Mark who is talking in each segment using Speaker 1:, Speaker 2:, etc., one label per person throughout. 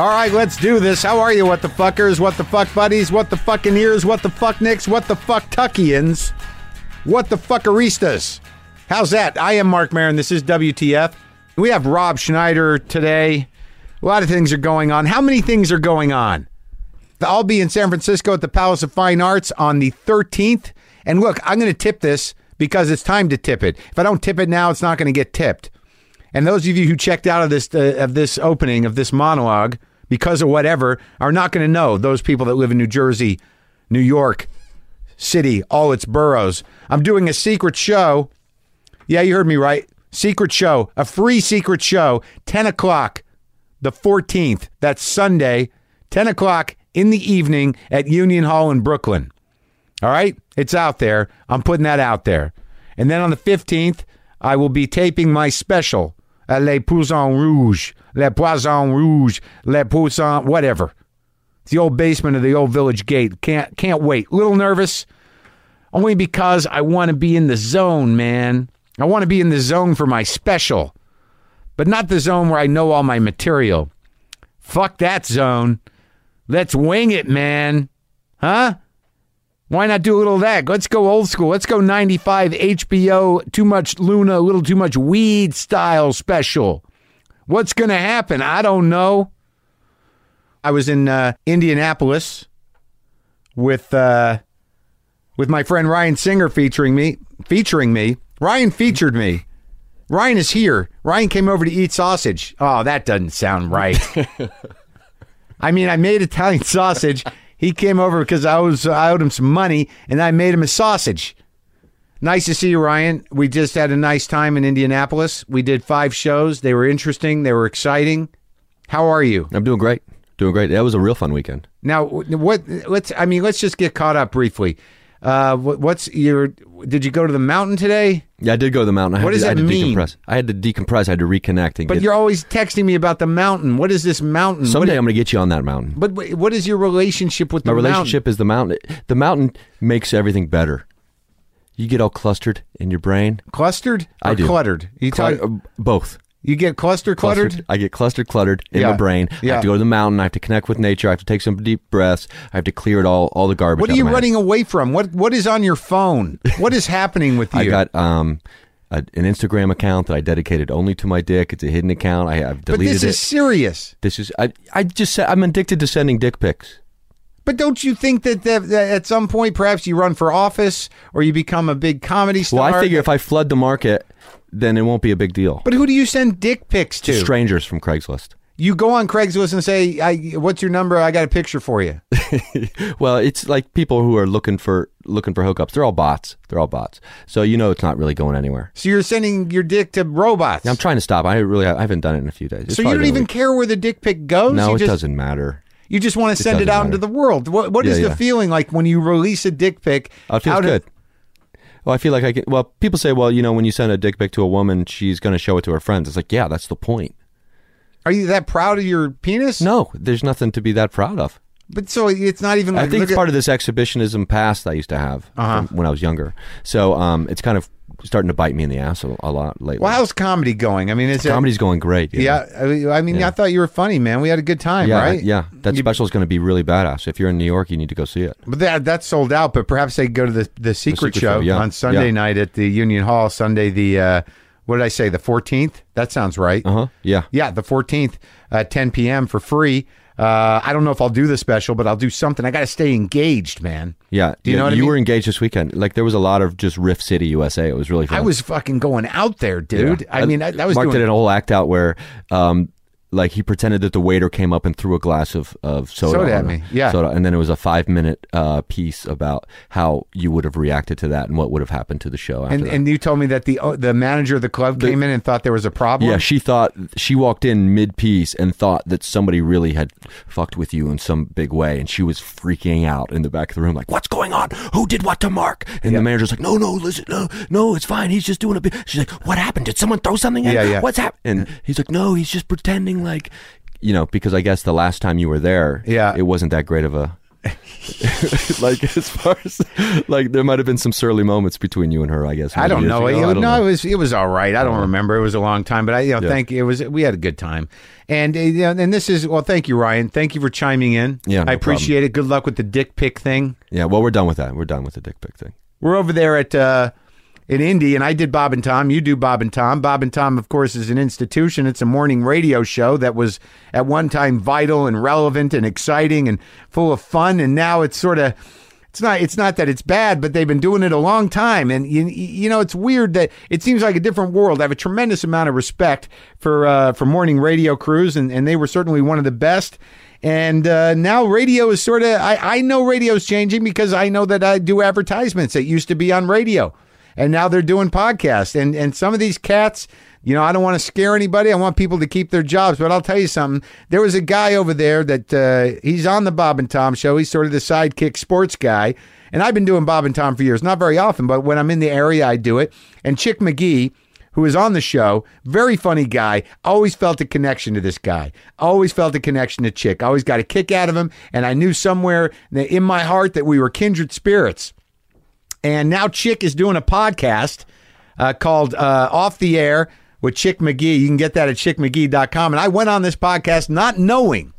Speaker 1: All right, let's do this. How are you, what the fuckers? What the fuck buddies? What the fucking ears? What the fuck nicks? What the fuck tuckians? What the fuckeristas? How's that? I am Mark Marin. This is WTF. We have Rob Schneider today. A lot of things are going on. How many things are going on? I'll be in San Francisco at the Palace of Fine Arts on the 13th. And look, I'm going to tip this because it's time to tip it. If I don't tip it now, it's not going to get tipped. And those of you who checked out of this uh, of this opening of this monologue because of whatever are not going to know those people that live in New Jersey, New York City, all its boroughs. I'm doing a secret show. Yeah, you heard me right. Secret show, a free secret show, 10 o'clock, the 14th. That's Sunday, 10 o'clock in the evening at Union Hall in Brooklyn. All right? It's out there. I'm putting that out there. And then on the 15th, I will be taping my special, uh, Les Poissons Rouge, Les Poissons Rouge, Les Poissons, whatever. It's the old basement of the old village gate. Can't can't wait. Little nervous, only because I want to be in the zone, man. I want to be in the zone for my special, but not the zone where I know all my material. Fuck that zone. Let's wing it, man. Huh? Why not do a little of that? Let's go old school. Let's go 95 HBO, too much Luna, a little too much weed style special. What's going to happen? I don't know. I was in uh, Indianapolis with uh, with my friend Ryan Singer featuring me, featuring me. Ryan featured me. Ryan is here. Ryan came over to eat sausage. Oh, that doesn't sound right. I mean, I made Italian sausage. He came over because I was I owed him some money, and I made him a sausage. Nice to see you, Ryan. We just had a nice time in Indianapolis. We did five shows. They were interesting. They were exciting. How are you
Speaker 2: I'm doing great. Doing great. That was a real fun weekend.
Speaker 1: now? What? Let's. I mean, let's just get caught up briefly. Uh, what, what's your? Did you go to the mountain today?
Speaker 2: Yeah, I did go to the mountain. I
Speaker 1: What does
Speaker 2: had to, I had
Speaker 1: that
Speaker 2: to
Speaker 1: mean?
Speaker 2: decompress. I had to decompress. I had to reconnect. And
Speaker 1: But
Speaker 2: get,
Speaker 1: you're always texting me about the mountain. What is this mountain? What-
Speaker 2: someday I'm going to get you on that mountain.
Speaker 1: but wh- what is your relationship with the
Speaker 2: My
Speaker 1: mountain?
Speaker 2: relationship is the mountain. The mountain makes everything better. You get all clustered in your brain.
Speaker 1: Clustered or
Speaker 2: I do.
Speaker 1: cluttered? You,
Speaker 2: Clu-
Speaker 1: talk-
Speaker 2: uh, both.
Speaker 1: you get cluster cluttered?
Speaker 2: I get clustered, cluttered in
Speaker 1: Yeah.
Speaker 2: my brain. I
Speaker 1: Yeah.
Speaker 2: have to go to the mountain. I have to connect with nature. I have to take some deep breaths. I have to clear it all, all the garbage.
Speaker 1: What are
Speaker 2: out of
Speaker 1: you
Speaker 2: my head.
Speaker 1: running away from? What What is on your phone? What is happening with you?
Speaker 2: I got um, a, an Instagram account that I dedicated only to my dick. It's a hidden account. I, I've
Speaker 1: but
Speaker 2: deleted
Speaker 1: this
Speaker 2: it.
Speaker 1: is serious.
Speaker 2: This is I. I just said I'm addicted to sending dick pics.
Speaker 1: But don't you think that, that, that at some point, perhaps you run for office or you become a big comedy
Speaker 2: Well,
Speaker 1: star?
Speaker 2: I figure if I flood the market, then it won't be a big deal.
Speaker 1: But who do you send dick pics to?
Speaker 2: Just strangers from Craigslist.
Speaker 1: you go on Craigslist and say, I, "What's your number? I got a picture for you."
Speaker 2: Well, it's like people who are looking for looking for hookups. They're all bots. They're all bots. So you know it's not really going anywhere.
Speaker 1: So you're sending your dick to robots.
Speaker 2: I'm trying to stop. I really I haven't done it in a few days. It's
Speaker 1: so you
Speaker 2: probably
Speaker 1: don't
Speaker 2: been a
Speaker 1: even
Speaker 2: week.
Speaker 1: care where the dick pic goes.
Speaker 2: No,
Speaker 1: you
Speaker 2: it
Speaker 1: just,
Speaker 2: doesn't matter.
Speaker 1: You just want to send it
Speaker 2: doesn't
Speaker 1: out
Speaker 2: matter.
Speaker 1: into the world. What What is
Speaker 2: Yeah,
Speaker 1: the
Speaker 2: yeah.
Speaker 1: feeling like when you release a dick pic?
Speaker 2: Oh, it feels
Speaker 1: out
Speaker 2: good.
Speaker 1: Of,
Speaker 2: Well, I feel like I can. Well, people say, well, you know, when you send a dick pic to a woman, she's going to show it to her friends. It's like, yeah, that's the point.
Speaker 1: are you that proud of your penis?
Speaker 2: No, there's nothing to be that proud of.
Speaker 1: But so it's not even. Like,
Speaker 2: I think
Speaker 1: look
Speaker 2: it's
Speaker 1: at- Uh-huh.
Speaker 2: part of this exhibitionism past I used to have from when I was younger. So um, it's kind of starting to bite me in the ass a, a lot lately.
Speaker 1: Well, how's comedy going? I mean, is
Speaker 2: Comedy's going great. you
Speaker 1: it?
Speaker 2: know?
Speaker 1: Yeah, I- I mean, I thought you were funny, man. We had a good time,
Speaker 2: yeah,
Speaker 1: right?
Speaker 2: yeah. That special is going to be really badass. If you're in New York, you need to go see it.
Speaker 1: But that that's sold out. But perhaps they go to the the secret,
Speaker 2: secret
Speaker 1: show
Speaker 2: show, yeah.
Speaker 1: on Sunday
Speaker 2: Yeah.
Speaker 1: night at the Union Hall. Sunday the uh, what did I say? The fourteenth. That sounds right.
Speaker 2: Uh huh. Yeah.
Speaker 1: Yeah, the fourteenth, uh, ten p.m. for free. Uh, I don't know if I'll do the special, but I'll do something. I got to stay engaged, man.
Speaker 2: Yeah.
Speaker 1: Do you
Speaker 2: Yeah,
Speaker 1: know what I
Speaker 2: you
Speaker 1: mean?
Speaker 2: were engaged this weekend. Like there was a lot of just Riff City, USA. It was really fun.
Speaker 1: I was fucking going out there, dude. I mean, I, that was
Speaker 2: Mark
Speaker 1: doing.
Speaker 2: did a whole act out where, um, like he pretended that the waiter came up and threw a glass of, of soda,
Speaker 1: Soda at
Speaker 2: on
Speaker 1: me,
Speaker 2: him.
Speaker 1: yeah.
Speaker 2: Soda, and then it was a five minute uh, piece about how you would have reacted to that and what would have happened to the show. After
Speaker 1: and,
Speaker 2: that.
Speaker 1: and you told me that the uh, the manager of the club came in and thought there was a problem.
Speaker 2: yeah, she thought she walked in mid piece and thought that somebody really had fucked with you in some big way, and she was freaking out in the back of the room, like, "What's going on? Who did what to Mark?" And the manager's like, "No, no, listen, no, no, it's fine. He's just doing a bit." She's like, "What happened? Did someone throw something at
Speaker 1: Yeah,
Speaker 2: him?
Speaker 1: yeah.
Speaker 2: What's happened?" And he's like, "No, he's just pretending like." You know, because I guess the last time you were there,
Speaker 1: Yeah.
Speaker 2: it wasn't that great of a like as far as like there might have been some surly moments between you and her. I guess
Speaker 1: I
Speaker 2: maybe
Speaker 1: don't
Speaker 2: years
Speaker 1: know.
Speaker 2: ago.
Speaker 1: It,
Speaker 2: I
Speaker 1: no,
Speaker 2: don't Oh.
Speaker 1: it was it was all right. I don't remember. It was a long time, but I you know, thank it was we had a good time. And uh, you know, and this is well, thank you, Ryan. Thank you for chiming in.
Speaker 2: Yeah, no
Speaker 1: I appreciate it. Good luck with the dick pic thing.
Speaker 2: Yeah, well, we're done with that. We're done with the dick pic thing.
Speaker 1: We're over there at uh, in Indy, and I did Bob and Tom. You do Bob and Tom. Bob and Tom, of course, is an institution. It's a morning radio show that was at one time vital and relevant and exciting and full of fun, and now it's sort of. It's not. It's not that it's bad, but they've been doing it a long time, and you, you know it's weird that it seems like a different world. I have a tremendous amount of respect for uh, for morning radio crews, and, and they were certainly one of the best. And uh, now radio is sort of, I, I know radio's changing because I know that I do advertisements that used to be on radio. And now they're doing podcasts. And, and some of these cats, you know, I don't want to scare anybody. I want people to keep their jobs. But I'll tell you something. There was a guy over there that uh, he's on the Bob and Tom show. He's sort of the sidekick sports guy. And I've been doing Bob and Tom for years. Not very often, but when I'm in the area, I do it. And Chick McGee, who is on the show, very funny guy. Always felt a connection to this guy. Always felt a connection to Chick. Always got a kick out of him. And I knew somewhere that in my heart that we were kindred spirits. And now Chick is doing a podcast uh, called uh, Off the Air with Chick McGee. You can get that at chickmcgee.com. And I went on this podcast not knowing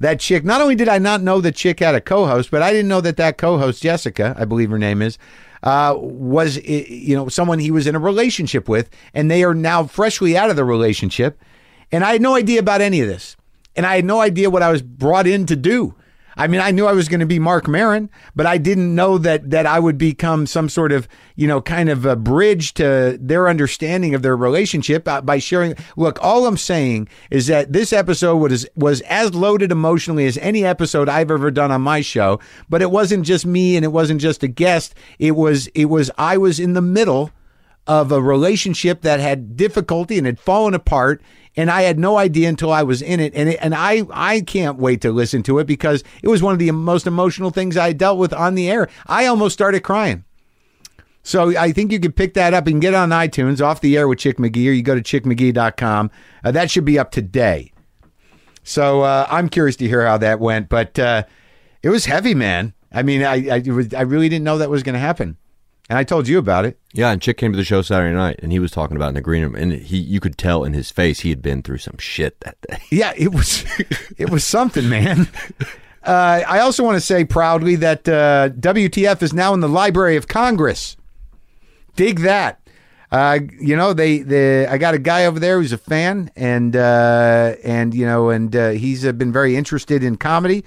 Speaker 1: that chick. Not only did I not know that chick had a co-host, but I didn't know that that co-host Jessica, I believe her name is, uh, was i- you know someone he was in a relationship with, and they are now freshly out of the relationship. And I had no idea about any of this, and I had no idea what I was brought in to do. I mean, I knew I was going to be Mark Marin, but I didn't know that that I would become some sort of, you know, kind of a bridge to their understanding of their relationship uh, by sharing. Look, all I'm saying is that this episode was was as loaded emotionally as any episode I've ever done on my show, but it wasn't just me and it wasn't just a guest. It was it was I was in the middle of a relationship that had difficulty and had fallen apart and I had no idea until I was in it and it, and I I can't wait to listen to it because it was one of the most emotional things I dealt with on the air. I almost started crying. So I think you could pick that up and get it on iTunes off the air with Chick McGee or you go to chickmcgee.com. Uh, that should be up today. So uh, I'm curious to hear how that went, but uh, it was heavy, man. I mean, I I, it was- I really didn't know that was going to happen. And I told you about it.
Speaker 2: Yeah, and Chick came to the show Saturday night, and he was talking about it in the green room, and he you could tell in his face he had been through some shit that day.
Speaker 1: Yeah, it was it was something, man. Uh, I also want to say proudly that uh, WTF is now in the Library of Congress. Dig that. Uh, you know, they, they I got a guy over there who's a fan, and uh, and you know, and uh, he's uh, been very interested in comedy,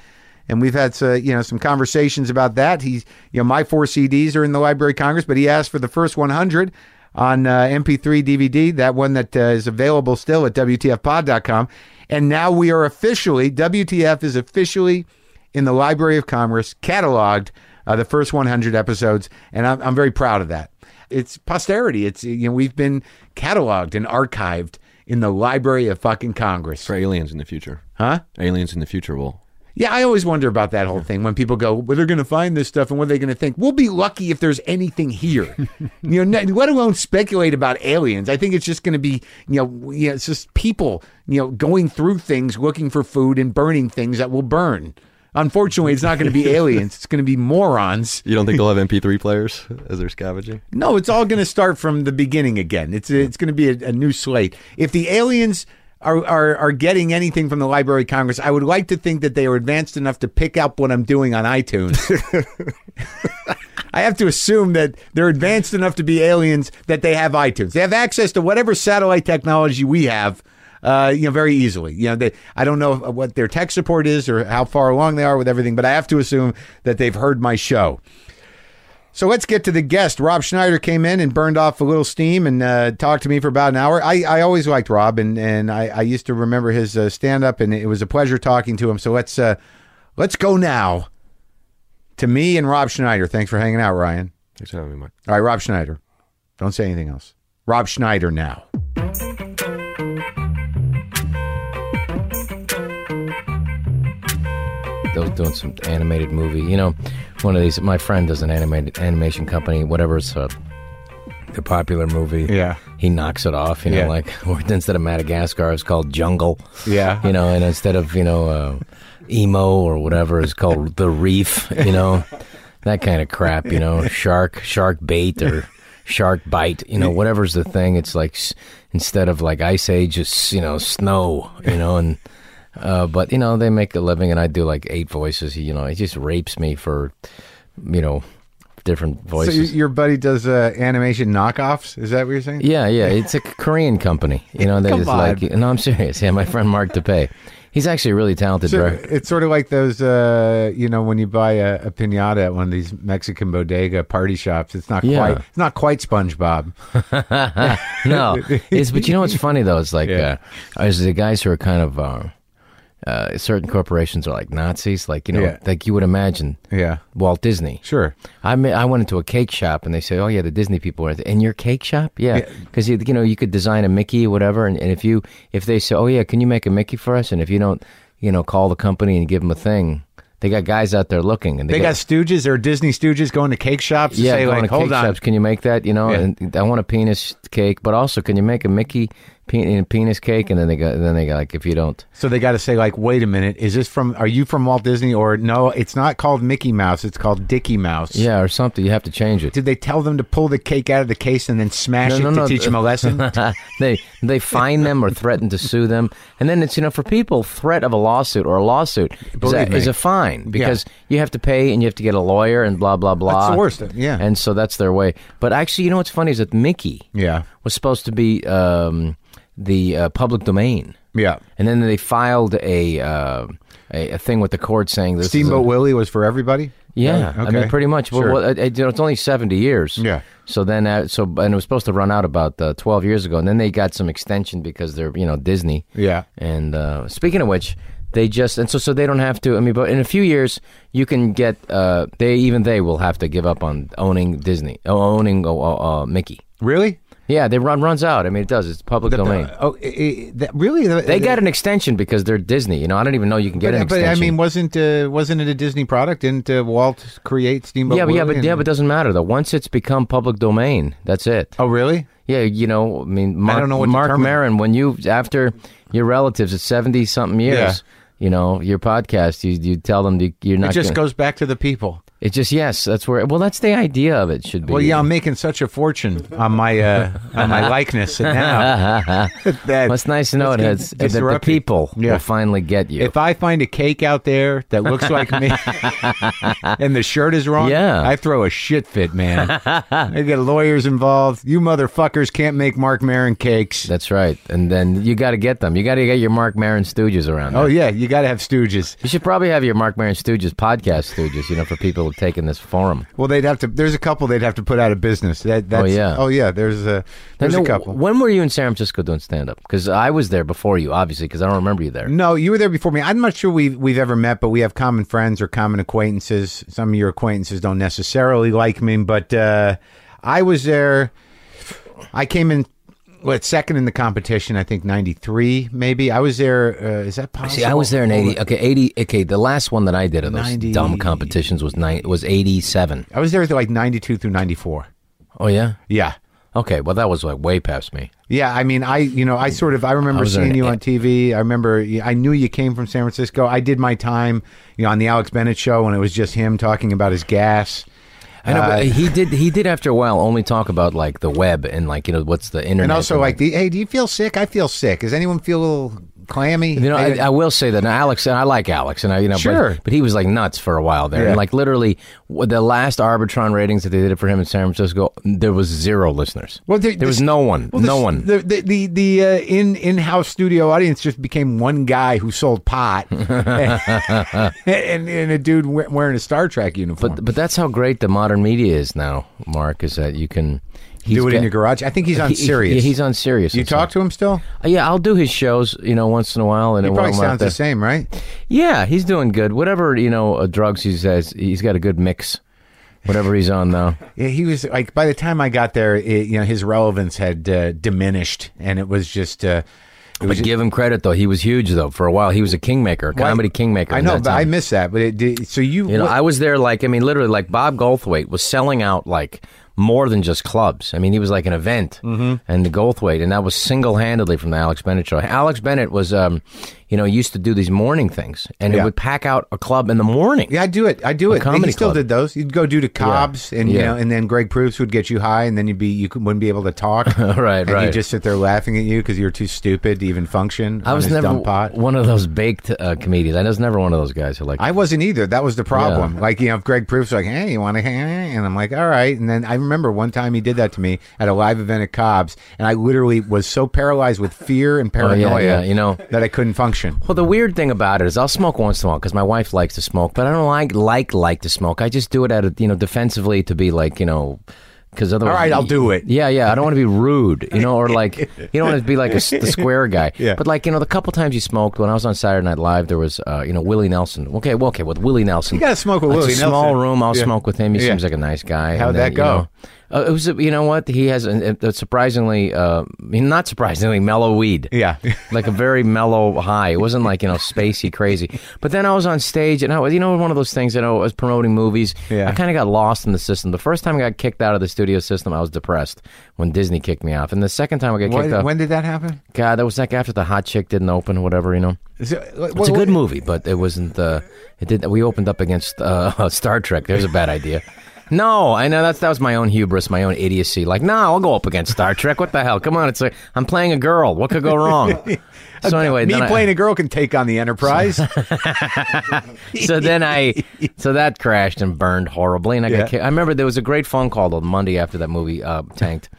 Speaker 1: and we've had uh, you know some conversations about that. He's you know my four CDs are in the Library of Congress, but he asked for the first 100 on uh, MP3 DVD, that one that uh, is available still at WTFpod.com, and now we are officially WTF is officially in the Library of Congress, cataloged uh, the first 100 episodes, and I'm, I'm very proud of that. It's posterity. It's you know we've been cataloged and archived in the Library of fucking Congress,
Speaker 2: For aliens in the future,
Speaker 1: huh?
Speaker 2: aliens in the future will.
Speaker 1: Yeah, I always wonder about that whole thing when people go, well, they're going to find this stuff and what are they going to think? We'll be lucky if there's anything here. you know, n- let alone speculate about aliens. I think it's just going to be, you know, w- you know, it's just people, you know, going through things, looking for food and burning things that will burn. Unfortunately, it's not going to be aliens. It's going to be morons.
Speaker 2: You don't think they'll have MP3 players as they're scavenging?
Speaker 1: No, it's all going to start from the beginning again. It's it's going to be a, a new slate. If the aliens are, are are getting anything from the Library of Congress, I would like to think that they are advanced enough to pick up what I'm doing on iTunes. I have to assume that they're advanced enough to be aliens that they have iTunes. They have access to whatever satellite technology we have. Uh, you know, very easily. You know, they, I don't know what their tech support is or how far along they are with everything, but I have to assume that they've heard my show. So let's get to the guest. Rob Schneider came in and burned off a little steam and uh, talked to me for about an hour. I, I always liked Rob, and, and I, I used to remember his uh, stand up, and it was a pleasure talking to him. So let's uh, let's go now to me and Rob Schneider. Thanks for hanging out, Ryan.
Speaker 2: Thanks for having me, Mike.
Speaker 1: All right, Rob Schneider. Don't say anything else. Rob Schneider now.
Speaker 3: those doing some animated movie. You know, one of these. My friend does an animated animation company. Whatever's uh, the popular movie.
Speaker 1: Yeah.
Speaker 3: He knocks it off. You know,
Speaker 1: Yeah.
Speaker 3: like or instead of Madagascar, it's called Jungle.
Speaker 1: Yeah.
Speaker 3: You know, and instead of you know. Uh, emo or whatever is called the reef, you know, that kind of crap, you know, shark, shark bait or shark bite, you know, whatever's the thing. It's like s- instead of like ice age, it's you know snow, you know, and uh, but you know they make a living, and I do like eight voices, you know, it just rapes me for, you know, different
Speaker 1: So
Speaker 3: voices.
Speaker 1: y- your buddy does uh, animation knockoffs? Is that what you're saying?
Speaker 3: Yeah, yeah. It's a Korean company. You know, they
Speaker 1: Come
Speaker 3: just
Speaker 1: on.
Speaker 3: like No, I'm serious. Yeah, my friend Mark DePay. He's actually a really talented
Speaker 1: So
Speaker 3: director.
Speaker 1: it's sort of like those, uh, you know, when you buy a, a pinata at one of these Mexican bodega party shops. It's not
Speaker 3: Yeah.
Speaker 1: quite, it's not quite SpongeBob.
Speaker 3: No, it's but you know what's funny though? It's like
Speaker 1: Yeah.
Speaker 3: uh, is the guys who are kind of uh, uh, certain corporations are like Nazis. Like you know,
Speaker 1: Yeah.
Speaker 3: like you would imagine
Speaker 1: Yeah,
Speaker 3: Walt Disney.
Speaker 1: sure.
Speaker 3: I mean, I went into a cake shop and they say, "Oh yeah, the Disney people are in your cake shop." Yeah, because you, you know you could design a Mickey, whatever, and, and if you if they say, "Oh yeah, can you make a Mickey for us?" and if you don't, you know, call the company and give them a thing, they got guys out there looking, and
Speaker 1: They
Speaker 3: they,
Speaker 1: got Stooges or Disney Stooges going to cake shops to
Speaker 3: yeah,
Speaker 1: say
Speaker 3: going
Speaker 1: like,
Speaker 3: to
Speaker 1: hold
Speaker 3: cake
Speaker 1: on,
Speaker 3: shops. Can you make that? You know,
Speaker 1: Yeah.
Speaker 3: and I want a penis cake, but also can you make a Mickey pe- penis cake? And then they got then they got like if you don't,
Speaker 1: So they got to say like, wait a minute, is this from? Are you from Walt Disney or no? It's not called Mickey Mouse. It's called Dicky Mouse.
Speaker 3: yeah, or something, you have to change it.
Speaker 1: Did they tell them to pull the cake out of the case and then smash
Speaker 3: No,
Speaker 1: it
Speaker 3: no,
Speaker 1: to
Speaker 3: no.
Speaker 1: teach them a lesson?
Speaker 3: they they fine them or threaten to sue them, and then it's you know for people threat of a lawsuit or a lawsuit is
Speaker 1: Believe
Speaker 3: a,
Speaker 1: me.
Speaker 3: is a fine because you have to pay and you have to get a lawyer and blah blah blah.
Speaker 1: the worst, yeah.
Speaker 3: and so that's their way. But actually, you know what's funny is that Mickey
Speaker 1: yeah,
Speaker 3: was supposed to be um, the uh, public domain,
Speaker 1: yeah.
Speaker 3: and then they filed a. Uh, a, a thing with the court saying this is a-
Speaker 1: Steamboat Willie was for everybody.
Speaker 3: yeah,
Speaker 1: Right,
Speaker 3: I mean,
Speaker 1: okay.
Speaker 3: pretty much. Well, uh,
Speaker 1: Sure.
Speaker 3: well, it- it- you know, it's only seventy years.
Speaker 1: Yeah.
Speaker 3: So then, uh, so and it was supposed to run out about uh, twelve years ago, and then they got some extension because they're you know Disney.
Speaker 1: Yeah.
Speaker 3: And uh, speaking of which, they just and so so they don't have to. I mean, but in a few years, you can get uh, they even they will have to give up on owning Disney, owning uh, uh, Mickey.
Speaker 1: Really?
Speaker 3: Yeah, they run runs out. I mean, it does. It's public domain.
Speaker 1: Oh, i i that, really?
Speaker 3: they got an extension because they're Disney. You know, I don't even know you can get
Speaker 1: But,
Speaker 3: an
Speaker 1: but
Speaker 3: extension.
Speaker 1: I mean, wasn't uh, wasn't it a Disney product? Didn't uh, Walt create Steamboat?
Speaker 3: yeah, but
Speaker 1: Willie
Speaker 3: yeah, but
Speaker 1: and-
Speaker 3: yeah, but it doesn't matter though. Once it's become public domain, that's it.
Speaker 1: oh, really?
Speaker 3: Yeah, you know, I mean, Mark,
Speaker 1: don't know what to
Speaker 3: Mark
Speaker 1: term it.
Speaker 3: Maron, when you after your relatives at seventy something years, you know, your podcast, you you tell them you, you're not.
Speaker 1: It just
Speaker 3: gonna,
Speaker 1: goes back to the people.
Speaker 3: It just yes, that's where. Well, that's the idea of it should be.
Speaker 1: Well, yeah, I'm making such a fortune on my uh, on my likeness and now. that,
Speaker 3: Well, it's nice to know it
Speaker 1: Let's
Speaker 3: has,
Speaker 1: get
Speaker 3: that the
Speaker 1: disrupted.
Speaker 3: people
Speaker 1: Yeah.
Speaker 3: will finally get you.
Speaker 1: If I find a cake out there that looks like me and the shirt is wrong,
Speaker 3: Yeah.
Speaker 1: I throw a shit fit, man. I get lawyers involved. You motherfuckers can't make Mark Marin cakes.
Speaker 3: that's right, and then you got to get them. You got to get your Mark Maron Stooges around.
Speaker 1: oh
Speaker 3: there.
Speaker 1: yeah, you got to have stooges.
Speaker 3: you should probably have your Mark Maron Stooges podcast Stooges. You know, for people who've taken this forum.
Speaker 1: Well, they'd have to. There's a couple they'd have to put out of business. That, that's,
Speaker 3: yeah.
Speaker 1: Oh yeah. There's a there's
Speaker 3: Now,
Speaker 1: a couple.
Speaker 3: When were you in San Francisco doing stand up? Because I was there before you, obviously, because I don't remember you there.
Speaker 1: No, you were there before me. I'm not sure we've we've ever met, but we have common friends or common acquaintances. Some of your acquaintances don't necessarily like me, but uh, I was there. I came in what second in the competition? I think '93, maybe. I was there. Uh, is that possible?
Speaker 3: See, I was there in eighty. Okay, eighty. Okay, the last one that I did of those
Speaker 1: 90.
Speaker 3: dumb competitions was nine. Was eighty-seven.
Speaker 1: I was there like '92 through '94.
Speaker 3: Oh yeah.
Speaker 1: Yeah.
Speaker 3: Okay, well that was like way past me.
Speaker 1: Yeah, I mean, I you know, I sort of I remember
Speaker 3: was there
Speaker 1: seeing
Speaker 3: an-
Speaker 1: you on TV. I remember I knew you came from San Francisco. I did my time, you know, on the Alex Bennett show when it was just him talking about his gas.
Speaker 3: I know, but he did. He did after a while only talk about like the web and like you know what's the internet.
Speaker 1: And also, like, the, hey, do you feel sick? I feel sick. Does anyone feel a little clammy?
Speaker 3: You know, I, I will say that now, Alex, and I like Alex, and I, you know, but-
Speaker 1: Sure.
Speaker 3: but, he was like nuts for a while there.
Speaker 1: Yeah.
Speaker 3: And like literally, w- the last Arbitron ratings that they did for him in San Francisco, there was zero listeners.
Speaker 1: Well,
Speaker 3: there,
Speaker 1: there-
Speaker 3: was
Speaker 1: this-
Speaker 3: no one,
Speaker 1: Well,
Speaker 3: no
Speaker 1: this-
Speaker 3: one.
Speaker 1: The the the, the uh, in in house studio audience just became one guy who sold pot, and, and a dude we- wearing a Star Trek uniform.
Speaker 3: but but that's how great the modern media is now. Mark is that you can he's
Speaker 1: do it in
Speaker 3: got-
Speaker 1: your garage. I think he's on
Speaker 3: he-
Speaker 1: serious.
Speaker 3: Yeah, he's on serious.
Speaker 1: You talk to him still?
Speaker 3: Uh, Yeah, I'll do his shows. You know, once in a while, and
Speaker 1: He
Speaker 3: it
Speaker 1: probably sounds the same, right?
Speaker 3: Yeah, he's doing good. Whatever you know, uh, drugs he says, he's got a good mix. Whatever he's on now.
Speaker 1: Yeah, he was like by the time I got there, it, you know, his relevance had uh, diminished, and it was just. Uh, it
Speaker 3: But
Speaker 1: was
Speaker 3: give him credit though; he was huge though for a while. He was a kingmaker, a comedy kingmaker.
Speaker 1: I
Speaker 3: in
Speaker 1: know,
Speaker 3: that
Speaker 1: but I
Speaker 3: time.
Speaker 1: miss that. But it did, so you,
Speaker 3: you know,
Speaker 1: what-
Speaker 3: I was there like I mean, literally like Bob Goldthwait was selling out like more than just clubs. I mean, he was like an
Speaker 1: Mm-hmm.
Speaker 3: event, and the Goldthwait, and that was single handedly from the Alex Bennett show. Alex Bennett was, um, you know, used to do these morning things, and
Speaker 1: Yeah.
Speaker 3: it would pack out a club in the morning.
Speaker 1: Yeah, I do it. I do it.
Speaker 3: comedy
Speaker 1: he still
Speaker 3: club.
Speaker 1: did those. You'd go do to Cobb's, and you
Speaker 3: Yeah.
Speaker 1: know, and then Greg Proops would get you high, and then you'd be you could- wouldn't be able to talk.
Speaker 3: Right,
Speaker 1: and You
Speaker 3: right.
Speaker 1: just sit there laughing at you because you were too stupid to even function.
Speaker 3: I was
Speaker 1: on his
Speaker 3: never
Speaker 1: dumb pot.
Speaker 3: one of those baked uh, comedians. I was never one of those guys who like.
Speaker 1: I wasn't either. That was the problem. Like, you know, if Greg Proof's like, hey, you want to hang out?" And I'm like, all right. And then I remember one time he did that to me at a live event at Cobb's, and I literally was so paralyzed with fear and
Speaker 3: Oh,
Speaker 1: paranoia
Speaker 3: yeah, yeah, you know.
Speaker 1: that I couldn't function.
Speaker 3: Well, the weird thing about it is I'll smoke once in a while because my wife likes to smoke, but I don't like like like to smoke. I just do it out of you know defensively to be like you know. Because otherwise,
Speaker 1: All right, I'll do it.
Speaker 3: Yeah, yeah. I don't want to be rude, you know, or like you don't want to be like a s the square guy.
Speaker 1: Yeah.
Speaker 3: But like you know, the couple times you smoked when I was on Saturday Night Live, there was uh, you know Willie Nelson. Okay, well, okay, with Willie Nelson,
Speaker 1: You got to smoke with
Speaker 3: It's
Speaker 1: Willie
Speaker 3: a small
Speaker 1: Nelson.
Speaker 3: room. I'll
Speaker 1: Yeah.
Speaker 3: smoke with him. He
Speaker 1: Yeah.
Speaker 3: seems like a nice guy.
Speaker 1: How'd
Speaker 3: And
Speaker 1: that
Speaker 3: you
Speaker 1: go?
Speaker 3: know- uh, it was, a- you know what? He has a, a surprisingly, uh, I mean, not surprisingly, mellow weed.
Speaker 1: Yeah.
Speaker 3: like a very mellow high. It wasn't like you know spacey crazy. But then I was on stage, and I was, you know, one of those things. You know, I was promoting movies.
Speaker 1: Yeah.
Speaker 3: I kind of got lost in the system. The first time I got kicked out of the studio system, I was depressed when Disney kicked me off. And the second time I got kicked
Speaker 1: When,
Speaker 3: out,
Speaker 1: when did that happen?
Speaker 3: God, that was like after the hot chick didn't open, or whatever, you know.
Speaker 1: Is it- what-
Speaker 3: It's a
Speaker 1: what-
Speaker 3: good movie, but it wasn't. Uh, it did. We opened up against uh, Star Trek. There's a bad idea. No, I know that's that was my own hubris, my own idiocy. Like, nah, I'll go up against Star Trek. What the hell? Come on, it's like I'm playing a girl. What could go wrong? So anyway,
Speaker 1: Me
Speaker 3: then I-
Speaker 1: playing a girl can take on the Enterprise.
Speaker 3: so then I, so that crashed and burned horribly, and I
Speaker 1: Yeah.
Speaker 3: got. Kicked. I remember there was a great phone call on Monday after that movie uh, tanked.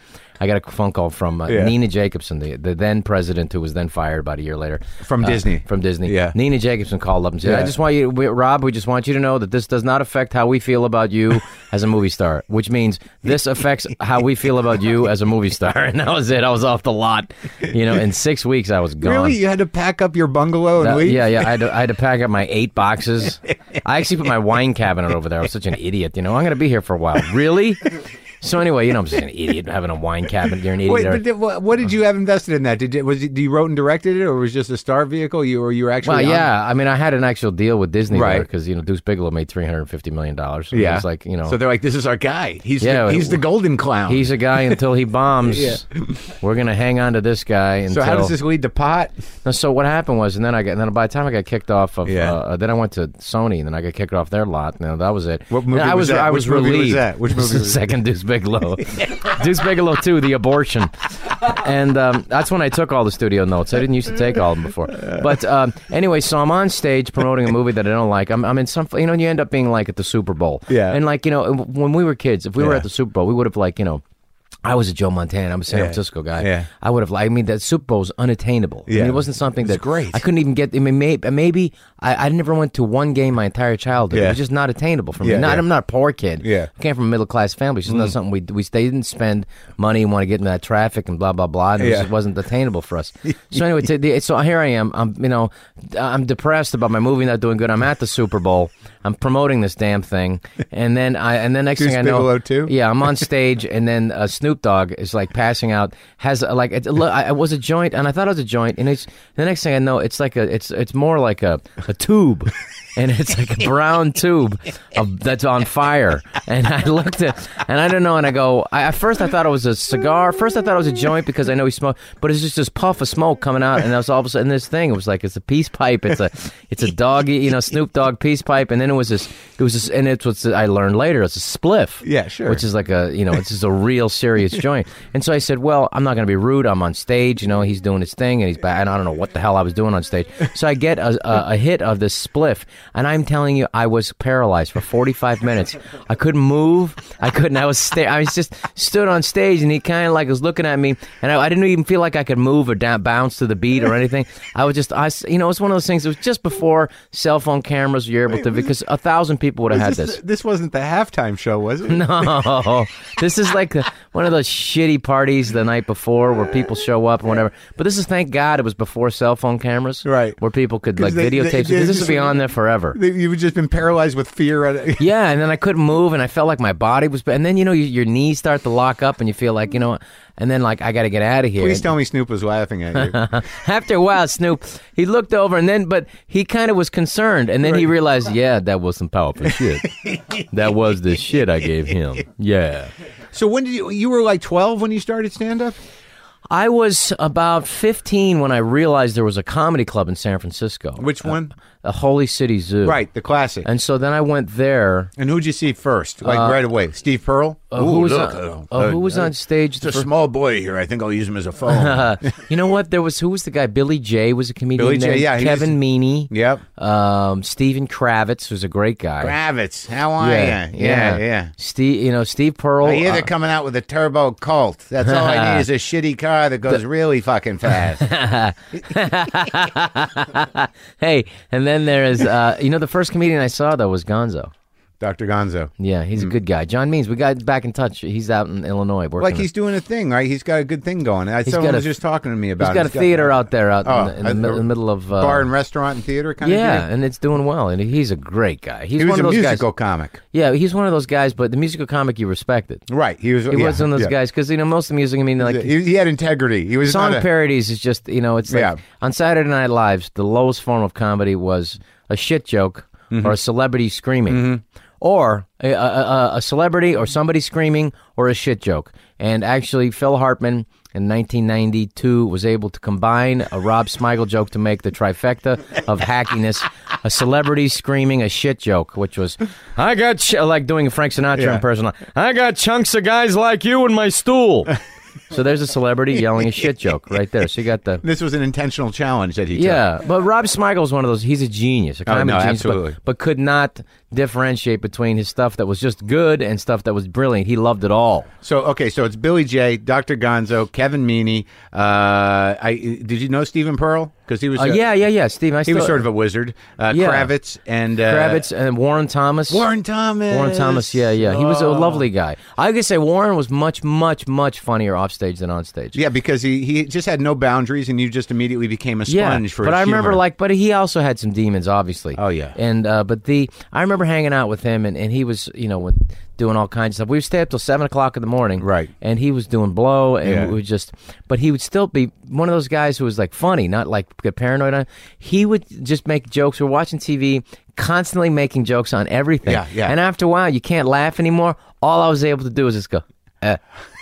Speaker 3: I got a phone call from uh,
Speaker 1: Yeah.
Speaker 3: Nina Jacobson, the, the then president who was then fired about a year later
Speaker 1: From
Speaker 3: Uh,
Speaker 1: Disney.
Speaker 3: From Disney,
Speaker 1: Yeah.
Speaker 3: Nina Jacobson called up and said, "I
Speaker 1: Yeah.
Speaker 3: just want you, we, Rob. We just want you to know that this does not affect how we feel about you as a movie star, which means this affects how we feel about you as a movie star." And that was it. I was off the lot, you know. In six weeks, I was gone.
Speaker 1: really? You had to pack up your bungalow and
Speaker 3: That-
Speaker 1: leave?
Speaker 3: yeah, yeah. I had, to, I had to pack up my eight boxes. I actually put my wine cabinet over there. I was such an idiot. You know, I'm going to be here for a while. Really? So anyway, you know, I'm just an idiot having a wine cabinet. You're an idiot.
Speaker 1: Wait, but did, what, what did you have invested in that? Did it, was it, you wrote and directed it, or was it just a star vehicle? You or you were actually
Speaker 3: well,
Speaker 1: on-
Speaker 3: yeah. I mean, I had an actual deal with Disney
Speaker 1: Right.
Speaker 3: because you know Deuce Bigelow made 350 million dollars.
Speaker 1: yeah.
Speaker 3: it's like you know,
Speaker 1: So they're like, this is our guy. He's
Speaker 3: Yeah,
Speaker 1: the, he's the golden clown.
Speaker 3: he's a guy until he bombs. We're going to hang on to this guy
Speaker 1: so
Speaker 3: until.
Speaker 1: how does this lead to pot?
Speaker 3: No, so what happened was, and then I got, and then by the time I got kicked off of,
Speaker 1: Yeah.
Speaker 3: uh, then I went to Sony, and then I got kicked off their lot. Now that was it.
Speaker 1: What
Speaker 3: And
Speaker 1: movie
Speaker 3: I
Speaker 1: was
Speaker 3: was,
Speaker 1: that?
Speaker 3: I
Speaker 1: Which
Speaker 3: was
Speaker 1: movie was
Speaker 3: relieved.
Speaker 1: that? Which movie
Speaker 3: This is
Speaker 1: was
Speaker 3: the second Deuce Bigelow, Deuce Bigelow two, the abortion, and um, that's when I took all the studio notes. I didn't used to take all of them before, but um, anyway, so I'm on stage promoting a movie that I don't like. I'm, I'm in some, you know, and you end up being like at the Super Bowl,
Speaker 1: Yeah.
Speaker 3: And like you know, when we were kids, if we were
Speaker 1: Yeah.
Speaker 3: at the Super Bowl, we would have like you know. I was a Joe Montana. I'm a San
Speaker 1: Yeah.
Speaker 3: Francisco guy.
Speaker 1: Yeah.
Speaker 3: I would have. liked- I mean, that Super Bowl was unattainable. I mean,
Speaker 1: Yeah.
Speaker 3: it wasn't something that
Speaker 1: great.
Speaker 3: I couldn't even get. I mean, maybe, maybe I, I never went to one game my entire childhood.
Speaker 1: Yeah.
Speaker 3: It was just not attainable for me.
Speaker 1: Yeah,
Speaker 3: Not-
Speaker 1: yeah.
Speaker 3: I'm not a poor kid.
Speaker 1: Yeah. Mm.
Speaker 3: I came from a middle class family. It's just not something we we they didn't spend money and want to get in that traffic and blah blah blah. And It
Speaker 1: Yeah.
Speaker 3: just wasn't attainable for us. so anyway, to the, so here I am. I'm you know I'm depressed about my movie not doing good. I'm at the Super Bowl. I'm promoting this damn thing, and then I and then next
Speaker 1: Deuce
Speaker 3: thing I know,
Speaker 1: Bigelow too?
Speaker 3: yeah, I'm on stage, and then uh, Snoop Dogg is like passing out. Has uh, like it, look, I, it was a joint, and I thought it was a joint, and it's the next thing I know, it's like a it's it's more like a a tube, and it's like a brown tube of, that's on fire. And I looked at, and I don't know, and I go. I, at first, I thought it was a cigar. First, I thought it was a joint because I know he smoked, but it's just this puff of smoke coming out, and I was all of a sudden this thing. It was like it's a peace pipe. It's a it's a doggy, you know, Snoop Dogg peace pipe, and then it was this. It was this, and it's what I learned later. It's a spliff.
Speaker 1: Yeah, sure.
Speaker 3: Which is like a you know, it's just a real serious joint. And so I said, well, I'm not going to be rude. I'm on stage. You know, he's doing his thing, and he's back. And I don't know what the hell I was doing on stage. So I get a, a, a hit of this spliff, and I'm telling you, I was paralyzed for 45 minutes. I couldn't move. I couldn't. I was sta- I was just stood on stage, and he kind of like was looking at me, and I, I didn't even feel like I could move or down, bounce to the beat or anything. I was just I s- you know, it's one of those things. It was just before cell phone cameras. You're able to because a thousand people would have had
Speaker 1: this,
Speaker 3: this.
Speaker 1: this wasn't the halftime show, was it?
Speaker 3: No, this is like the, one of those shitty parties the night before where people show up and whatever. But this is thank God it was before cell phone cameras,
Speaker 1: Right.
Speaker 3: Where people could
Speaker 1: 'Cause
Speaker 3: like
Speaker 1: they-
Speaker 3: videotape.
Speaker 1: they-
Speaker 3: it, 'cause
Speaker 1: they
Speaker 3: this
Speaker 1: just-
Speaker 3: would be on there forever.
Speaker 1: You've just been paralyzed with fear. At,
Speaker 3: yeah, and then I couldn't move, and I felt like my body was. And then you know you, your knees start to lock up, and you feel like you know. And then like I got to get out of here.
Speaker 1: please tell me Snoop was laughing at you.
Speaker 3: After a while, Snoop he looked over, and then but he kind of was concerned, and then he realized, yeah, that was some powerful shit. that was the shit I gave him. Yeah.
Speaker 1: so when did you? You were like twelve when you started stand up.
Speaker 3: I was about 15 when I realized there was a comedy club in San Francisco,
Speaker 1: Which one?
Speaker 3: a Holy City Zoo.
Speaker 1: Right, the classic.
Speaker 3: Uh, And so then I went there.
Speaker 1: And who'd you see first? Like right away, Steve Pearl.
Speaker 3: Uh, who
Speaker 4: Ooh,
Speaker 3: was
Speaker 4: look,
Speaker 3: on,
Speaker 4: uh,
Speaker 3: uh, who was on stage? The
Speaker 4: There's a
Speaker 3: fir-
Speaker 4: small boy here. I think I'll use him as a phone.
Speaker 3: uh, you know what? There was who was the guy? Billy Jay was a comedian.
Speaker 1: Billy Jay,
Speaker 3: there.
Speaker 1: yeah, he
Speaker 3: Kevin Meaney.
Speaker 1: Yep.
Speaker 3: Um, Stephen Kravitz was a great guy.
Speaker 1: Kravitz, how are you? Yeah, yeah.
Speaker 3: Steve, you know Steve Pearl.
Speaker 1: I hear
Speaker 3: uh,
Speaker 1: they're coming out with a turbo Colt. That's all I need is a shitty car that goes really fucking fast.
Speaker 3: hey, and then there is uh, you know the first comedian I saw though was Gonzo.
Speaker 1: Dr. Gonzo.
Speaker 3: Yeah, he's a good guy. John Means. We got back in touch. He's out in Illinois working.
Speaker 1: Hmm. Like he's doing a thing, right? He's got a good thing going. I, someone
Speaker 3: got a-
Speaker 1: was just talking to me
Speaker 3: he's
Speaker 1: about. it.
Speaker 3: got a theater out there out
Speaker 1: Oh,
Speaker 3: in, the, in the
Speaker 1: a-
Speaker 3: mi- middle of uh,
Speaker 1: bar and restaurant and theater kind of.
Speaker 3: yeah,
Speaker 1: deal?
Speaker 3: and it's doing well. And he's a great guy. He's
Speaker 1: he
Speaker 3: one
Speaker 1: was a
Speaker 3: of those
Speaker 1: musical
Speaker 3: guys.
Speaker 1: comic,
Speaker 3: Yeah, he's one of those guys. But the musical comic you respected.
Speaker 1: right? He was. yeah,
Speaker 3: He was one of those
Speaker 1: yeah.
Speaker 3: guys because you know most of the music. I mean, like
Speaker 1: He, he had integrity. He was
Speaker 3: song
Speaker 1: not a,
Speaker 3: parodies is just you know it's like
Speaker 1: Yeah.
Speaker 3: on Saturday Night Live's the lowest form of comedy was a shit joke
Speaker 1: Mm-hmm.
Speaker 3: or a celebrity screaming or a, a, a, a celebrity or somebody screaming or a shit joke and actually Phil Hartman in 1992 was able to combine a Rob Smigel joke to make the trifecta of hackiness a celebrity screaming a shit joke which was I got ch-, like doing a Frank Sinatra
Speaker 1: Yeah.
Speaker 3: impersonation I got chunks of guys like you in my stool so there's a celebrity yelling a shit joke right there. So you got the
Speaker 1: This was an intentional challenge that he took.
Speaker 3: yeah. But Rob Smigel's one of those. He's a genius, a comedy
Speaker 1: Oh, no,
Speaker 3: genius,
Speaker 1: absolutely.
Speaker 3: But, but could not differentiate between his stuff that was just good and stuff that was brilliant. He loved it all.
Speaker 1: So okay, so it's Billy J, Dr. Gonzo, Kevin Meaney. Uh, I did you know Stephen Pearl because he was
Speaker 3: Uh,
Speaker 1: a-
Speaker 3: yeah, yeah, yeah. Steve, I
Speaker 1: he
Speaker 3: still,
Speaker 1: was sort of a wizard. Uh,
Speaker 3: Yeah.
Speaker 1: Kravitz and uh,
Speaker 3: Kravitz and Warren Thomas.
Speaker 1: Warren Thomas, Oh.
Speaker 3: Warren Thomas, yeah, yeah. He was a lovely guy. I could say Warren was much, much, much funnier off stage than on stage.
Speaker 1: yeah, because he he just had no boundaries, and you just immediately became a sponge for.
Speaker 3: but
Speaker 1: his
Speaker 3: I remember
Speaker 1: humor.
Speaker 3: like, but he also had some demons, obviously.
Speaker 1: Oh, yeah.
Speaker 3: and uh, but the I remember hanging out with him, and, and he was you know with, doing all kinds of stuff. We would stay up till seven o'clock in the morning,
Speaker 1: Right.
Speaker 3: And he was doing blow, and
Speaker 1: Yeah.
Speaker 3: we would just, but he would still be one of those guys who was like funny, not like get paranoid. On he would just make jokes. We're watching TV. Constantly making jokes on everything,
Speaker 1: Yeah, yeah.
Speaker 3: And after a while, you can't laugh anymore. All I was able to do was just go.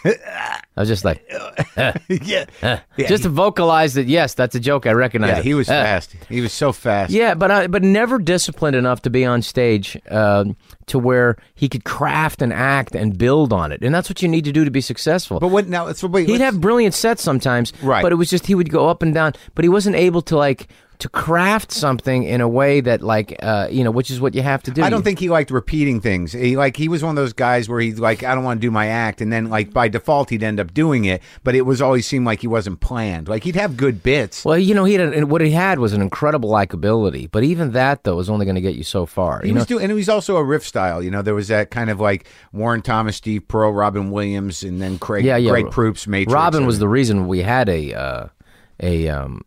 Speaker 3: Eh. I was just like,
Speaker 1: yeah,
Speaker 3: just to vocalize that. Yes, that's a joke. I recognize.
Speaker 1: yeah,
Speaker 3: it.
Speaker 1: he was
Speaker 3: Eh.
Speaker 1: fast. He was so fast.
Speaker 3: Yeah, but I, but never disciplined enough to be on stage um to where he could craft and act and build on it, and that's what you need to do to be successful.
Speaker 1: but what now? So wait,
Speaker 3: He'd
Speaker 1: let's-
Speaker 3: have brilliant sets sometimes,
Speaker 1: Right.
Speaker 3: But it was just he would go up and down, but he wasn't able to like to craft something in a way that like uh, you know, which is what you have to do.
Speaker 1: I don't think he liked repeating things. He like he was one of those guys where he like I don't want to do my act, and then like by default he'd end up doing it. But it was always seemed like he wasn't planned. Like he'd have good bits.
Speaker 3: Well, you know, he had and what he had was an incredible likability, but even that though is only going to get you so far.
Speaker 1: he
Speaker 3: you know,
Speaker 1: was doing, and he was also a riff style. You know, there was that kind of like Warren Thomas, Steve Pearl, Robin Williams, and then Craig,
Speaker 3: yeah, yeah.
Speaker 1: Craig Proops, Matrix.
Speaker 3: Robin was the reason we had a uh, a um,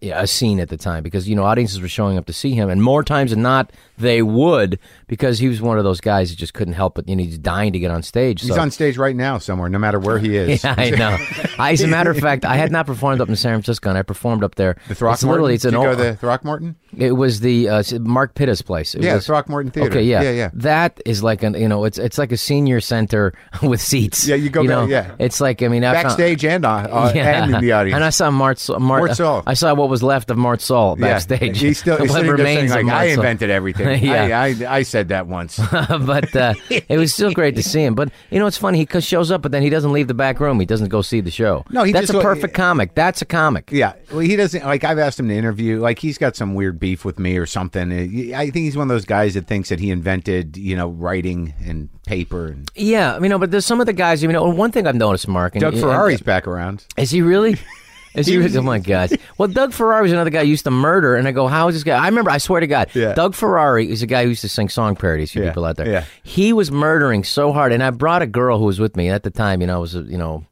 Speaker 3: yeah, a scene at the time because you know audiences were showing up to see him, and more times than not they would because he was one of those guys that just couldn't help it. You know, he's dying to get on stage.
Speaker 1: He's
Speaker 3: so-
Speaker 1: on stage right now somewhere, no matter where he is.
Speaker 3: Yeah, I know. I, as a matter of fact, I had not performed up in San Francisco, and I performed up there.
Speaker 1: The
Speaker 3: It's
Speaker 1: Throckmorton.
Speaker 3: literally, it's an
Speaker 1: Did you go
Speaker 3: old-
Speaker 1: to the Throckmorton?
Speaker 3: It was the uh, Mark Pittas place. It
Speaker 1: Yeah,
Speaker 3: was,
Speaker 1: the Throckmorton Theater.
Speaker 3: Okay, yeah,
Speaker 1: yeah, yeah.
Speaker 3: That is like an you know, it's it's like a senior center with seats.
Speaker 1: Yeah, you go
Speaker 3: You
Speaker 1: back-
Speaker 3: know,
Speaker 1: yeah.
Speaker 3: it's like I mean, I found-
Speaker 1: Backstage and uh, uh,
Speaker 3: yeah.
Speaker 1: and in the audience.
Speaker 3: And I saw Mart, Mart,
Speaker 1: Mart Saul.
Speaker 3: I saw what was left of Mart Saul
Speaker 1: Yeah.
Speaker 3: backstage.
Speaker 1: He's still he's
Speaker 3: What
Speaker 1: sitting there saying,
Speaker 3: remains of
Speaker 1: like,
Speaker 3: Mart
Speaker 1: I
Speaker 3: Saul."
Speaker 1: invented everything.
Speaker 3: Yeah.
Speaker 1: I, I, I said that once.
Speaker 3: but uh, it was still great to see him. But you know, it's funny. He co- shows up, but then he doesn't leave the back room. He doesn't go see the show.
Speaker 1: No, he
Speaker 3: that's
Speaker 1: just
Speaker 3: a
Speaker 1: go-
Speaker 3: perfect comic. That's a comic.
Speaker 1: Yeah, well, he doesn't like. I've asked him to interview. Like, he's got some weird beef with me or something. Uh, I think he's one of those guys that thinks that he invented, you know, writing and paper. And
Speaker 3: Yeah, I mean, no, but there's some of the guys. You know, one thing I've noticed, Mark. And,
Speaker 1: Doug
Speaker 3: and-
Speaker 1: Ferrari's back around.
Speaker 3: Is he really? Is he? really? Oh my gosh! Well, Doug Ferrari was another guy who used to murder, and I go, "How is this guy?" I remember, I swear to God,
Speaker 1: Yeah.
Speaker 3: Doug Ferrari is a guy who used to sing song parodies for people out there.
Speaker 1: yeah.
Speaker 3: He was murdering so hard, and I brought a girl who was with me at the time. You know, I was, a- you know,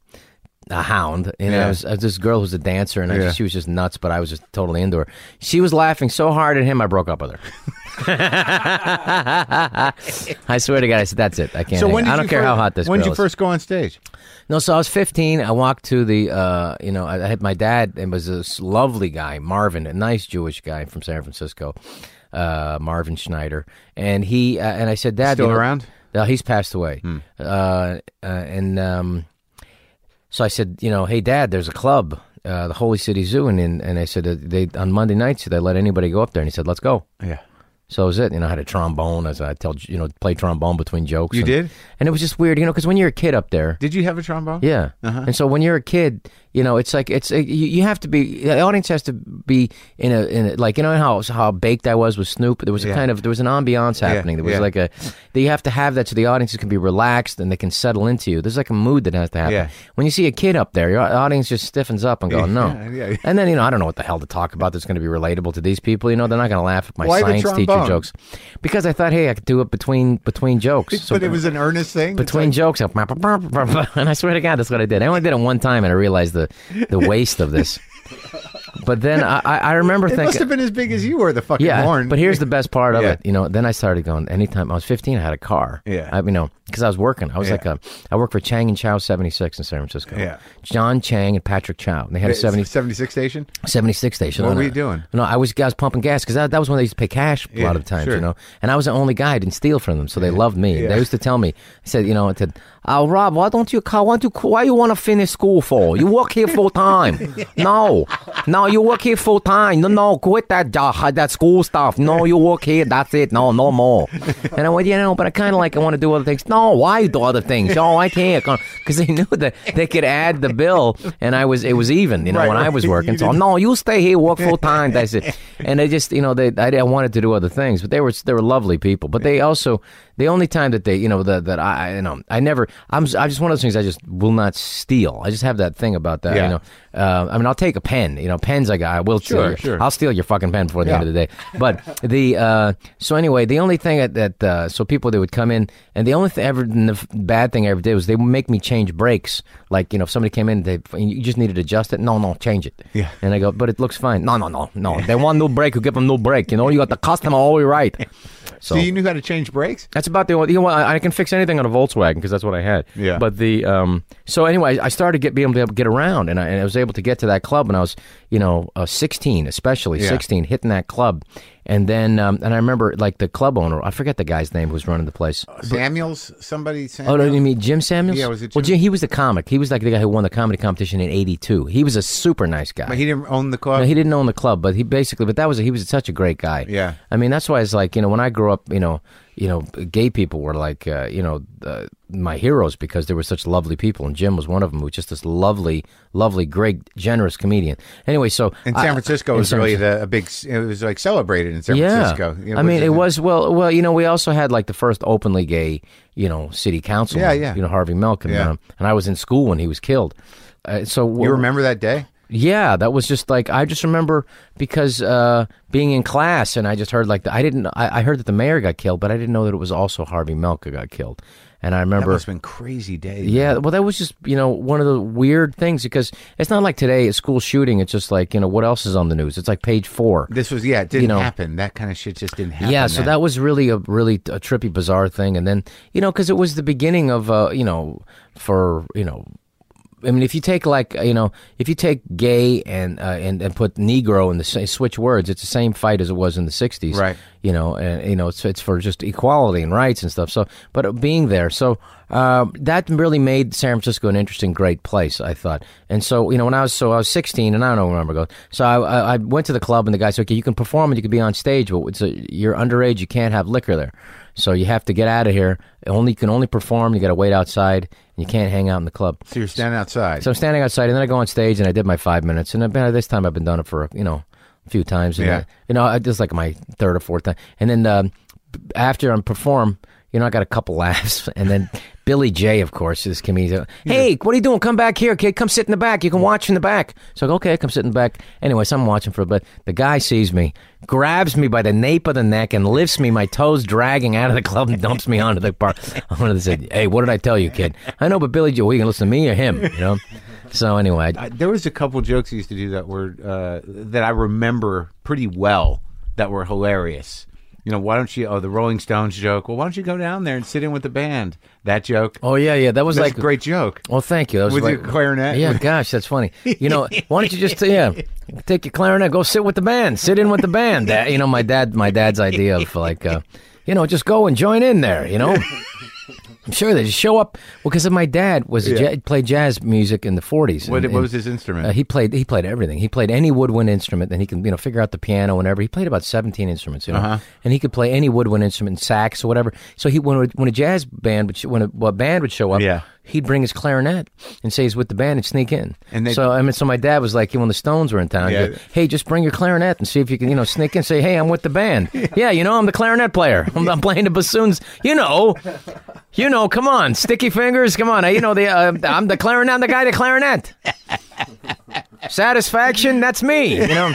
Speaker 3: a hound, and I,
Speaker 1: Yeah.
Speaker 3: was, I was this girl who was a dancer, and I just, she was just nuts, but I was just totally into her. She was laughing so hard at him, I broke up with her. I swear to God, I said, "That's it. I can't. hang- I don't care how hot this
Speaker 1: When
Speaker 3: girl
Speaker 1: did you
Speaker 3: is."
Speaker 1: first go on stage?
Speaker 3: No, so I was 15. I walked to the, uh, you know, I I had my dad, and was this lovely guy, Marvin, a nice Jewish guy from San Francisco, uh, Marvin Schneider, and he, uh, and I said, Dad,
Speaker 1: Still Hmm.
Speaker 3: you know-"
Speaker 1: around?
Speaker 3: No, he's passed away, uh, uh, and um, So I said, you know, hey, Dad, there's a club, uh, the Holy City Zoo, and and, and I said uh, they on Monday nights they let anybody go up there, and he said, let's go.
Speaker 1: Yeah.
Speaker 3: So that was it. You know, I had a trombone as I tell you know play trombone between jokes.
Speaker 1: You
Speaker 3: and-
Speaker 1: did?
Speaker 3: and it was just weird, you know, because when you're a kid up there,
Speaker 1: Did you have a trombone?
Speaker 3: yeah.
Speaker 1: Uh-huh.
Speaker 3: And so when you're a kid, you know, it's like it's uh, you, you have to be the audience has to be in a in a, like you know how how baked I was with Snoop. There was a kind of there was an ambiance happening. There was
Speaker 1: yeah.
Speaker 3: like a that you have to have that so the audience can be relaxed and they can settle into you. There's like a mood that has to happen.
Speaker 1: Yeah.
Speaker 3: When you see a kid up there, your au- audience just stiffens up and go no.
Speaker 1: yeah, yeah.
Speaker 3: And then you know I don't know what the hell to talk about that's going to be relatable to these people. You know they're not going to laugh at my
Speaker 1: Why the
Speaker 3: science teacher
Speaker 1: trombone?
Speaker 3: jokes because I thought hey I could do it between between jokes. So
Speaker 1: but it was an earnest thing. It's
Speaker 3: between jokes, I'm- and I swear to God, that's what I did. I only did it one time, and I realized the the waste of this. But then I, I I remember
Speaker 1: like, it must have
Speaker 3: thinking,
Speaker 1: been as big as you were, the fucking
Speaker 3: yeah.
Speaker 1: horn.
Speaker 3: But here's the best part of
Speaker 1: Yeah.
Speaker 3: it, you know. Then I started going. Anytime I was 15, I had a car.
Speaker 1: Yeah.
Speaker 3: I, you know, because I was working. I was like a, I worked for Chang and Chow 76 in San Francisco.
Speaker 1: Yeah.
Speaker 3: John Chang and Patrick Chow. And they had a
Speaker 1: It's
Speaker 3: 70,
Speaker 1: 76 station?
Speaker 3: 76 station.
Speaker 1: What
Speaker 3: on
Speaker 1: were
Speaker 3: a-
Speaker 1: you doing?
Speaker 3: No, I was I was pumping gas because that, that was when they used to pay cash a
Speaker 1: Yeah,
Speaker 3: lot of times,
Speaker 1: sure.
Speaker 3: you know. And I was the only guy I didn't steal from them, so they loved me. They used to tell me, I said, you know, I said, oh, Rob, why don't you call? Why do why you want to finish school for? You work here full time. no, no, you work here full time. No, no, quit that job, that school stuff. No, you work here. That's it. No, no more. And I went, you know, but I kind of like I want to do other things. No, why do other things? No, I can't because they knew that they could add the bill, and I was it was even, you know,
Speaker 1: Right,
Speaker 3: when I
Speaker 1: right.
Speaker 3: was working. So no, you stay here, work full time. That's it. And they just, you know, they I, I wanted to do other things, but they were they were lovely people. But they also the only time that they, you know, that that I, you know, I never, I'm I'm just one of those things. I just will not steal. I just have that thing about that.
Speaker 1: Yeah.
Speaker 3: You know, uh, I mean, I'll take a pen. You know, pens I got. I will
Speaker 1: Sure,
Speaker 3: steal.
Speaker 1: sure.
Speaker 3: I'll steal your fucking pen before the end of the day. But the uh, so anyway, the only thing that, that uh, so people that would come in, and the only th- ever the f- bad thing I ever did was they would make me change brakes. Like you know, if somebody came in, they you just needed to adjust it. No, no, change it. Yeah. And I go, but it looks fine. No, no, no, no. They want new brake. You give them new brake. You know, you got the customer all right. So,
Speaker 1: So you knew how to change brakes?
Speaker 3: that's about the only. You know, what, I, I can fix anything on a Volkswagen because that's what I had.
Speaker 1: Yeah.
Speaker 3: But the um. So anyway, I started get being able to get around, and I, and I was able to get to that club, and I was you know uh, sixteen, especially
Speaker 1: Yeah.
Speaker 3: sixteen, hitting that club, and then um, and I remember like the club owner, I forget the guy's name who was running the place.
Speaker 1: Samuels? Somebody
Speaker 3: Oh,
Speaker 1: Samuels?
Speaker 3: no, you mean Jim Samuels?
Speaker 1: Uh, Yeah, was it
Speaker 3: Well,
Speaker 1: Jim?
Speaker 3: Jim, he was the comic. He was like the guy who won the comedy competition in '82. He was a super nice guy.
Speaker 1: But he didn't own the club?
Speaker 3: No, he didn't own the club, but he basically. But that was he was such a great guy.
Speaker 1: Uh, Yeah.
Speaker 3: I mean that's why it's like you know when I grew up, you know, you know, gay people were like uh, you know uh, my heroes because they were such lovely people, and Jim was one of them, who was just this lovely, lovely, great, generous comedian. Anyway, so
Speaker 1: in
Speaker 3: I-
Speaker 1: San Francisco
Speaker 3: in
Speaker 1: was
Speaker 3: San
Speaker 1: really the, a big, it was like celebrated in San Francisco. You know,
Speaker 3: I mean,
Speaker 1: which
Speaker 3: it
Speaker 1: is-
Speaker 3: was well, well, you know, we also had like the first openly gay, you know, city council.
Speaker 1: Yeah, yeah.
Speaker 3: You know, Harvey Milk,
Speaker 1: Yeah.
Speaker 3: um, and I was in school when he was killed. Uh, so
Speaker 1: You remember that day?
Speaker 3: yeah, that was just like I just remember because uh, being in class and I just heard like the, I didn't I, I heard that the mayor got killed, but I didn't know that it was also Harvey Milk who got killed. And I
Speaker 1: That
Speaker 3: remember
Speaker 1: must have been crazy day.
Speaker 3: yeah, well, that was just you know one of the weird things because it's not like today a school shooting. It's just like you know what else is on the news. It's like page four.
Speaker 1: This was, yeah, it didn't
Speaker 3: know.
Speaker 1: happen. That kind of shit just didn't happen.
Speaker 3: Yeah, so
Speaker 1: then.
Speaker 3: that was really a really a trippy, bizarre thing. And then you know, because it was the beginning of uh, you know, for you know, I mean, if you take like you know, if you take gay and uh, and and put Negro in the sa- switch words, it's the same fight as it was in the '60s,
Speaker 1: Right.
Speaker 3: You know, and you know, it's it's for just equality and rights and stuff. So, but uh, being there, so uh, that really made San Francisco an interesting, great place. I thought, and so you know, when I was so I was 16, and I don't know remember going. So I, I I went to the club, and the guy said, "Okay, you can perform and you can be on stage, but it's a, you're underage. You can't have liquor there." So you have to get out of here. Only you can only perform. You got to wait outside, and you can't hang out in the club.
Speaker 1: So you're standing outside.
Speaker 3: So I'm standing outside, and then I go on stage, and I did my five minutes, and I've been this time I've been done it for you know a few times, and
Speaker 1: Yeah.
Speaker 3: uh, you know I just like my third or fourth time, and then um, b- after I'm perform, you know I got a couple laughs, and then Billy J, of course, is comedian. Hey, what are you doing? Come back here, kid. Come sit in the back. You can watch in the back. So I go, okay, come sit in the back. Anyway, so I'm watching for a bit. The guy sees me, grabs me by the nape of the neck, and lifts me, my toes dragging out of the club, and dumps me onto the bar. onto the said, hey, what did I tell you, kid? I know, but Billy J, well, you can listen to me or him, you know. So anyway, I,
Speaker 1: I, there was a couple jokes he used to do that were uh, that I remember pretty well that were hilarious. You know, why don't you? Oh, the Rolling Stones joke. Well, why don't you go down there and sit in with the band? That joke.
Speaker 3: oh yeah, yeah, that was
Speaker 1: that's
Speaker 3: like
Speaker 1: a great joke.
Speaker 3: Well, thank you. That was
Speaker 1: With
Speaker 3: like-
Speaker 1: your clarinet?
Speaker 3: Yeah, gosh, that's funny. You know, why don't you just yeah, take your clarinet, go sit with the band, sit in with the band. Dad, you know, my dad, my dad's idea of like, uh, you know, just go and join in there. You know, I'm sure they just show up. Well, because my dad was a ja- played jazz music in the 40s. and-
Speaker 1: What,
Speaker 3: and-
Speaker 1: what was his instrument?
Speaker 3: Uh, he played. He played everything. He played any woodwind instrument. Then he can you know figure out the piano whenever. He played about seventeen instruments, you know,
Speaker 1: Uh-huh.
Speaker 3: and he could play any woodwind instrument, sax or whatever. So he when a- when a jazz band would sh- when a, well, a band would show up,
Speaker 1: Yeah.
Speaker 3: he'd bring his clarinet and say he's with the band and sneak in.
Speaker 1: And they-
Speaker 3: so I mean, so my dad was like, when the Stones were in town, he'd
Speaker 1: Yeah.
Speaker 3: go, hey, just bring your clarinet and see if you can you know sneak in. Say, hey, I'm with the band. yeah, you know, I'm the clarinet player. I'm, I'm playing the bassoons. You know. You know, come on, sticky fingers, come on. You know, the uh, I'm the clarinet, I'm the guy, the clarinet. Satisfaction, that's me. You know,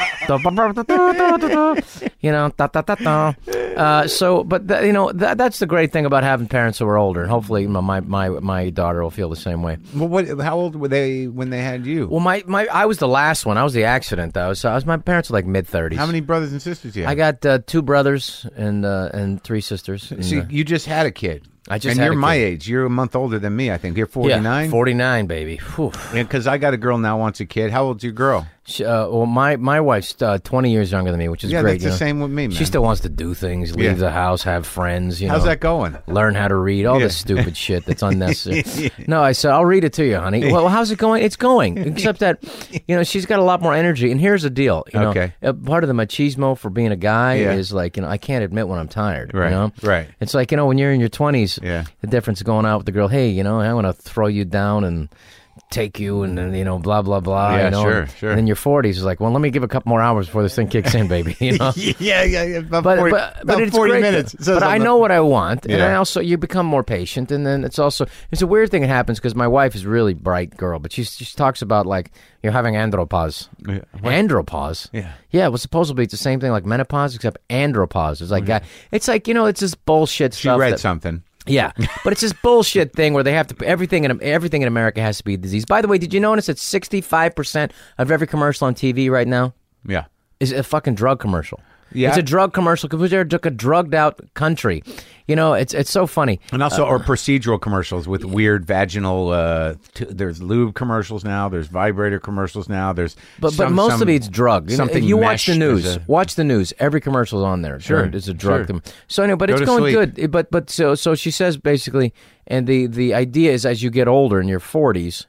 Speaker 3: you know, da, da, da, da. Uh, so, but th- you know, that, that's the great thing about having parents who are older, and hopefully, my, my my my daughter will feel the same way.
Speaker 1: well, what, how old were they when they had you?
Speaker 3: Well, my, my I was the last one. I was the accident though. So I was my parents were like mid thirties.
Speaker 1: how many brothers and sisters do you have?
Speaker 3: I got uh, two brothers and uh, and three sisters. And,
Speaker 1: See,
Speaker 3: uh,
Speaker 1: you just had a kid.
Speaker 3: I just
Speaker 1: and
Speaker 3: had
Speaker 1: you're
Speaker 3: a
Speaker 1: my
Speaker 3: kid.
Speaker 1: age. You're a month older than me. I think you're
Speaker 3: yeah,
Speaker 1: 49.
Speaker 3: 49, baby. Whew.
Speaker 1: Because I got a girl now, wants a kid. How old's your girl?
Speaker 3: She, uh, well, my my wife's uh, twenty years younger than me, which is
Speaker 1: Yeah,
Speaker 3: great.
Speaker 1: that's
Speaker 3: you
Speaker 1: the
Speaker 3: know?
Speaker 1: same with me, man.
Speaker 3: She still wants to do things, leave
Speaker 1: Yeah.
Speaker 3: the house, have friends. You
Speaker 1: How's
Speaker 3: know,
Speaker 1: that going?
Speaker 3: learn how to read, all this stupid shit that's unnecessary. no, I said I'll read it to you, honey. Well, how's it going? It's going, except that you know she's got a lot more energy. And here's the deal, you know,
Speaker 1: Okay.
Speaker 3: uh, part of the machismo for being a guy
Speaker 1: Yeah.
Speaker 3: is like you know I can't admit when I'm tired.
Speaker 1: Right,
Speaker 3: You know?
Speaker 1: right.
Speaker 3: It's like you know when you're in your twenties,
Speaker 1: Yeah.
Speaker 3: the difference is going out with the girl. Hey, you know I want to throw you down and. Take you and then you know blah blah blah.
Speaker 1: Yeah,
Speaker 3: you know?
Speaker 1: sure,
Speaker 3: and,
Speaker 1: sure.
Speaker 3: And then your forties is like, well, let me give a couple more hours before this thing kicks in, baby. You know,
Speaker 1: yeah, yeah, yeah. About
Speaker 3: but
Speaker 1: 40,
Speaker 3: but,
Speaker 1: about
Speaker 3: but it's
Speaker 1: 40
Speaker 3: great.
Speaker 1: minutes. It says
Speaker 3: but
Speaker 1: on
Speaker 3: I
Speaker 1: the-
Speaker 3: know what I want, and
Speaker 1: Yeah.
Speaker 3: I also you become more patient, and then it's also it's a weird thing that happens because my wife is a really bright girl, but she she talks about like you're having andropause, andropause.
Speaker 1: Yeah.
Speaker 3: yeah. Well, supposedly it's the same thing like menopause, except andropause. It's like guy- it's like you know it's this bullshit
Speaker 1: She
Speaker 3: stuff.
Speaker 1: read
Speaker 3: that-
Speaker 1: something.
Speaker 3: yeah, but it's this bullshit thing where they have to everything in everything in America has to be a disease. By the way, did you notice that sixty five percent of every commercial on TV right now
Speaker 1: Yeah.
Speaker 3: is a fucking drug commercial.
Speaker 1: Yeah.
Speaker 3: It's a drug commercial because they're a drugged out country. You know, it's it's so funny.
Speaker 1: And also, or procedural commercials with weird vaginal. Uh, t- there's lube commercials now. There's vibrator commercials now. There's
Speaker 3: But but
Speaker 1: some-
Speaker 3: most
Speaker 1: some-
Speaker 3: of it's drug. You know,
Speaker 1: Something
Speaker 3: if you watch the
Speaker 1: mesh
Speaker 3: news,
Speaker 1: is a-
Speaker 3: watch the news. Every commercial's on there.
Speaker 1: Sure,
Speaker 3: it's a drug.
Speaker 1: sure.
Speaker 3: com- So anyway, but
Speaker 1: Go
Speaker 3: it's
Speaker 1: to
Speaker 3: going
Speaker 1: sleep.
Speaker 3: good. It- But but so so she says basically, and the the idea is as you get older in your forties,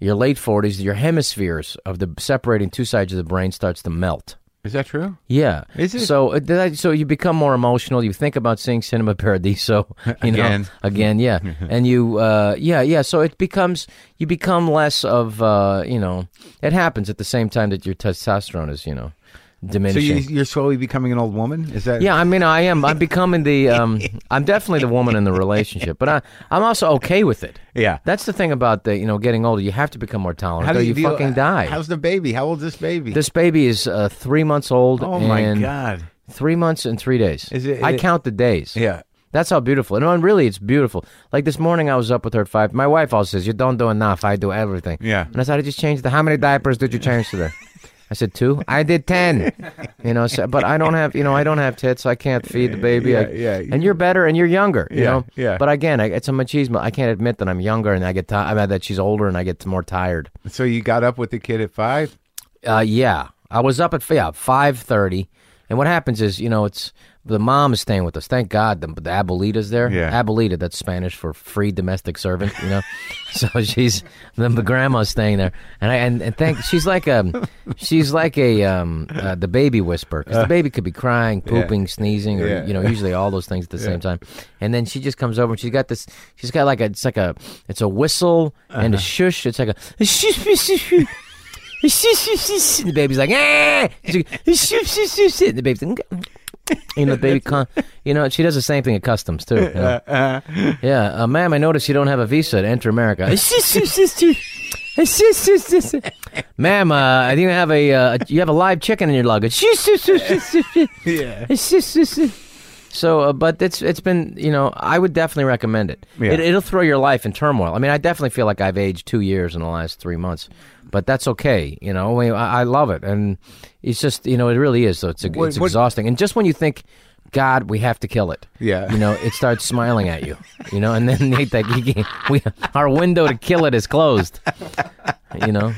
Speaker 3: your late forties, your hemispheres of the separating two sides of the brain starts to melt.
Speaker 1: is that true?
Speaker 3: Yeah.
Speaker 1: Is it?
Speaker 3: So uh, that, so you become more emotional. You think about seeing Cinema Paradiso you know,
Speaker 1: Again.
Speaker 3: again, yeah, and you, uh, yeah, yeah. So it becomes you become less of uh, you know. It happens at the same time that your testosterone is you know
Speaker 1: So you,
Speaker 3: diminishing.
Speaker 1: you're slowly becoming an old woman. Is that
Speaker 3: yeah, I mean, I am. I'm becoming the. Um, I'm definitely the woman in the relationship, but I, I'm also okay with it.
Speaker 1: Yeah.
Speaker 3: that's the thing about the you know getting older. You have to become more tolerant.
Speaker 1: How do
Speaker 3: though
Speaker 1: you, deal-
Speaker 3: fucking die?
Speaker 1: How's the baby? How old's this baby?
Speaker 3: this baby is uh, three months old.
Speaker 1: oh my
Speaker 3: and-
Speaker 1: god.
Speaker 3: Three months and three days.
Speaker 1: Is it-
Speaker 3: I
Speaker 1: it-
Speaker 3: count the days.
Speaker 1: Yeah.
Speaker 3: That's how beautiful. And really, it's beautiful. Like this morning, I was up with her at five. My wife always says, "You don't do enough. I do everything."
Speaker 1: Yeah.
Speaker 3: And I said, "I just changed the. How many diapers did you change today?" I said two. I did ten. You know, so, but I don't have. You know, I don't have tits. I can't feed the baby. I-
Speaker 1: Yeah, yeah.
Speaker 3: And you're better, and you're younger. You
Speaker 1: Yeah,
Speaker 3: know.
Speaker 1: yeah.
Speaker 3: But again, I, it's a machismo. I can't admit that I'm younger, and I get. Ti- I mean, that she's older, and I get more tired.
Speaker 1: So you got up with the kid at five.
Speaker 3: Uh, yeah, I was up at yeah five thirty, and what happens is you know it's the mom is staying with us. Thank God the, the abuelita's there.
Speaker 1: Yeah.
Speaker 3: abuelita that's Spanish for free domestic servant. You know, so she's the, the grandma's staying there, and I and, and thank she's like um she's like a um uh, the baby whisperer 'cause the baby could be crying, pooping, sneezing, or
Speaker 1: Yeah.
Speaker 3: you know usually all those things at the same time, and then she just comes over and she's got this she's got like a it's like a it's a whistle and a shush. It's like a shush. And the baby's like, ah! She's like, "Shoo, shoo, shoo, shoo." And the baby's like, "Mm." you know, the baby, con- you know, she does the same thing at customs too. you know. Yeah, uh, ma'am, I notice you don't have a visa to enter America. Shoo, shoo, shoo, shoo. Shoo, shoo, shoo, shoo. ma'am, uh, I think you have a uh, you have a live chicken in your luggage. Shoo, shoo, shoo, shoo, shoo, shoo.
Speaker 1: Yeah.
Speaker 3: Shoo, shoo, shoo. So, uh, but it's it's been you know I would definitely recommend it.
Speaker 1: Yeah.
Speaker 3: it. It'll throw your life in turmoil. I mean, I definitely feel like I've aged two years in the last three months, but that's okay. You know, I, mean, I, I love it, and it's just you know it really is. So it's
Speaker 1: What-
Speaker 3: it's
Speaker 1: what-
Speaker 3: exhausting, and just when you think, God, we have to kill it.
Speaker 1: Yeah.
Speaker 3: you know, it starts smiling at you. You know, and then they think you can- we, our window to kill it is closed. you know.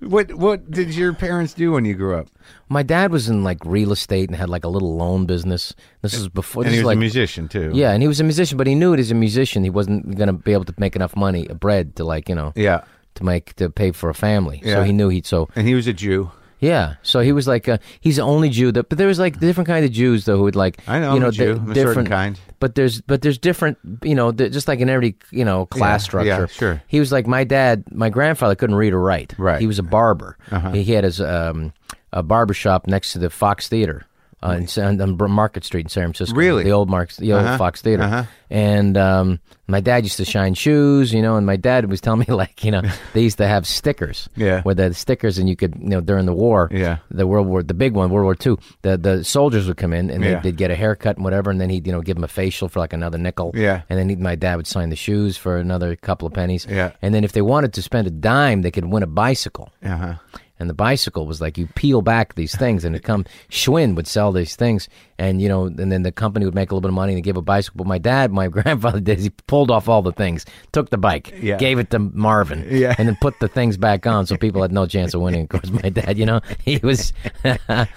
Speaker 1: What what did your parents do when you grew up?
Speaker 3: My dad was in like real estate and had like a little loan business. This was before.
Speaker 1: And
Speaker 3: this
Speaker 1: he
Speaker 3: is,
Speaker 1: was
Speaker 3: like,
Speaker 1: a musician too.
Speaker 3: Yeah, and he was a musician, but he knew it as a musician. He wasn't going to be able to make enough money, uh, bread to like you know,
Speaker 1: Yeah.
Speaker 3: to make to pay for a family.
Speaker 1: Yeah.
Speaker 3: So he knew he'd so
Speaker 1: And he was a Jew.
Speaker 3: yeah. So he was like uh, he's the only Jew that, but there was like different kind of Jews though who would like
Speaker 1: I know,
Speaker 3: you
Speaker 1: I'm
Speaker 3: know
Speaker 1: a Jew.
Speaker 3: di-
Speaker 1: I'm a certain
Speaker 3: different
Speaker 1: kind.
Speaker 3: But there's but there's different you know th- just like in every you know class
Speaker 1: Yeah,
Speaker 3: structure.
Speaker 1: yeah, sure.
Speaker 3: He was like my dad. My grandfather couldn't read or write.
Speaker 1: Right. Uh-huh.
Speaker 3: He was a barber. He, he had his um, a barber shop next to the Fox Theater. Uh, in, San- on Br- Market Street in San Francisco.
Speaker 1: Really?
Speaker 3: The old Marks, the old
Speaker 1: Uh-huh.
Speaker 3: Fox Theater. And um, my dad used to shine shoes, you know, and my dad was telling me like, you know, they used to have stickers.
Speaker 1: Yeah.
Speaker 3: Where the stickers and you could, you know, during the war,
Speaker 1: Yeah.
Speaker 3: the World War, the big one, World War Two, the the soldiers would come in and
Speaker 1: Yeah.
Speaker 3: they, they'd get a haircut and whatever, and then he'd you know give them a facial for like another nickel.
Speaker 1: Yeah.
Speaker 3: And then he, my dad would sign the shoes for another couple of pennies.
Speaker 1: Yeah.
Speaker 3: And then if they wanted to spend a dime, they could win a bicycle.
Speaker 1: Uh-huh.
Speaker 3: And the bicycle was like you peel back these things, and it come. Schwinn would sell these things, and you know, and then the company would make a little bit of money and give a bicycle. But my dad, my grandfather did. He pulled off all the things, took the bike,
Speaker 1: Yeah.
Speaker 3: gave it to Marvin,
Speaker 1: Yeah.
Speaker 3: and then put the things back on, so people had no chance of winning. Of course, my dad, you know, he was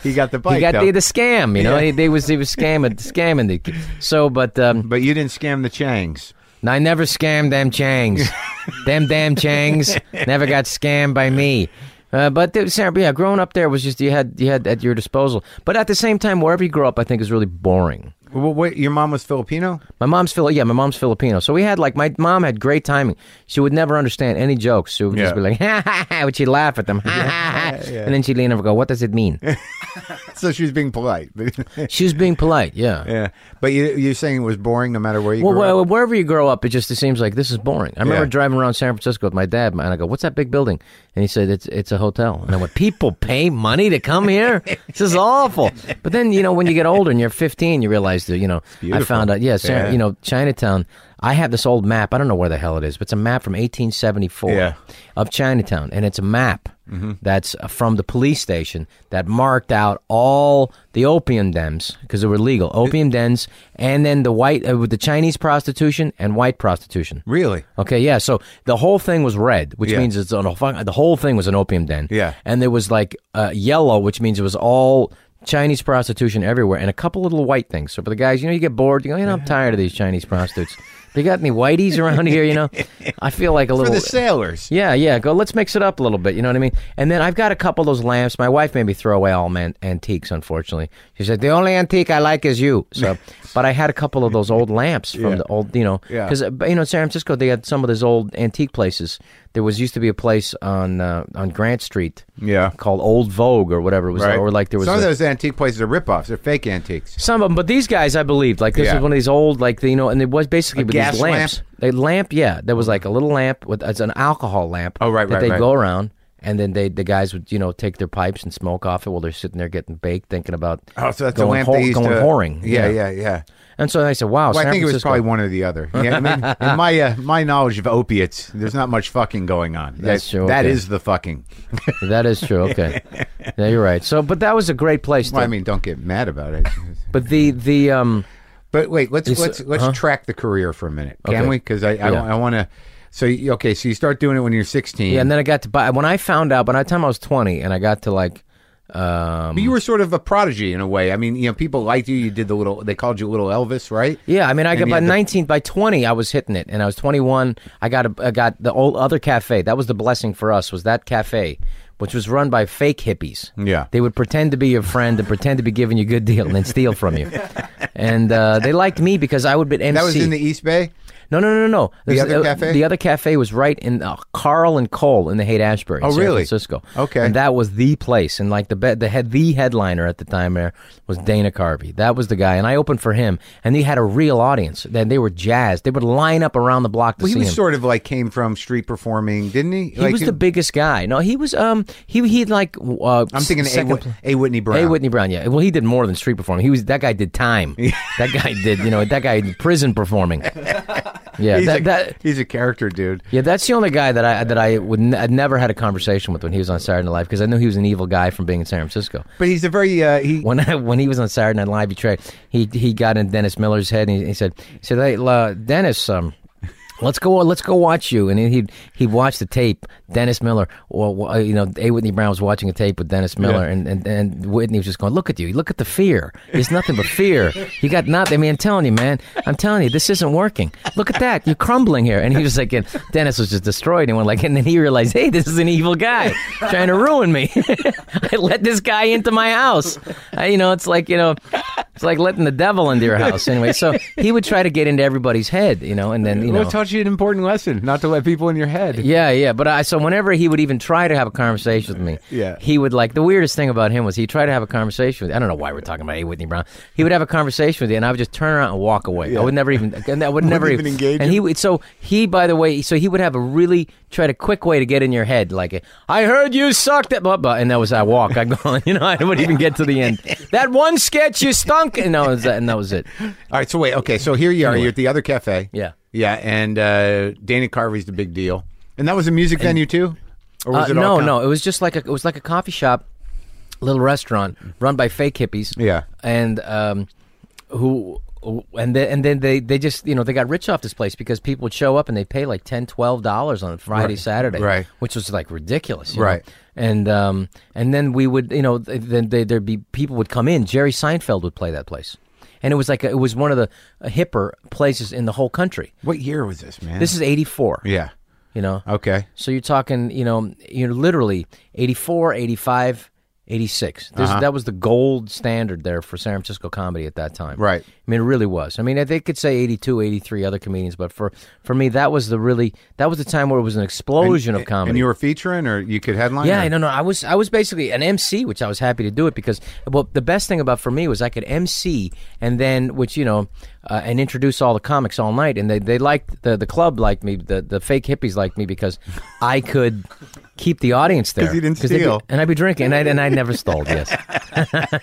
Speaker 1: He got the bike.
Speaker 3: he got
Speaker 1: though.
Speaker 3: the, the scam, you know. He, they was he was scamming scamming the ki- so, but um,
Speaker 1: but you didn't scam the Changs.
Speaker 3: I never scammed them Changs, them damn Changs never got scammed by me. Uh, but the, Sarah, yeah, growing up there was just you had you had at your disposal. But at the same time, wherever you grow up, I think is really boring.
Speaker 1: Well, wait, your mom was Filipino?
Speaker 3: My mom's Fili- yeah, my mom's Filipino. So we had like my mom had great timing. She would never understand any jokes. She would
Speaker 1: Yeah.
Speaker 3: just be like, ha ha ha, would she laugh at them, ha ha ha, and then she'd lean over and go, "What does it mean?"
Speaker 1: So she was being polite.
Speaker 3: she was being polite. Yeah,
Speaker 1: yeah. But you, you're saying it was boring no matter where you
Speaker 3: Well,
Speaker 1: grew
Speaker 3: well,
Speaker 1: up?
Speaker 3: wherever you grow up, it just it seems like this is boring. I remember
Speaker 1: Yeah.
Speaker 3: driving around San Francisco with my dad, and I go, "What's that big building?" And he said, "It's it's a hotel." And I went, "People pay money to come here? This is awful." But then you know, when you get older and you're 15, you realize that you know I
Speaker 1: beautiful.
Speaker 3: found out. Yeah, San,
Speaker 1: Yeah.
Speaker 3: you know Chinatown. I have this old map. I don't know where the hell it is, but it's a map from 1874
Speaker 1: Yeah.
Speaker 3: of Chinatown, and it's a map
Speaker 1: Mm-hmm.
Speaker 3: that's uh, from the police station that marked out all the opium dens because they were legal opium dens, and then the white uh, with the Chinese prostitution and white prostitution.
Speaker 1: Really?
Speaker 3: Okay, yeah. So the whole thing was red, which
Speaker 1: Yeah.
Speaker 3: means it's on a, fu- the whole thing was an opium den.
Speaker 1: Yeah.
Speaker 3: and there was like uh, yellow, which means it was all. Chinese prostitution everywhere, and a couple little white things. So for the guys, you know, you get bored. You go, you know, I'm tired of these Chinese prostitutes. They got any whiteys around here? You know, I feel like a
Speaker 1: For
Speaker 3: little.
Speaker 1: the sailors.
Speaker 3: Yeah, yeah. Go. Let's mix it up a little bit. You know what I mean? And then I've got a couple of those lamps. My wife made me throw away all man- antiques. Unfortunately, she said the only antique I like is you. So, but I had a couple of those old lamps from
Speaker 1: Yeah.
Speaker 3: the old, you know,
Speaker 1: Yeah.
Speaker 3: because you know San Francisco they had some of those old antique places. There was used to be a place on uh, on Grant Street,
Speaker 1: Yeah.
Speaker 3: called Old Vogue or whatever it was, or like there was
Speaker 1: Some of
Speaker 3: a-
Speaker 1: those antique places are ripoffs. They're fake antiques.
Speaker 3: some of them, but these guys, I believed. Like this
Speaker 1: Yeah.
Speaker 3: was one of these old, like the, you know, and it was basically with
Speaker 1: gas
Speaker 3: these lamps.
Speaker 1: lamp?
Speaker 3: They lamp, yeah. There was like a little lamp with it's an alcohol lamp.
Speaker 1: Oh, right,
Speaker 3: That
Speaker 1: right,
Speaker 3: they
Speaker 1: right.
Speaker 3: go around, and then they the guys would you know take their pipes and smoke off it while they're sitting there getting baked, thinking about
Speaker 1: Oh, so that's
Speaker 3: going
Speaker 1: a lamp
Speaker 3: whore-
Speaker 1: they used
Speaker 3: going
Speaker 1: to,
Speaker 3: whoring.
Speaker 1: Yeah, yeah, yeah.
Speaker 3: And so I said, wow.
Speaker 1: Well,
Speaker 3: San
Speaker 1: I think it was
Speaker 3: Francisco-
Speaker 1: probably one or the other. Yeah, I mean, in my uh, my knowledge of opiates, there's not much fucking going on. That-
Speaker 3: That's true,
Speaker 1: That
Speaker 3: okay.
Speaker 1: is the fucking.
Speaker 3: that is true. Okay, yeah, you're right. So, but that was a great place.
Speaker 1: Well,
Speaker 3: to-
Speaker 1: I mean, don't get mad about it.
Speaker 3: but the the um.
Speaker 1: But wait, let's
Speaker 3: It's,
Speaker 1: let's let's
Speaker 3: huh?
Speaker 1: track the career for a minute, can
Speaker 3: Okay.
Speaker 1: we? Because I I,
Speaker 3: Yeah.
Speaker 1: want to. So you- okay, so you start doing it when you're 16.
Speaker 3: Yeah, and then I got to buy when I found out. By the time I was 20, and I got to like, um,
Speaker 1: But you were sort of a prodigy in a way. I mean, you know, people liked you. You did the little. They called you Little Elvis, right?
Speaker 3: Yeah, I mean, I
Speaker 1: And
Speaker 3: got
Speaker 1: you
Speaker 3: by
Speaker 1: had the-
Speaker 3: 19, by 20, I was hitting it, and I was 21. I got a, I got the old other cafe. That was the blessing for us. Was that cafe, which was run by fake hippies.
Speaker 1: Yeah.
Speaker 3: they would pretend to be your friend and pretend to be giving you a good deal and then steal from you. And uh, they liked me because I would be MC.
Speaker 1: That was in the East Bay.
Speaker 3: no, no, no, no. This-
Speaker 1: other
Speaker 3: uh,
Speaker 1: cafe?
Speaker 3: The other cafe was right in uh, Carl and Cole in the Haight Ashbury. in
Speaker 1: Oh,
Speaker 3: San
Speaker 1: really?
Speaker 3: Francisco.
Speaker 1: Okay.
Speaker 3: And that was the place, and like the be- the head the headliner at the time there was Dana Carvey. That was the guy, and I opened for him, and he had a real audience. Then they were jazzed. They would line up around the block to
Speaker 1: Well, he
Speaker 3: see
Speaker 1: was
Speaker 3: him.
Speaker 1: sort of like came from street performing, didn't he?
Speaker 3: he was the biggest guy. No, he was um he he like uh,
Speaker 1: I'm thinking a,
Speaker 3: second
Speaker 1: Whit- a Whitney Brown.
Speaker 3: Hey, Whitney Brown. Yeah. Well, he did more than street performing. He was that guy did time. that guy did you know that guy did prison performing. Yeah,
Speaker 1: He's,
Speaker 3: that,
Speaker 1: a,
Speaker 3: that
Speaker 1: he's a character, dude.
Speaker 3: yeah, that's the only guy that I that I would n- I'd never had a conversation with when he was on Saturday Night Live because I knew he was an evil guy from being in San Francisco.
Speaker 1: But he's a very uh, he.
Speaker 3: When I, when he was on Saturday Night Live, he tried he he got in Dennis Miller's head and he, he said he said hey la, Dennis um Let's go. Let's go watch you." And he'd he'd watch the tape. Dennis Miller, or or, uh, you know, A. Whitney Brown was watching a tape with Dennis Miller, and, and and Whitney was just going, "Look at you! Look at the fear. It's nothing but fear. You got nothing." I mean, I'm telling you, man. I'm telling you, this isn't working. Look at that. You're crumbling here. And he was like, and Dennis was just destroyed. And went like, and then he realized, "Hey, this is an evil guy trying to ruin me. I let this guy into my house. I, you know, it's like you know, it's like letting the devil into your house. Anyway, so he would try to get into everybody's head, you know, and then you know.
Speaker 5: Well, taught you an important lesson not to let people in your head.
Speaker 3: Yeah, yeah. But I so whenever he would even try to have a conversation with me,
Speaker 5: Yeah.
Speaker 3: he would like the weirdest thing about him was he tried to have a conversation with. I don't know why we're talking about A. Whitney Brown. He would have a conversation with you, and I would just turn around and walk away. I would never even. And I would never
Speaker 1: even engage
Speaker 3: And he would. So he, by the way, so he would have a really try to quick way to get in your head, like I heard you sucked at blah blah, and that was I walk. I go, you know, I wouldn't even get to the end. That one sketch you stunk, and that was and that was it.
Speaker 1: All right, so wait, okay, so here you are. You're at the other cafe.
Speaker 3: Yeah.
Speaker 1: yeah, and uh, Dana Carvey's the big deal, and that was a music venue too, or
Speaker 3: Uh,
Speaker 1: was it
Speaker 3: no,
Speaker 1: all kind-
Speaker 3: no. It was just like a, it was like a coffee shop, little restaurant run by fake hippies.
Speaker 1: Yeah.
Speaker 3: and um, who and then and then they they just you know they got rich off this place because people would show up and they pay like 10 12 dollars on a Friday Saturday
Speaker 1: Right.
Speaker 3: which was like ridiculous you
Speaker 1: Right.
Speaker 3: know? and um and then we would you know th- then they, there'd be people would come in Jerry Seinfeld would play that place and it was like a, it was one of the uh, hipper places in the whole country
Speaker 1: What year was this, man?
Speaker 3: this is 84
Speaker 1: yeah,
Speaker 3: you know
Speaker 1: okay,
Speaker 3: so you're talking, you know, you're literally 84, 85, 86. This,
Speaker 1: Uh-huh.
Speaker 3: That was the gold standard there for San Francisco comedy at that time.
Speaker 1: Right.
Speaker 3: I mean, it really was. I mean, they could say 82, 83 other comedians, but for, for me, that was the really, that was the time where it was an explosion of comedy.
Speaker 1: and you were featuring, or you could headline.
Speaker 3: Yeah,
Speaker 1: or-
Speaker 3: no, no. I was I was basically an MC, which I was happy to do it because well, the best thing about for me was I could MC and then which you know uh, and introduce all the comics all night, and they they liked the the club liked me, the the fake hippies liked me because I could. Keep the audience there
Speaker 1: 'Cause you didn't
Speaker 3: they'd be-
Speaker 1: steal.
Speaker 3: and I'd be drinking, and I and I never stole. Yes,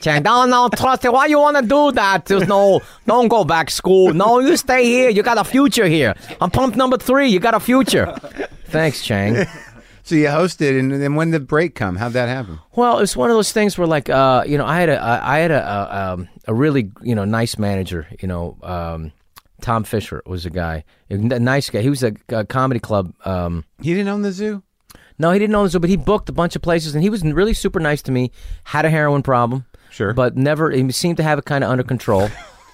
Speaker 3: Chang, no, no, trusty, why you want to do that? Just no, don't go back to school. No, you stay here. You got a future here. I'm pump number three. You got a future. Thanks, Chang.
Speaker 1: So you hosted, and then when did the break come? How'd that happen?
Speaker 3: Well, it's one of those things where, like, uh, you know, I had a, I I had a, a, um, a really, you know, nice manager. You know, um, Tom Fisher was a guy, a n- nice guy. He was a, a comedy club. Um,
Speaker 1: He didn't own the zoo.
Speaker 3: no, he didn't own the zoo, but he booked a bunch of places, and he was really super nice to me. Had a heroin problem,
Speaker 1: Sure.
Speaker 3: but never. He seemed to have it kind of under control.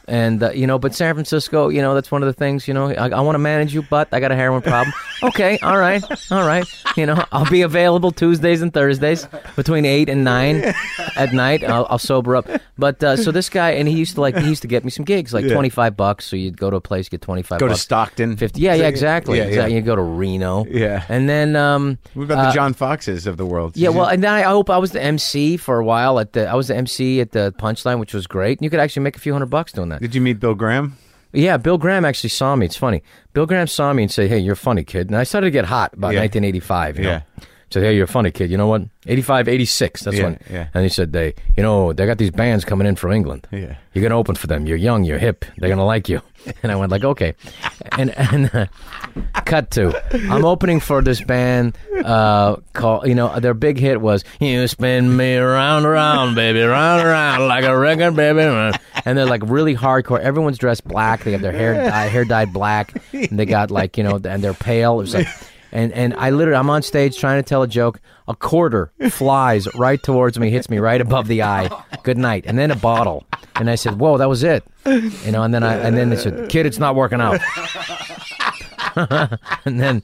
Speaker 3: And uh, you know, but San Francisco, you know, that's one of the things. You know, I, I want to manage you, but I got a heroin problem. okay, all right, all right. You know, I'll be available Tuesdays and Thursdays between eight and nine at night. I'll, I'll sober up. But uh, so this guy, and he used to like, he used to get me some gigs, like twenty five bucks. So you'd go to a place, get twenty five.
Speaker 1: Go to
Speaker 3: bucks.
Speaker 1: Stockton.
Speaker 3: 50 yeah yeah exactly
Speaker 1: yeah, yeah.
Speaker 3: Exactly. you go to reno
Speaker 1: Yeah.
Speaker 3: and then um
Speaker 1: What about
Speaker 3: uh,
Speaker 1: the John Foxes of the world?
Speaker 3: yeah well and then i hope i was the mc for a while at the i was the mc at the punchline which was great and you could actually make a few hundred bucks doing that
Speaker 1: did you meet Bill Graham?
Speaker 3: yeah bill graham actually saw me it's funny bill graham saw me and said hey you're funny kid and i started to get hot about
Speaker 1: Yeah.
Speaker 3: 1985 you know?
Speaker 1: Yeah.
Speaker 3: said hey you're funny kid you know what 85 86 that's
Speaker 1: Yeah,
Speaker 3: when
Speaker 1: yeah.
Speaker 3: and he said they you know they got these bands coming in from england
Speaker 1: Yeah.
Speaker 3: you're gonna open for them you're young you're hip they're gonna like you and i went like okay and and uh, cut to i'm opening for this band uh call you know their big hit was you spin me around around baby round around like a record baby and they're like really hardcore everyone's dressed black they have their hair dye, hair dyed black and they got like you know and they're pale it was like and and I literally I'm on stage trying to tell a joke. A quarter flies right towards me, hits me right above the eye. Good night, and then a bottle. And I said, "Whoa, that was it," you know. And then I and then they said, "Kid, it's not working out." and then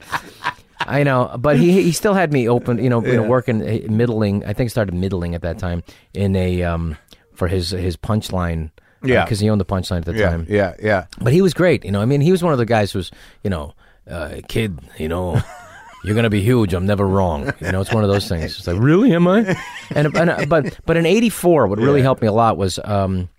Speaker 3: I know, but he he still had me open, you know, you know working eh, middling. I think started middling at that time in a um for his his punchline.
Speaker 1: Yeah.
Speaker 3: because he owned the punchline at the time
Speaker 1: yeah, yeah.
Speaker 3: but he was great. You know, I mean, he was one of the guys who was, you know, uh, kid, you know. You're gonna be huge. I'm never wrong. You know, it's one of those things. It's like, really, am I? And, and but but in '84, what really helped me a lot was um,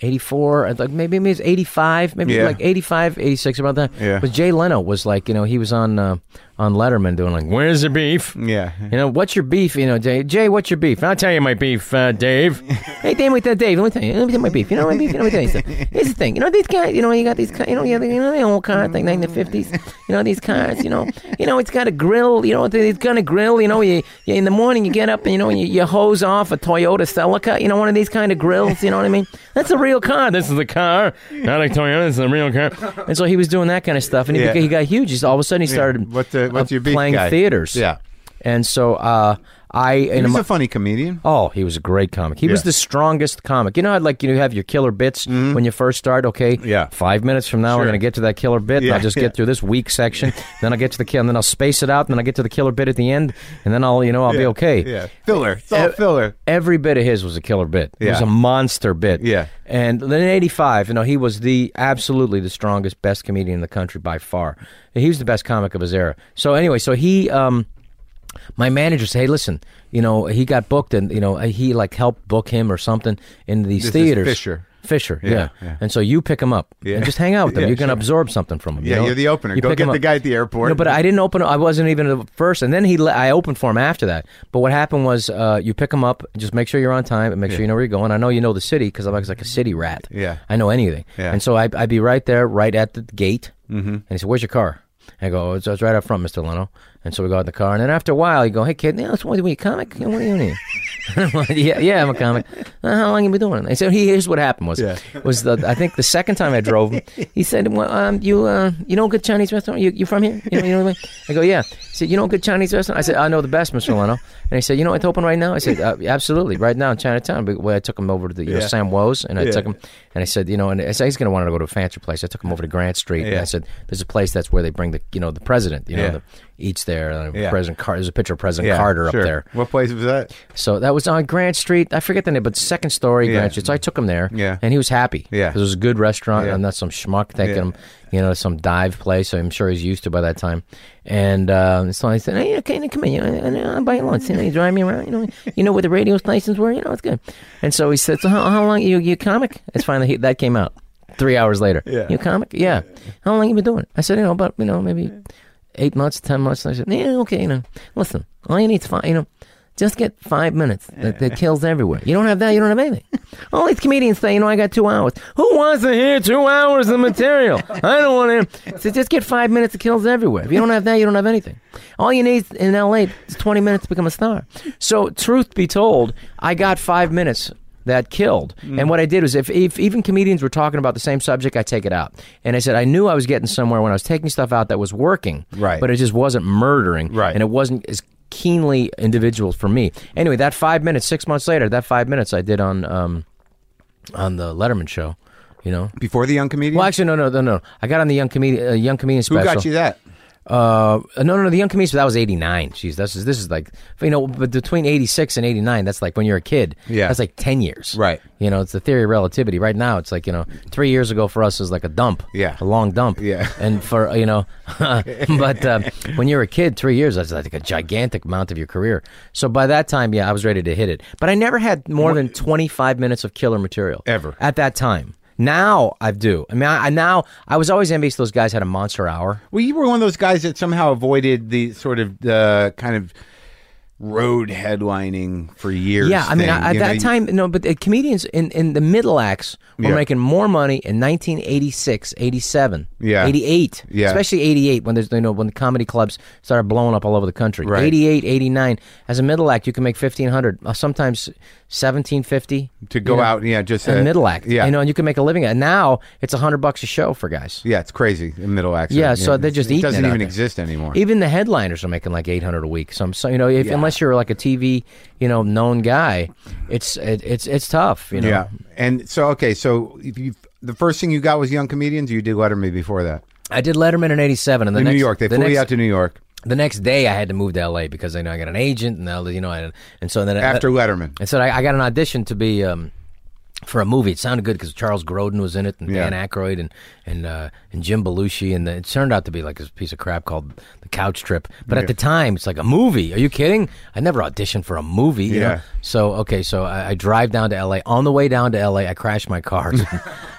Speaker 3: '84, like maybe maybe it's '85, maybe
Speaker 1: Yeah.
Speaker 3: like '85, '86, about that.
Speaker 1: Yeah.
Speaker 3: But Jay Leno was like, you know, he was on uh, on Letterman doing like, "Where's the beef?"
Speaker 1: Yeah.
Speaker 3: You know, what's your beef? You know, Jay, Jay what's your beef? I'll tell you my beef, uh, Dave. hey, Dave, with that, Dave, let me tell you. Let me tell you my beef. You know my beef. You know, let me tell you something. Here's the thing. You know, these guys, you know, you got these, ki- you know, you know, the old car thing, like the 50s. You know, these cars, you know, you know, it's got a grill. You know, it's got a grill. You know, you, you in the morning you get up and, you know, you, you hose off a Toyota Celica. You know, one of these kind of grills. You know what I mean? That's a real car. This is the car, not a Toyota. This is a real car. And so he was doing that kind of stuff, and he,
Speaker 1: Yeah.
Speaker 3: beca- he got huge. He's all of a sudden he started
Speaker 1: What's the- what's
Speaker 3: uh,
Speaker 1: your beef
Speaker 3: playing
Speaker 1: guy?
Speaker 3: theaters.
Speaker 1: Yeah.
Speaker 3: and so uh, I in
Speaker 1: He's
Speaker 3: my-
Speaker 1: a funny comedian.
Speaker 3: Oh, he was a great comic. He
Speaker 1: Yeah.
Speaker 3: was
Speaker 1: Mm-hmm.
Speaker 3: the strongest comic. You know how like you have your killer bits when you first start. Okay,
Speaker 1: Yeah.
Speaker 3: Five minutes from now, we're going to get to that killer bit. and
Speaker 1: Yeah,
Speaker 3: I'll just
Speaker 1: yeah.
Speaker 3: get through this weak section. then I'll get to the kill, and then I'll space it out. And then I will get to the killer bit at the end, and then I'll you know I'll be okay.
Speaker 1: Yeah, filler. It's all
Speaker 3: Uh,
Speaker 1: filler.
Speaker 3: Every bit of his was a killer bit. It was
Speaker 1: Yeah.
Speaker 3: a monster bit.
Speaker 1: Yeah.
Speaker 3: And then in '85, you know, he was the absolutely the strongest, best comedian in the country by far. He was the best comic of his era. So anyway, so he, um, my manager said, "Hey, listen, you know, he got booked, and you know, he like helped book him or something in these
Speaker 1: This is
Speaker 3: theaters."
Speaker 1: Fisher.
Speaker 3: Fisher, yeah. And so you pick him up and just hang out with him.
Speaker 1: Yeah,
Speaker 3: you can
Speaker 1: sure.
Speaker 3: absorb something from him. you
Speaker 1: Yeah,
Speaker 3: know?
Speaker 1: you're the opener.
Speaker 3: You
Speaker 1: Go
Speaker 3: pick
Speaker 1: get
Speaker 3: him
Speaker 1: the
Speaker 3: up.
Speaker 1: guy at the airport.
Speaker 3: No, but I didn't open. I wasn't even the first, and then he. le- I opened for him after that. But what happened was, uh, you pick him up. Just make sure you're on time, and make sure you know where you're going. I know you know the city because I'm like, like a city rat.
Speaker 1: Yeah.
Speaker 3: I know anything.
Speaker 1: Yeah.
Speaker 3: And so I, I'd be right there, right at the gate. Mm-hmm. And he said, "Where's your car?" And I go, oh, it's, it's right up front, Mr. Leno. And so we go out in the car, and then after a while, you go, "Hey kid, you know, what are you a comic? You know, What do you need?" I'm like, yeah, yeah, I'm a comic. "Uh, how long you been doing? it?" And so he, here's what happened was was the I think the second time I drove him, he said, well, um, you uh, you know a good Chinese restaurant? You you from here? You know, you know what I mean? I go, yeah. He said, you know a good Chinese restaurant? I said, I know the best, Mr. Leno. And he said, you know it's open right now? I said, uh, absolutely, right now in Chinatown. But well, I took him over to the you know, Sam Woe's, and I took him and I said, you know, and I said, he's going to want to go to a fancy place. I took him over to Grant Street, and
Speaker 1: Yeah.
Speaker 3: I said, there's a place that's where they bring the you know the president, you know,
Speaker 1: Yeah.
Speaker 3: the, eats there. And
Speaker 1: Yeah.
Speaker 3: President Car- there's a picture of President
Speaker 1: Yeah,
Speaker 3: Carter
Speaker 1: sure.
Speaker 3: up there.
Speaker 1: What place was that?
Speaker 3: So that was on Grant Street. I forget the name, but second story
Speaker 1: Yeah.
Speaker 3: Grant Street. So I took him there.
Speaker 1: Yeah.
Speaker 3: And he was happy.
Speaker 1: Yeah.
Speaker 3: Because it was a good restaurant.
Speaker 1: Yeah.
Speaker 3: I'm not some schmuck taking
Speaker 1: Yeah.
Speaker 3: him, you know, some dive place. So I'm sure he's used to by that time. And uh, so I said, hey, okay, come in. You know, and I'll buy you lunch. You know, you drive me around. You know, you know where the radio stations were. You know, it's good. And so he said, so how, how long you you a comic? It's finally, he, that came out three hours later.
Speaker 1: Yeah.
Speaker 3: You a comic? Yeah. How long you been doing it? I said, you know, about, you know, maybe eight months, ten months. And I said, yeah, okay, you know, listen, all you need is five, you know, just get five minutes that, that kills everywhere. You don't have that, you don't have anything. All these comedians say, you know, I got two hours. Who wants to hear two hours of material? I don't want to hear. So just get five minutes that kills everywhere. If you don't have that, you don't have anything. All you need in LA is 20 minutes to become a star. So, truth be told, I got five minutes that killed. And what I did was, if, if even comedians were talking about the same subject, I take it out. And I said, I knew I was getting somewhere when I was taking stuff out that was working,
Speaker 1: Right.
Speaker 3: But it just wasn't murdering,
Speaker 1: Right.
Speaker 3: And it wasn't as keenly individual for me. Anyway, that five minutes, six months later, that five minutes I did on um, on the Letterman show, you know.
Speaker 1: Before the young comedian.
Speaker 3: Well, actually, no, no, no, no. I got on the young comedian, uh, young comedian
Speaker 1: Who
Speaker 3: special.
Speaker 1: got you that?
Speaker 3: Uh, no, no, no. The Young Comedians, but that was '89. Jeez, this is this is like you know, but between '86 and '89, that's like when you're a kid.
Speaker 1: Yeah.
Speaker 3: that's like ten years.
Speaker 1: Right.
Speaker 3: You know, it's the theory of relativity. Right now, it's like you know, three years ago for us is like a dump.
Speaker 1: Yeah.
Speaker 3: a long dump.
Speaker 1: Yeah.
Speaker 3: and for uh, you know, but uh, when you're a kid, three years that's like a gigantic amount of your career. So by that time, yeah, I was ready to hit it. But I never had more than 25 minutes of killer material
Speaker 1: Ever.
Speaker 3: at that time. Now I do. I mean, I, I now I was always envious those guys had a monster hour.
Speaker 1: Well, you were one of those guys that somehow avoided the sort of uh, kind of road headlining for years.
Speaker 3: Yeah, I mean,
Speaker 1: thing,
Speaker 3: I, at
Speaker 1: you know,
Speaker 3: that
Speaker 1: you-
Speaker 3: time, no, but the comedians in, in the middle acts were
Speaker 1: Yeah.
Speaker 3: making more money in 1986, 87,
Speaker 1: Yeah.
Speaker 3: 88,
Speaker 1: Yeah.
Speaker 3: especially 88 when there's you know when the comedy clubs started blowing up all over the country.
Speaker 1: Right.
Speaker 3: 88, 89, as a middle act, you can make 1500, uh, sometimes 1750
Speaker 1: to go
Speaker 3: you know,
Speaker 1: out, yeah, just
Speaker 3: in
Speaker 1: uh,
Speaker 3: middle act.
Speaker 1: yeah,
Speaker 3: you know, and you can make a living. And now it's 100 bucks a show for guys.
Speaker 1: yeah, it's crazy. in Middle act,
Speaker 3: Yeah, so they're just
Speaker 1: it
Speaker 3: eating
Speaker 1: doesn't
Speaker 3: it out
Speaker 1: even
Speaker 3: there.
Speaker 1: exist anymore.
Speaker 3: Even the headliners are making like eight hundred a week. Some, so you know, if, unless you're like a TV, you know, known guy, it's it, it's it's tough. You know,
Speaker 1: yeah, and so okay, so if you the first thing you got was young comedians. You did Letterman before that
Speaker 3: I did Letterman in '87, and the
Speaker 1: in
Speaker 3: next,
Speaker 1: New York. They
Speaker 3: the
Speaker 1: flew
Speaker 3: next,
Speaker 1: you out to New York
Speaker 3: the next day, I had to move to LA because I know I got an agent, and I, you know, I, and so then
Speaker 1: after
Speaker 3: I,
Speaker 1: Letterman.
Speaker 3: and so I, I got an audition to be um, for a movie. It sounded good because Charles Grodin was in it, and
Speaker 1: Yeah.
Speaker 3: Dan Aykroyd, and and uh, and Jim Belushi, and the, it turned out to be like this piece of crap called The Couch Trip. But at the time, it's like a movie. Are you kidding? I never auditioned for a movie. you know?
Speaker 1: Yeah.
Speaker 3: So okay, so I, I drive down to LA. On the way down to LA, I crashed my car.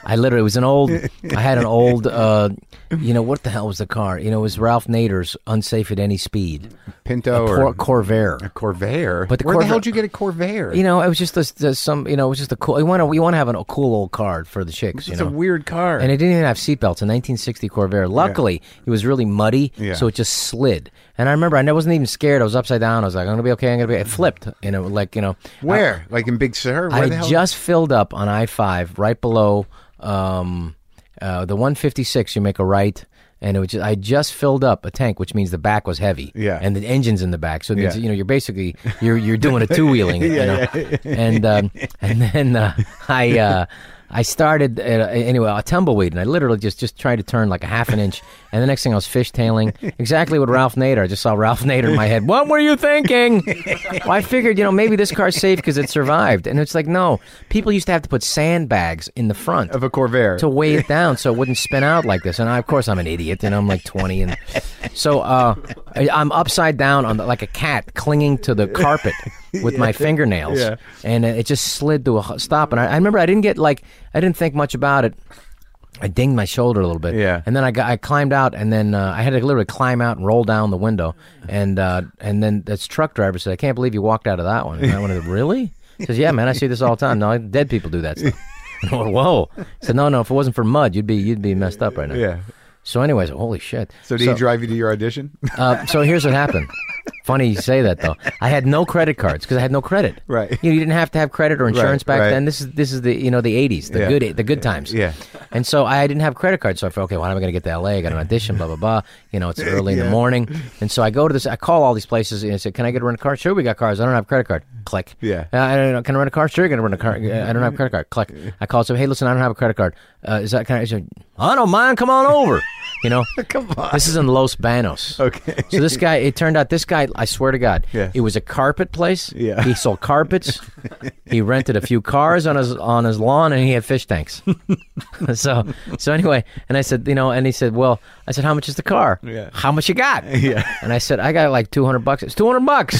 Speaker 3: I literally it was an old. I had an old. Uh, you know what the hell was the car? You know, it was Ralph Nader's "Unsafe at Any Speed."
Speaker 1: Pinto
Speaker 3: Cor-
Speaker 1: or
Speaker 3: Corvair.
Speaker 1: Corvair.
Speaker 3: But the
Speaker 1: where the
Speaker 3: Corvair-
Speaker 1: hell did you get a Corvair?
Speaker 3: You know, it was just this, this some. You know, it was just a cool. You want to you want to have an- a cool old card for the chicks. You
Speaker 1: it's
Speaker 3: know.
Speaker 1: a weird car.
Speaker 3: and it didn't even have seatbelts. A 1960 Corvair. Luckily, it was really muddy,
Speaker 1: Yeah.
Speaker 3: so it just slid. And I remember I wasn't even scared. I was upside down. I was like, I'm gonna be okay. I'm gonna be. I flipped. You know, like you know,
Speaker 1: Where? like in Big Sur? Where
Speaker 3: I
Speaker 1: the hell?
Speaker 3: just filled up on I five right below um, uh, the 156. You make a right, and it was just, I just filled up a tank, which means the back was heavy.
Speaker 1: Yeah.
Speaker 3: and the engine's in the back, so it means
Speaker 1: Yeah.
Speaker 3: you know you're basically you're you're doing a two wheeling. you know? and um, and then uh, I. Uh, I started uh, anyway a tumbleweed, and I literally just just tried to turn like a half an inch, and the next thing I was fishtailing exactly what Ralph Nader. I just saw Ralph Nader in my head. What were you thinking? well, I figured you know maybe this car's safe because it survived, and it's like no, people used to have to put sandbags in the front
Speaker 1: of a Corvair.
Speaker 3: to weigh it down so it wouldn't spin out like this. And I, of course, I'm an idiot, and I'm like 20, and so uh, I- I'm upside down on the, like a cat clinging to the carpet with my fingernails,
Speaker 1: Yeah.
Speaker 3: and it just slid to a h- stop. And I, I remember I didn't get like I didn't think much about it. I dinged my shoulder a little bit,
Speaker 1: Yeah.
Speaker 3: and then I got I climbed out, and then uh, I had to literally climb out and roll down the window, and uh, and then this truck driver said, "I can't believe you walked out of that one." And I went, "Really?" He says, "Yeah, man, I see this all the time. No, dead people do that stuff." And I went, Whoa! I said, "No, no, if it wasn't for mud, you'd be you'd be messed up right now."
Speaker 1: yeah.
Speaker 3: So, anyways, holy shit.
Speaker 1: So did he drive you to your audition?
Speaker 3: Uh, so here's what happened. Funny you say that though. I had no credit cards because I had no credit.
Speaker 1: Right.
Speaker 3: You, know, you didn't have to have credit or insurance back
Speaker 1: right.
Speaker 3: then. This is this is the you know the 80s, the
Speaker 1: Yeah.
Speaker 3: good the good times.
Speaker 1: Yeah.
Speaker 3: And so I didn't have credit cards, so I thought, okay, when am I going to get to LA? I got an audition, blah blah blah. You know, it's early in the morning, and so I go to this. I call all these places and I say, can I get a rent a car? Sure, we got cars. I don't have a credit card. Click.
Speaker 1: Yeah.
Speaker 3: Uh, I don't know. Can I rent a car? Sure, you're gonna rent a car. Uh, I don't have a credit card. Click. I call. So hey, listen, I don't have a credit card. Uh, is that can I? Is I don't mind. Come on over. You know. come on. This is in Los Banos.
Speaker 1: Okay.
Speaker 3: So this guy, it turned out this guy, I swear to God,
Speaker 1: Yeah.
Speaker 3: it was a carpet place.
Speaker 1: Yeah.
Speaker 3: He sold carpets. he rented a few cars on his on his lawn, and he had fish tanks. so so anyway, and I said, you know, and he said, well, I said, how much is the car?
Speaker 1: Yeah.
Speaker 3: How much you got?
Speaker 1: Yeah.
Speaker 3: And I said, I got like two hundred bucks. It's two hundred bucks.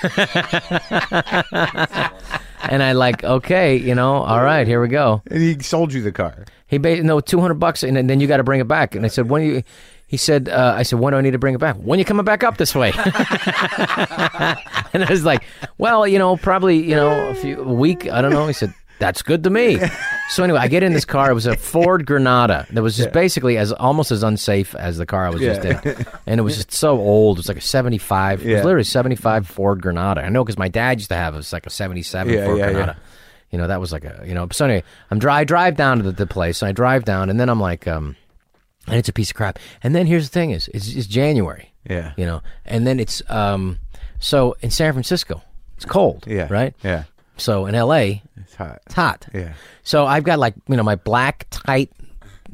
Speaker 3: and I like, okay, you know, all right, here we go.
Speaker 1: and he sold you the car.
Speaker 3: He ba- no two hundred bucks, and then you got to bring it back. And I said, when do you? He said, uh, I said, when do I need to bring it back? When you coming back up this way? and I was like, well, you know, probably you know a few a week. I don't know. He said, that's good to me. So anyway, I get in this car. It was a Ford Granada that was just basically as almost as unsafe as the car I was just in, and it was just so old. It was like a seventy-five. It
Speaker 1: Yeah.
Speaker 3: was literally seventy-five Ford Granada. I know because my dad used to have it was like a seventy-seven
Speaker 1: Yeah,
Speaker 3: Ford
Speaker 1: yeah, yeah.
Speaker 3: Granada. You know, that was like a you know. So anyway, I'm dri- I drive down to the, the place, and I drive down, and then I'm like, um, and it's a piece of crap. And then here's the thing: is it's, it's January,
Speaker 1: Yeah.
Speaker 3: you know, and then it's um, so in San Francisco, it's cold,
Speaker 1: Yeah.
Speaker 3: right,
Speaker 1: Yeah.
Speaker 3: So in L.A.,
Speaker 1: It's hot.
Speaker 3: it's hot,
Speaker 1: Yeah.
Speaker 3: So I've got like you know my black tight,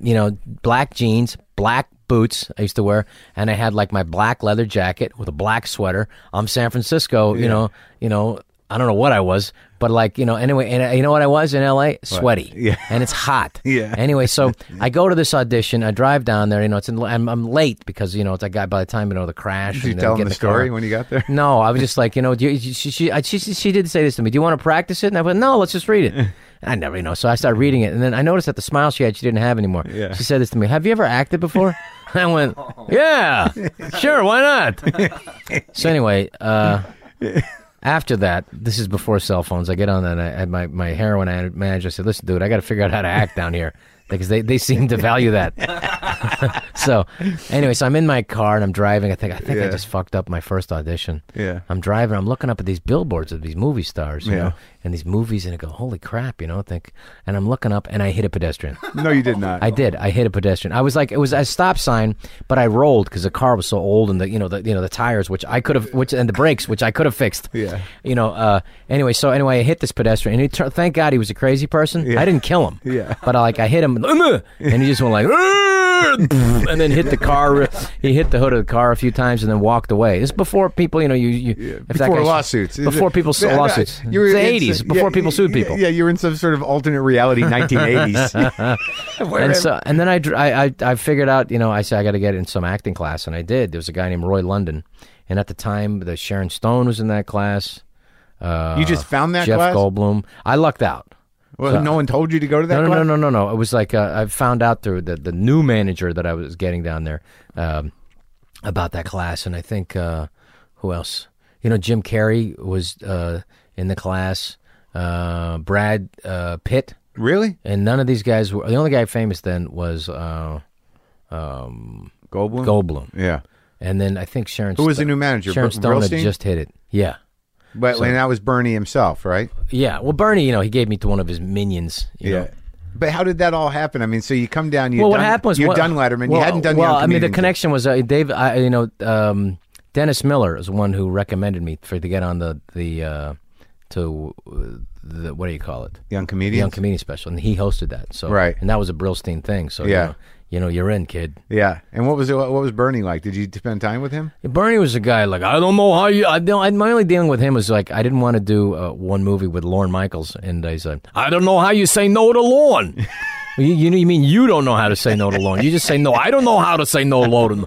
Speaker 3: you know, black jeans, black boots I used to wear, and I had like my black leather jacket with a black sweater. I'm San Francisco, you know, you know. I don't know what I was, but like you know, anyway, and uh, you know what I was in L.A. Sweaty,
Speaker 1: Yeah.
Speaker 3: and it's hot,
Speaker 1: Yeah.
Speaker 3: Anyway, so I go to this audition. I drive down there. You know, it's in, I'm, I'm late because you know it's I got by the time you know the crash.
Speaker 1: Did you
Speaker 3: and then
Speaker 1: tell
Speaker 3: get
Speaker 1: him
Speaker 3: in
Speaker 1: the
Speaker 3: car.
Speaker 1: story when you got there?
Speaker 3: No, I was just like, you know, do you, she, she, I- she, she did say this to me. Do you want to practice it? And I went, no, let's just read it. And I never, you know, so I started reading it. And then I noticed that the smile she had, she didn't have anymore.
Speaker 1: Yeah. Oh.
Speaker 3: She said this to me, have you ever acted before? And I went, yeah, sure, why not? so anyway, uh, after that, this is before cell phones. I get on and I, and my, my heroin ad- manager said, listen, dude, I got to figure out how to act down here. Because they, they seem to value that. so, anyway, so I'm in my car and I'm driving. I think I think I
Speaker 1: Yeah.
Speaker 3: just fucked up my first audition.
Speaker 1: Yeah.
Speaker 3: I'm driving. I'm looking up at these billboards of these movie stars, you
Speaker 1: Yeah.
Speaker 3: know, and these movies, and I go, "Holy crap!" You know, I think. And I'm looking up, and I hit a pedestrian.
Speaker 1: No, you did not.
Speaker 3: I did. I hit a pedestrian. I was like, it was a stop sign, but I rolled because the car was so old, and the you know the you know the tires, which I could have, which and the brakes, which I could have fixed.
Speaker 1: Yeah.
Speaker 3: You know. Uh. Anyway, so anyway, I hit this pedestrian, and he tur thank God he was a crazy person. I didn't kill him.
Speaker 1: Yeah.
Speaker 3: But I, like I hit him, and he just went like, and then hit the car. He hit the hood of the car a few times, and then walked away. This is before people, you know, you, you if that
Speaker 1: before
Speaker 3: guy-
Speaker 1: lawsuits.
Speaker 3: Before people sued
Speaker 1: Yeah,
Speaker 3: lawsuits.
Speaker 1: you were-
Speaker 3: it's the
Speaker 1: it's-
Speaker 3: eighties,
Speaker 1: yeah,
Speaker 3: before people sued
Speaker 1: yeah,
Speaker 3: people. Uh,
Speaker 1: Yeah, you were in some sort of alternate reality 1980s.
Speaker 3: and so and then I, dr- I I I figured out you know I said I got to get in some acting class and I did. There was a guy named Roy London, and at the time the Sharon Stone was in that class. Uh,
Speaker 1: you just found that
Speaker 3: Jeff
Speaker 1: class?
Speaker 3: Goldblum. I lucked out.
Speaker 1: Well, no one told you to go to that
Speaker 3: No, no,
Speaker 1: class?
Speaker 3: no, no, no, no. It was like uh, I found out through the the new manager that I was getting down there um, about that class, and I think uh, who else? You know, Jim Carrey was uh, in the class. Uh, Brad uh, Pitt.
Speaker 1: Really?
Speaker 3: And none of these guys were. The only guy famous then was uh,
Speaker 1: Goldblum?
Speaker 3: Goldblum.
Speaker 1: Yeah.
Speaker 3: And then I think Sharon.
Speaker 1: Who was the
Speaker 3: Sto-
Speaker 1: new manager?
Speaker 3: Sharon
Speaker 1: Br-
Speaker 3: Stone had
Speaker 1: Brillstein?
Speaker 3: just hit it. Yeah,
Speaker 1: But and that was Bernie himself, right?
Speaker 3: yeah. Well, Bernie, you know, he gave me to one of his minions. You Know?
Speaker 1: But how did that all happen? I mean, so you come down, you
Speaker 3: well,
Speaker 1: done,
Speaker 3: what happened was
Speaker 1: you
Speaker 3: what-
Speaker 1: done Letterman,
Speaker 3: well,
Speaker 1: you hadn't done
Speaker 3: Well,
Speaker 1: Young
Speaker 3: I mean, the
Speaker 1: Comedians.
Speaker 3: connection was uh, Dave. I, you know, um, Dennis Miller is the one who recommended me for to get on the the uh, to uh, the what do you call it?
Speaker 1: Young
Speaker 3: The
Speaker 1: comedians.
Speaker 3: Young Comedian Special, and he hosted that. So
Speaker 1: Right.
Speaker 3: and that was a Brillstein thing. So
Speaker 1: Yeah.
Speaker 3: you know, you know, you're in, kid.
Speaker 1: yeah. And what was what was Bernie like? Did you spend time with him?
Speaker 3: Bernie was a guy like I don't know how you. I don't. I, my only dealing with him was like I didn't want to do uh, one movie with Lorne Michaels, and I said I don't know how you say no to Lorne. you, you know, you mean you don't know how to say no to Lorne? You just say no. I don't know how to say no to Lorne.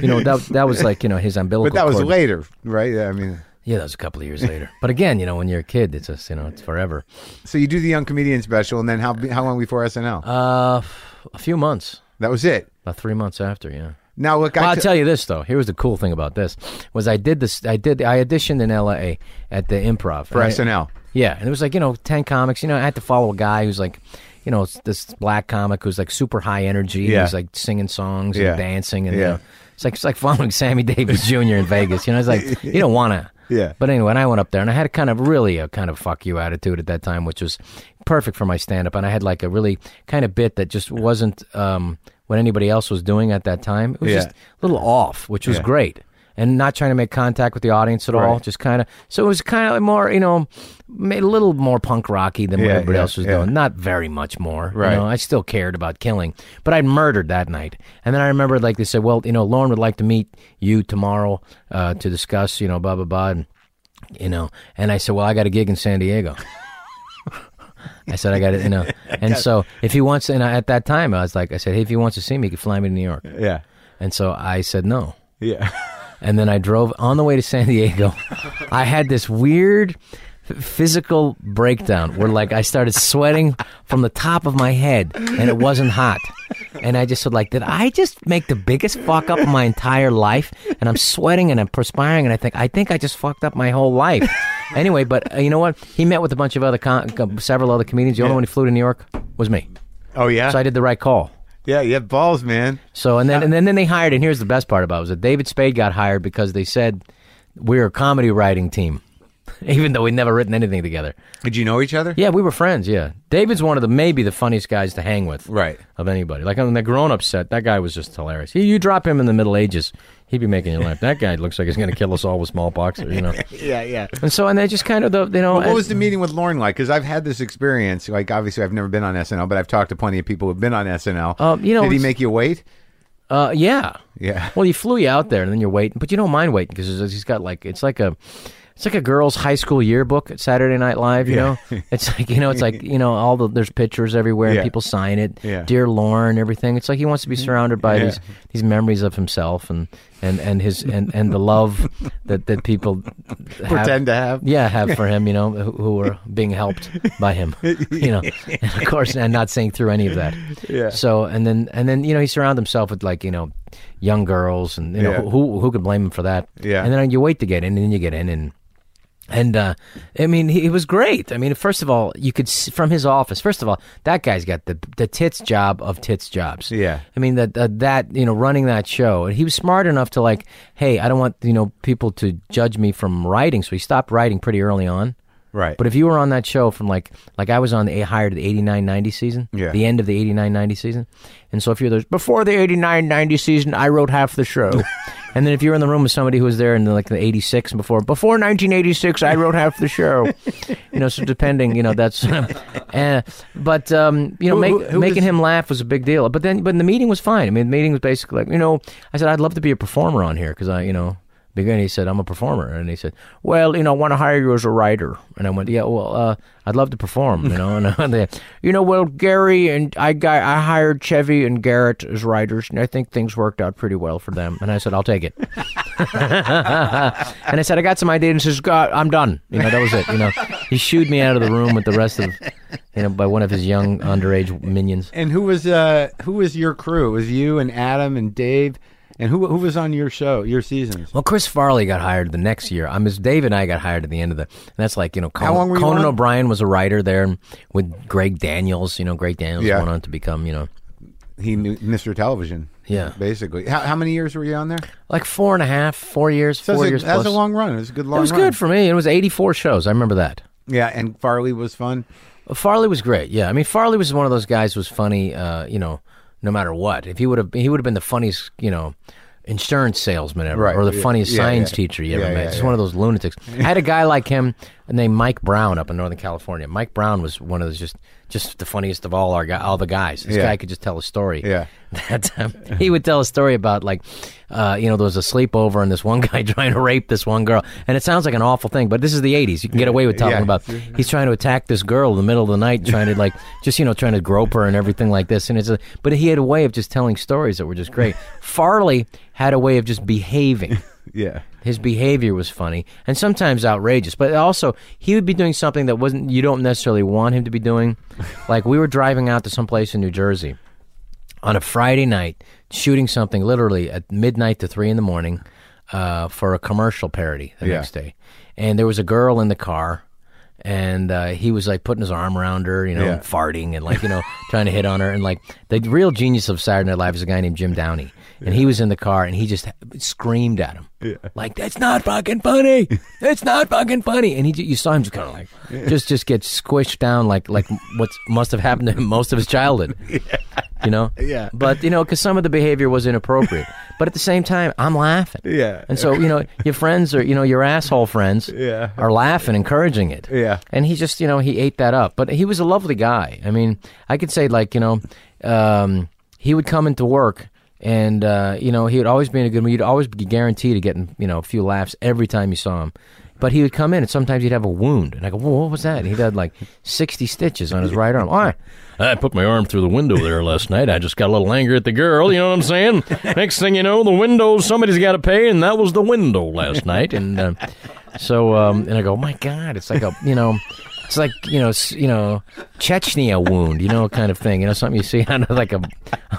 Speaker 3: You know that that was like you know his umbilical.
Speaker 1: But that was
Speaker 3: cord.
Speaker 1: later, right? I mean,
Speaker 3: Yeah, that was a couple of years later. But again, you know, when you're a kid, it's just you know it's forever.
Speaker 1: so you do the Young Comedian special, and then how how long before SNL?
Speaker 3: Uh, f- a few months,
Speaker 1: that was it.
Speaker 3: about three months after, yeah.
Speaker 1: Now look,
Speaker 3: Well,
Speaker 1: I
Speaker 3: I'll
Speaker 1: t-
Speaker 3: tell you this though. Here was the cool thing about this was I did this. I did. I auditioned in L.A. at the Improv
Speaker 1: for
Speaker 3: And I-
Speaker 1: SNL.
Speaker 3: Yeah, and it was like you know ten comics. You know, I had to follow a guy who's like, you know, it's this black comic who's like super high energy.
Speaker 1: Yeah.
Speaker 3: he's like singing songs
Speaker 1: Yeah.
Speaker 3: and dancing and
Speaker 1: Yeah.
Speaker 3: you know, it's like it's like following Sammy Davis Jr. in Vegas. You know, it's like you don't want to.
Speaker 1: Yeah.
Speaker 3: But anyway, and I went up there and I had a kind of really a kind of fuck you attitude at that time, which was perfect for my stand up. And I had like a really kind of bit that just wasn't um, what anybody else was doing at that time. It was
Speaker 1: Yeah.
Speaker 3: just a little off, which was great. And not trying to make contact with the audience at all, just kind of. So it was kind of more, you know, ma- a little more punk rocky than what
Speaker 1: Yeah,
Speaker 3: everybody
Speaker 1: yeah,
Speaker 3: else was
Speaker 1: yeah.
Speaker 3: doing. Not very much more. you
Speaker 1: Right.
Speaker 3: know. I still cared about killing, but I murdered that night. And then I remember, like they said, well, you know, Lauren would like to meet you tomorrow uh, to discuss, you know, blah blah blah, and you know. And I said, well, I got a gig in San Diego. I said I got it, you know. And so if he wants, and I, at that time I was like, I said, hey, if he wants to see me, he can fly me to New York.
Speaker 1: Yeah,
Speaker 3: And so I said no.
Speaker 1: yeah.
Speaker 3: And then I drove on the way to San Diego. I had this weird f- physical breakdown where like I started sweating from the top of my head and it wasn't hot. And I just said like, did I just make the biggest fuck up of my entire life? And I'm sweating and I'm perspiring and I think I think I just fucked up my whole life. Anyway, but uh, you know what? He met with a bunch of other con- com- several other comedians. The only one who flew to New York was me.
Speaker 1: Oh yeah,
Speaker 3: So I did the right call.
Speaker 1: yeah. You have balls, man.
Speaker 3: So and then and then, then they hired and here's the best part about it was that David Spade got hired because they said we're a comedy writing team. Even though we'd never written anything together.
Speaker 1: Did you know each other?
Speaker 3: Yeah, we were friends, yeah. David's one of the maybe the funniest guys to hang with.
Speaker 1: Right.
Speaker 3: Of anybody. Like on the grown up set, that guy was just hilarious. You, you drop him in the middle ages, he'd be making you laugh. That guy looks like he's gonna kill us all with smallpox or you know.
Speaker 1: Yeah, yeah.
Speaker 3: And so and they just kind of the you know
Speaker 1: What was the meeting with Lauren like? Because I've had this experience. Like, obviously, I've never been on SNL, but I've talked to plenty of people who've been on SNL.
Speaker 3: Um, you know,
Speaker 1: did he
Speaker 3: it's-
Speaker 1: make you wait?
Speaker 3: uh yeah.
Speaker 1: Yeah.
Speaker 3: Well, he flew you out there, and then you're waiting, but you don't mind waiting because he's got like it's like a it's like a girls' high school yearbook at Saturday Night Live. You know, it's like you know, it's like you know, all the there's pictures everywhere,
Speaker 1: Yeah.
Speaker 3: and people sign it.
Speaker 1: Yeah. Mm-hmm.
Speaker 3: Dear Lauren, everything. It's like he wants to be surrounded by
Speaker 1: Yeah.
Speaker 3: these these memories of himself and and and his and and the love that that people have-
Speaker 1: Pretend to have.
Speaker 3: yeah, have for him, you know, who, who were being helped by him, you know, and of course, and not seeing through any of that. Yeah. So, and then, and then, you know, he surrounded himself with like, you know, young girls, and you know,
Speaker 1: Yeah.
Speaker 3: who who could blame him for that?
Speaker 1: Yeah.
Speaker 3: And then you wait to get in, and then you get in, and and uh, I mean, he, he was great. I mean, first of all, you could s from his office. First of all, that guy's got the the tits job of tits jobs.
Speaker 1: Yeah.
Speaker 3: I mean that uh, that you know running that show, and he was smart enough to like, hey, I don't want you know people to judge me from writing, so he stopped writing pretty early on.
Speaker 1: Right.
Speaker 3: But if you were on that show from like like I was on the hired the 89-90 season,
Speaker 1: Yeah.
Speaker 3: the end of the 89-90 season. And so if you're there before the 89-90 season, I wrote half the show. and then if you're in the room with somebody who was there in like the 86 and before before 1986, I wrote half the show. you know, so depending, you know, that's uh, but um, you know,
Speaker 1: Who-
Speaker 3: make,
Speaker 1: who- who
Speaker 3: making
Speaker 1: is-
Speaker 3: him laugh was a big deal. But then but the meeting was fine. I mean, the meeting was basically like, you know, I said I'd love to be a performer on here cuz I, you know, Began, he said, I'm a performer. And he said, Well, you know, I want to hire you as a writer. And I went, Yeah, well, uh, I'd love to perform, you know. And they, you know, well, Gary and I got, I hired Chevy and Garrett as writers, and I think things worked out pretty well for them. And I said, I'll take it. and I said, I got some ideas. And he says, God, I'm done. You know, that was it. You know, he shooed me out of the room with the rest of, you know, by one of his young underage minions.
Speaker 1: And who was uh who was your crew? It was you and Adam and Dave, and who who was on your show, your seasons?
Speaker 3: Well, Chris Farley got hired the next year. I'm as Dave and I got hired at the end of the. And that's like you know, Con-
Speaker 1: long were you
Speaker 3: Conan
Speaker 1: on?
Speaker 3: O'Brien was a writer there with Greg Daniels. You know, Greg Daniels
Speaker 1: Yeah.
Speaker 3: went on to become you know
Speaker 1: He knew Mr. Television.
Speaker 3: Yeah.
Speaker 1: basically. How, how many years were you on there?
Speaker 3: Like four and a half, four years,
Speaker 1: So
Speaker 3: four
Speaker 1: that's a,
Speaker 3: years
Speaker 1: that was
Speaker 3: plus.
Speaker 1: a long run. It was a good long.
Speaker 3: it was
Speaker 1: run.
Speaker 3: good for me. It was 84 shows. I remember that.
Speaker 1: yeah, and Farley was fun.
Speaker 3: Farley was great. Yeah, I mean Farley was one of those guys who was funny. Uh, you know, no matter what, if he would have, he would have been the funniest. You know, insurance salesman ever,
Speaker 1: Right,
Speaker 3: or the
Speaker 1: yeah,
Speaker 3: funniest
Speaker 1: yeah,
Speaker 3: science
Speaker 1: yeah.
Speaker 3: teacher you ever
Speaker 1: Yeah,
Speaker 3: met.
Speaker 1: yeah,
Speaker 3: Just
Speaker 1: yeah.
Speaker 3: one of those lunatics. I had a guy like him named Mike Brown up in Northern California. Mike Brown was one of those just, just the funniest of all our guy, all the guys. This
Speaker 1: Yeah.
Speaker 3: guy could just tell a story.
Speaker 1: Yeah.
Speaker 3: That um, he would tell a story about like, uh, you know, there was a sleepover and this one guy trying to rape this one girl, and it sounds like an awful thing, but this is the '80s. You can get away with talking
Speaker 1: Yeah.
Speaker 3: about he's trying to attack this girl in the middle of the night, trying to like just you know trying to grope her and everything like this. And it's a but he had a way of just telling stories that were just great. Farley had a way of just behaving.
Speaker 1: Yeah,
Speaker 3: His behavior was funny and sometimes outrageous, but also he would be doing something that wasn't you don't necessarily want him to be doing. Like we were driving out to some place in New Jersey on a Friday night, shooting something literally at midnight to three in the morning uh, for a commercial parody the
Speaker 1: Yeah.
Speaker 3: next day, and there was a girl in the car. And uh, he was like putting his arm around her, you know,
Speaker 1: Yeah.
Speaker 3: and farting and like, you know, trying to hit on her. And like, the real genius of Saturday Night Live is a guy named Jim Downey. And he was in the car and he just screamed at him. Like, that's not fucking funny. That's not fucking funny. And he, ju- you saw him just kind of like, just, just get squished down like, like what must have happened to him most of his childhood you know yeah but you know because some of the behavior was inappropriate but at the same time i'm laughing
Speaker 1: Yeah.
Speaker 3: and so you know your friends are you know your asshole friends
Speaker 1: Yeah.
Speaker 3: are laughing encouraging it
Speaker 1: Yeah.
Speaker 3: and he just you know he ate that up but he was a lovely guy i mean i could say like you know um, he would come into work and uh, you know he would always be in a good mood you'd always be guaranteed to get you know a few laughs every time you saw him but he would come in and sometimes he'd have a wound and i go Whoa, what was that and he'd had like 60 stitches on his right arm All right. i put my arm through the window there last night i just got a little angry at the girl you know what i'm saying next thing you know the window somebody's got to pay and that was the window last night and uh, so um, and i go my god it's like a you know it's like you know, s- you know, Chechnya wound, you know, kind of thing. You know, something you see on like a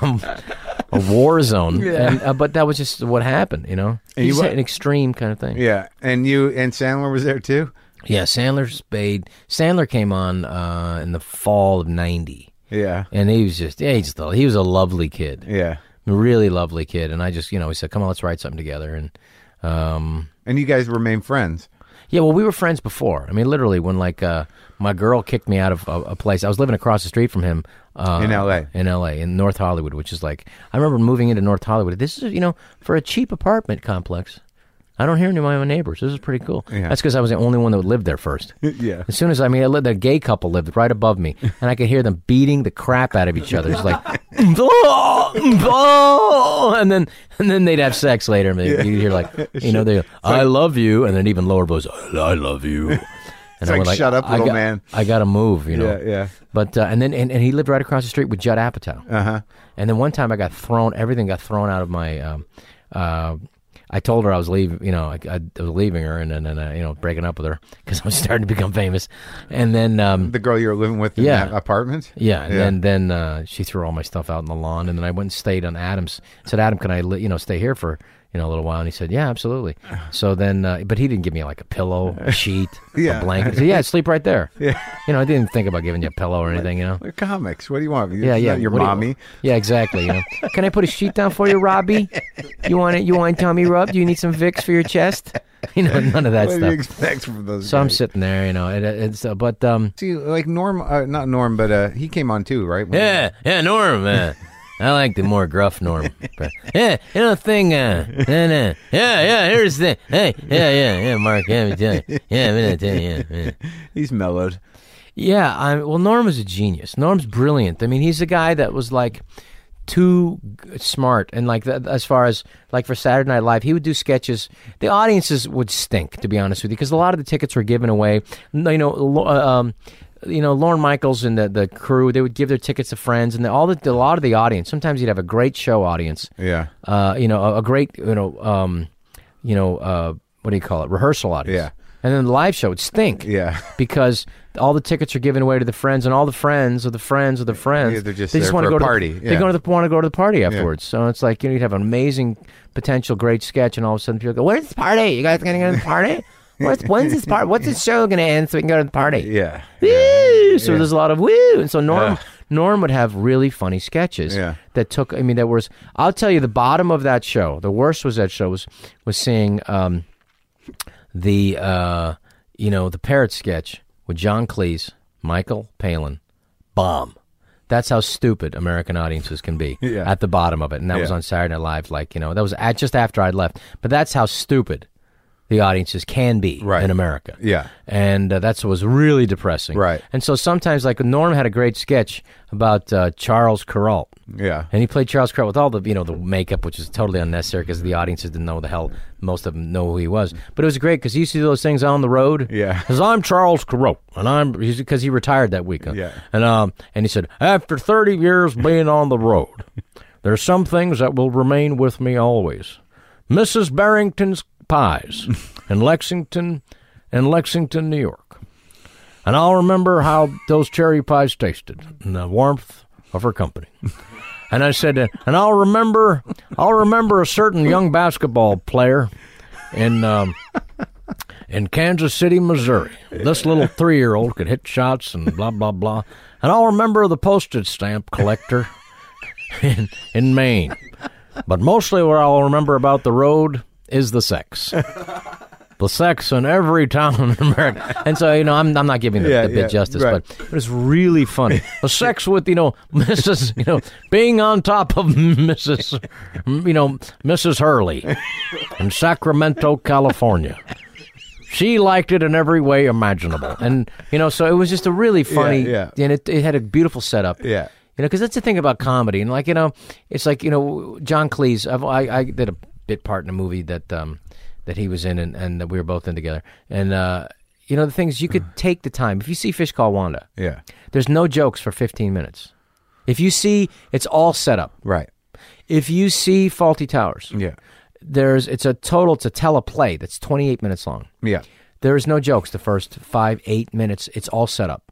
Speaker 3: um, a war zone. And, uh, but that was just what happened. You know,
Speaker 1: And
Speaker 3: you just
Speaker 1: you-
Speaker 3: had an extreme kind of thing.
Speaker 1: yeah. And you and Sandler was there too.
Speaker 3: Yeah, Sandler Spade. Sandler came on uh, in the fall of '90,
Speaker 1: Yeah,
Speaker 3: and he was just, yeah, he, just, he was a lovely kid,
Speaker 1: yeah.
Speaker 3: really lovely kid. And I just, you know, we said, come on, let's write something together, and. Um,
Speaker 1: And you guys remain friends.
Speaker 3: Yeah, well, we were friends before. I mean, literally, when like uh, my girl kicked me out of a, a place, I was living across the street from him uh,
Speaker 1: In LA.
Speaker 3: In L.A. in North Hollywood, which is like I remember moving into North Hollywood. This is you know for a cheap apartment complex. I don't hear any of my neighbors. This is pretty cool.
Speaker 1: Yeah.
Speaker 3: That's because I was the only one that lived there first.
Speaker 1: Yeah.
Speaker 3: As soon as I mean, I lived, that gay couple lived right above me, and I could hear them beating the crap out of each other. It's like, and then and then they'd have sex later. And you would hear like, you know, they, I love you, and then even lower voice, I, I love you. And it's
Speaker 1: like, "Shut up,
Speaker 3: I
Speaker 1: little
Speaker 3: got-
Speaker 1: man."
Speaker 3: I gotta move. You know.
Speaker 1: Yeah, yeah.
Speaker 3: But uh, and then and, and he lived right across the street with Judd Apatow. Uh
Speaker 1: Uh-huh.
Speaker 3: huh. And then one time I got thrown. Everything got thrown out of my. Um, uh, I told her I was leaving. You know, I, I was leaving her, and then and, uh, you know breaking up with her because I was starting to become famous. And then um,
Speaker 1: The girl you were living with in
Speaker 3: Yeah.
Speaker 1: that apartment.
Speaker 3: yeah, and
Speaker 1: Yeah.
Speaker 3: then then uh, she threw all my stuff out in the lawn, and then I went and stayed on Adams. I said, Adam, can I li- you know stay here for you know a little while? And he said, Yeah, absolutely. So then, uh, but he didn't give me like a pillow, a sheet,
Speaker 1: Yeah.
Speaker 3: a blanket. He said, yeah, sleep right there. Yeah, you know, I didn't think about giving you a pillow or anything. You know,
Speaker 1: We're comics. What do you want? It's
Speaker 3: yeah, yeah.
Speaker 1: Not your
Speaker 3: What do you-
Speaker 1: mommy.
Speaker 3: yeah, exactly. You know? Can I put a sheet down for you, Robbie? You want it? You want tummy rub? Do you need some Vicks for your chest? You know, none of that
Speaker 1: what do you
Speaker 3: stuff.
Speaker 1: expect from those?
Speaker 3: So I'm
Speaker 1: guys?
Speaker 3: sitting there, you know, it, it's uh, but um,
Speaker 1: See, like Norm, uh, not Norm, but uh, he came on too, right? When-
Speaker 3: yeah, yeah, Norm. Uh, I like the more gruff Norm. But, yeah, you know, thing. Uh, nah, nah. yeah, yeah. Here's the hey, yeah, yeah, yeah, Mark. Yeah, I'm telling you. yeah, I'm telling you, yeah, yeah.
Speaker 1: he's mellowed.
Speaker 3: Yeah, I, well, Norm is a genius. Norm's brilliant. I mean, he's a guy that was like too g- smart, and like th- as far as like for Saturday Night Live, he would do sketches. The audiences would stink, to be honest with you, because a lot of the tickets were given away. No, You know, lo- uh, um, you know, Lorne Michaels and the, the crew, they would give their tickets to friends, and the, all the a lot of the audience. Sometimes you'd have a great show audience,
Speaker 1: Yeah,
Speaker 3: uh, you know, a, a great, you know, um, you know, uh, what do you call it, rehearsal audience.
Speaker 1: Yeah.
Speaker 3: And then the live show would stink.
Speaker 1: Yeah.
Speaker 3: Because all the tickets are given away to the friends, and all the friends of the friends of the friends.
Speaker 1: Yeah, they're just
Speaker 3: they
Speaker 1: there
Speaker 3: want
Speaker 1: for
Speaker 3: to
Speaker 1: a
Speaker 3: go
Speaker 1: party.
Speaker 3: To the,
Speaker 1: Yeah.
Speaker 3: They go to the, want to go to the party afterwards. So it's like you know, you'd have an amazing potential great sketch, and all of a sudden people go, "Where's the party? You guys gonna go to the party? Where's, when's this party? What's this show gonna end so we can go to the party?"
Speaker 1: yeah.
Speaker 3: Woo! So there's a lot of woo, and so Norm Norm would have really funny sketches
Speaker 1: Yeah.
Speaker 3: that took. I mean, that was. I'll tell you, the bottom of that show, the worst was that show was was seeing um, the uh, you know the parrot sketch with John Cleese, Michael Palin, bomb. That's how stupid American audiences can be
Speaker 5: Yeah.
Speaker 3: at the bottom of it, and that was on Saturday Night Live. Like you know, that was at, just after I left, but that's how stupid the audiences can be
Speaker 1: Right.
Speaker 3: in America.
Speaker 1: Yeah.
Speaker 3: and uh, that's what was really depressing.
Speaker 1: Right.
Speaker 3: and so sometimes like Norm had a great sketch about uh, Charles Carroll.
Speaker 1: Yeah.
Speaker 3: And he played Charles Crow with all the you know the makeup, which is totally unnecessary because the audiences didn't know the hell most of them know who he was. But it was great because he used to do those things on the road.
Speaker 1: Yeah.
Speaker 3: because I'm Charles Crow, and I'm because he retired that weekend.
Speaker 1: Yeah.
Speaker 3: and um and he said after 30 years being on the road, there's some things that will remain with me always. Mrs. Barrington's pies in Lexington, in Lexington, New York. And I'll remember how those cherry pies tasted and the warmth of her company. And I said, uh, and I'll remember, I'll remember a certain young basketball player in um, in Kansas City, Missouri. This little three-year-old could hit shots and blah blah blah. And I'll remember the postage stamp collector in in Maine. But mostly, what I'll remember about the road is the sex. The sex in every town in America, and so you know, I'm, I'm not giving the,
Speaker 1: Yeah,
Speaker 3: the bit
Speaker 1: yeah,
Speaker 3: justice,
Speaker 1: right.
Speaker 3: but but it's really funny. The sex with you know Mrs. You know being on top of Mrs. You know Mrs. Hurley in Sacramento, California. She liked it in every way imaginable, and you know, so it was just a really funny,
Speaker 1: yeah.
Speaker 3: and it it had a beautiful setup.
Speaker 1: Yeah.
Speaker 3: you know, because that's the thing about comedy, and like you know, it's like you know, John Cleese. I've, I I did a bit part in a movie that um that he was in, and and that we were both in together, and uh, you know, the things you
Speaker 1: Mm.
Speaker 3: could take the time if you see Fish Call Wanda.
Speaker 1: Yeah.
Speaker 3: There's no jokes for 15 minutes. If you see, it's all set up.
Speaker 1: Right.
Speaker 3: If you see Faulty Towers,
Speaker 1: Yeah.
Speaker 3: there's it's a total, it's a teleplay that's 28 minutes long.
Speaker 1: Yeah.
Speaker 3: There is no jokes the first five, eight minutes. It's all set up.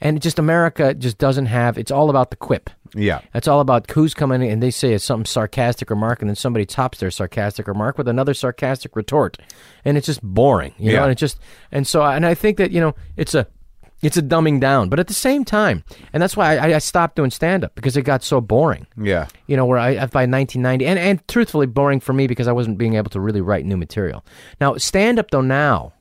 Speaker 3: And just America just doesn't have, it's all about the quip.
Speaker 1: Yeah.
Speaker 3: It's all about who's coming in and they say it's something sarcastic remark and then somebody tops their sarcastic remark with another sarcastic retort. And it's just boring. You
Speaker 1: Yeah.
Speaker 3: know, and it just and so and I think that, you know, it's a it's a dumbing down. But at the same time, and that's why I, I stopped doing stand up because it got so boring
Speaker 1: Yeah.
Speaker 3: you know, where I I- by 1990, and, and truthfully boring for me because I wasn't being able to really write new material. Now, stand up though now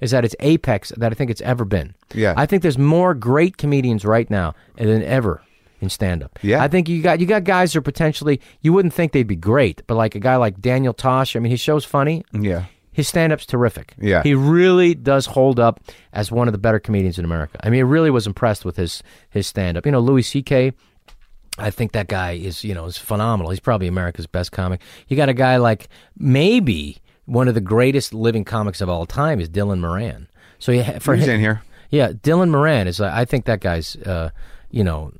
Speaker 3: is at its apex that I think it's ever been.
Speaker 1: Yeah.
Speaker 3: I think there's more great comedians right now than ever in stand up.
Speaker 1: Yeah.
Speaker 3: I think you got you got guys who are potentially you wouldn't think they'd be great, but like a guy like Daniel Tosh, I mean, his show's funny.
Speaker 1: Yeah.
Speaker 3: His stand up's terrific.
Speaker 1: Yeah.
Speaker 3: He really does hold up as one of the better comedians in America. I mean, I really was impressed with his his stand up. You know, Louis C.K. I think that guy is, you know, is phenomenal. He's probably America's best comic. You got a guy like maybe one of the greatest living comics of all time is Dylan Moran. So yeah, for
Speaker 1: He's
Speaker 3: him,
Speaker 1: in here.
Speaker 3: yeah, Dylan Moran is. I think that guy's, uh, you know,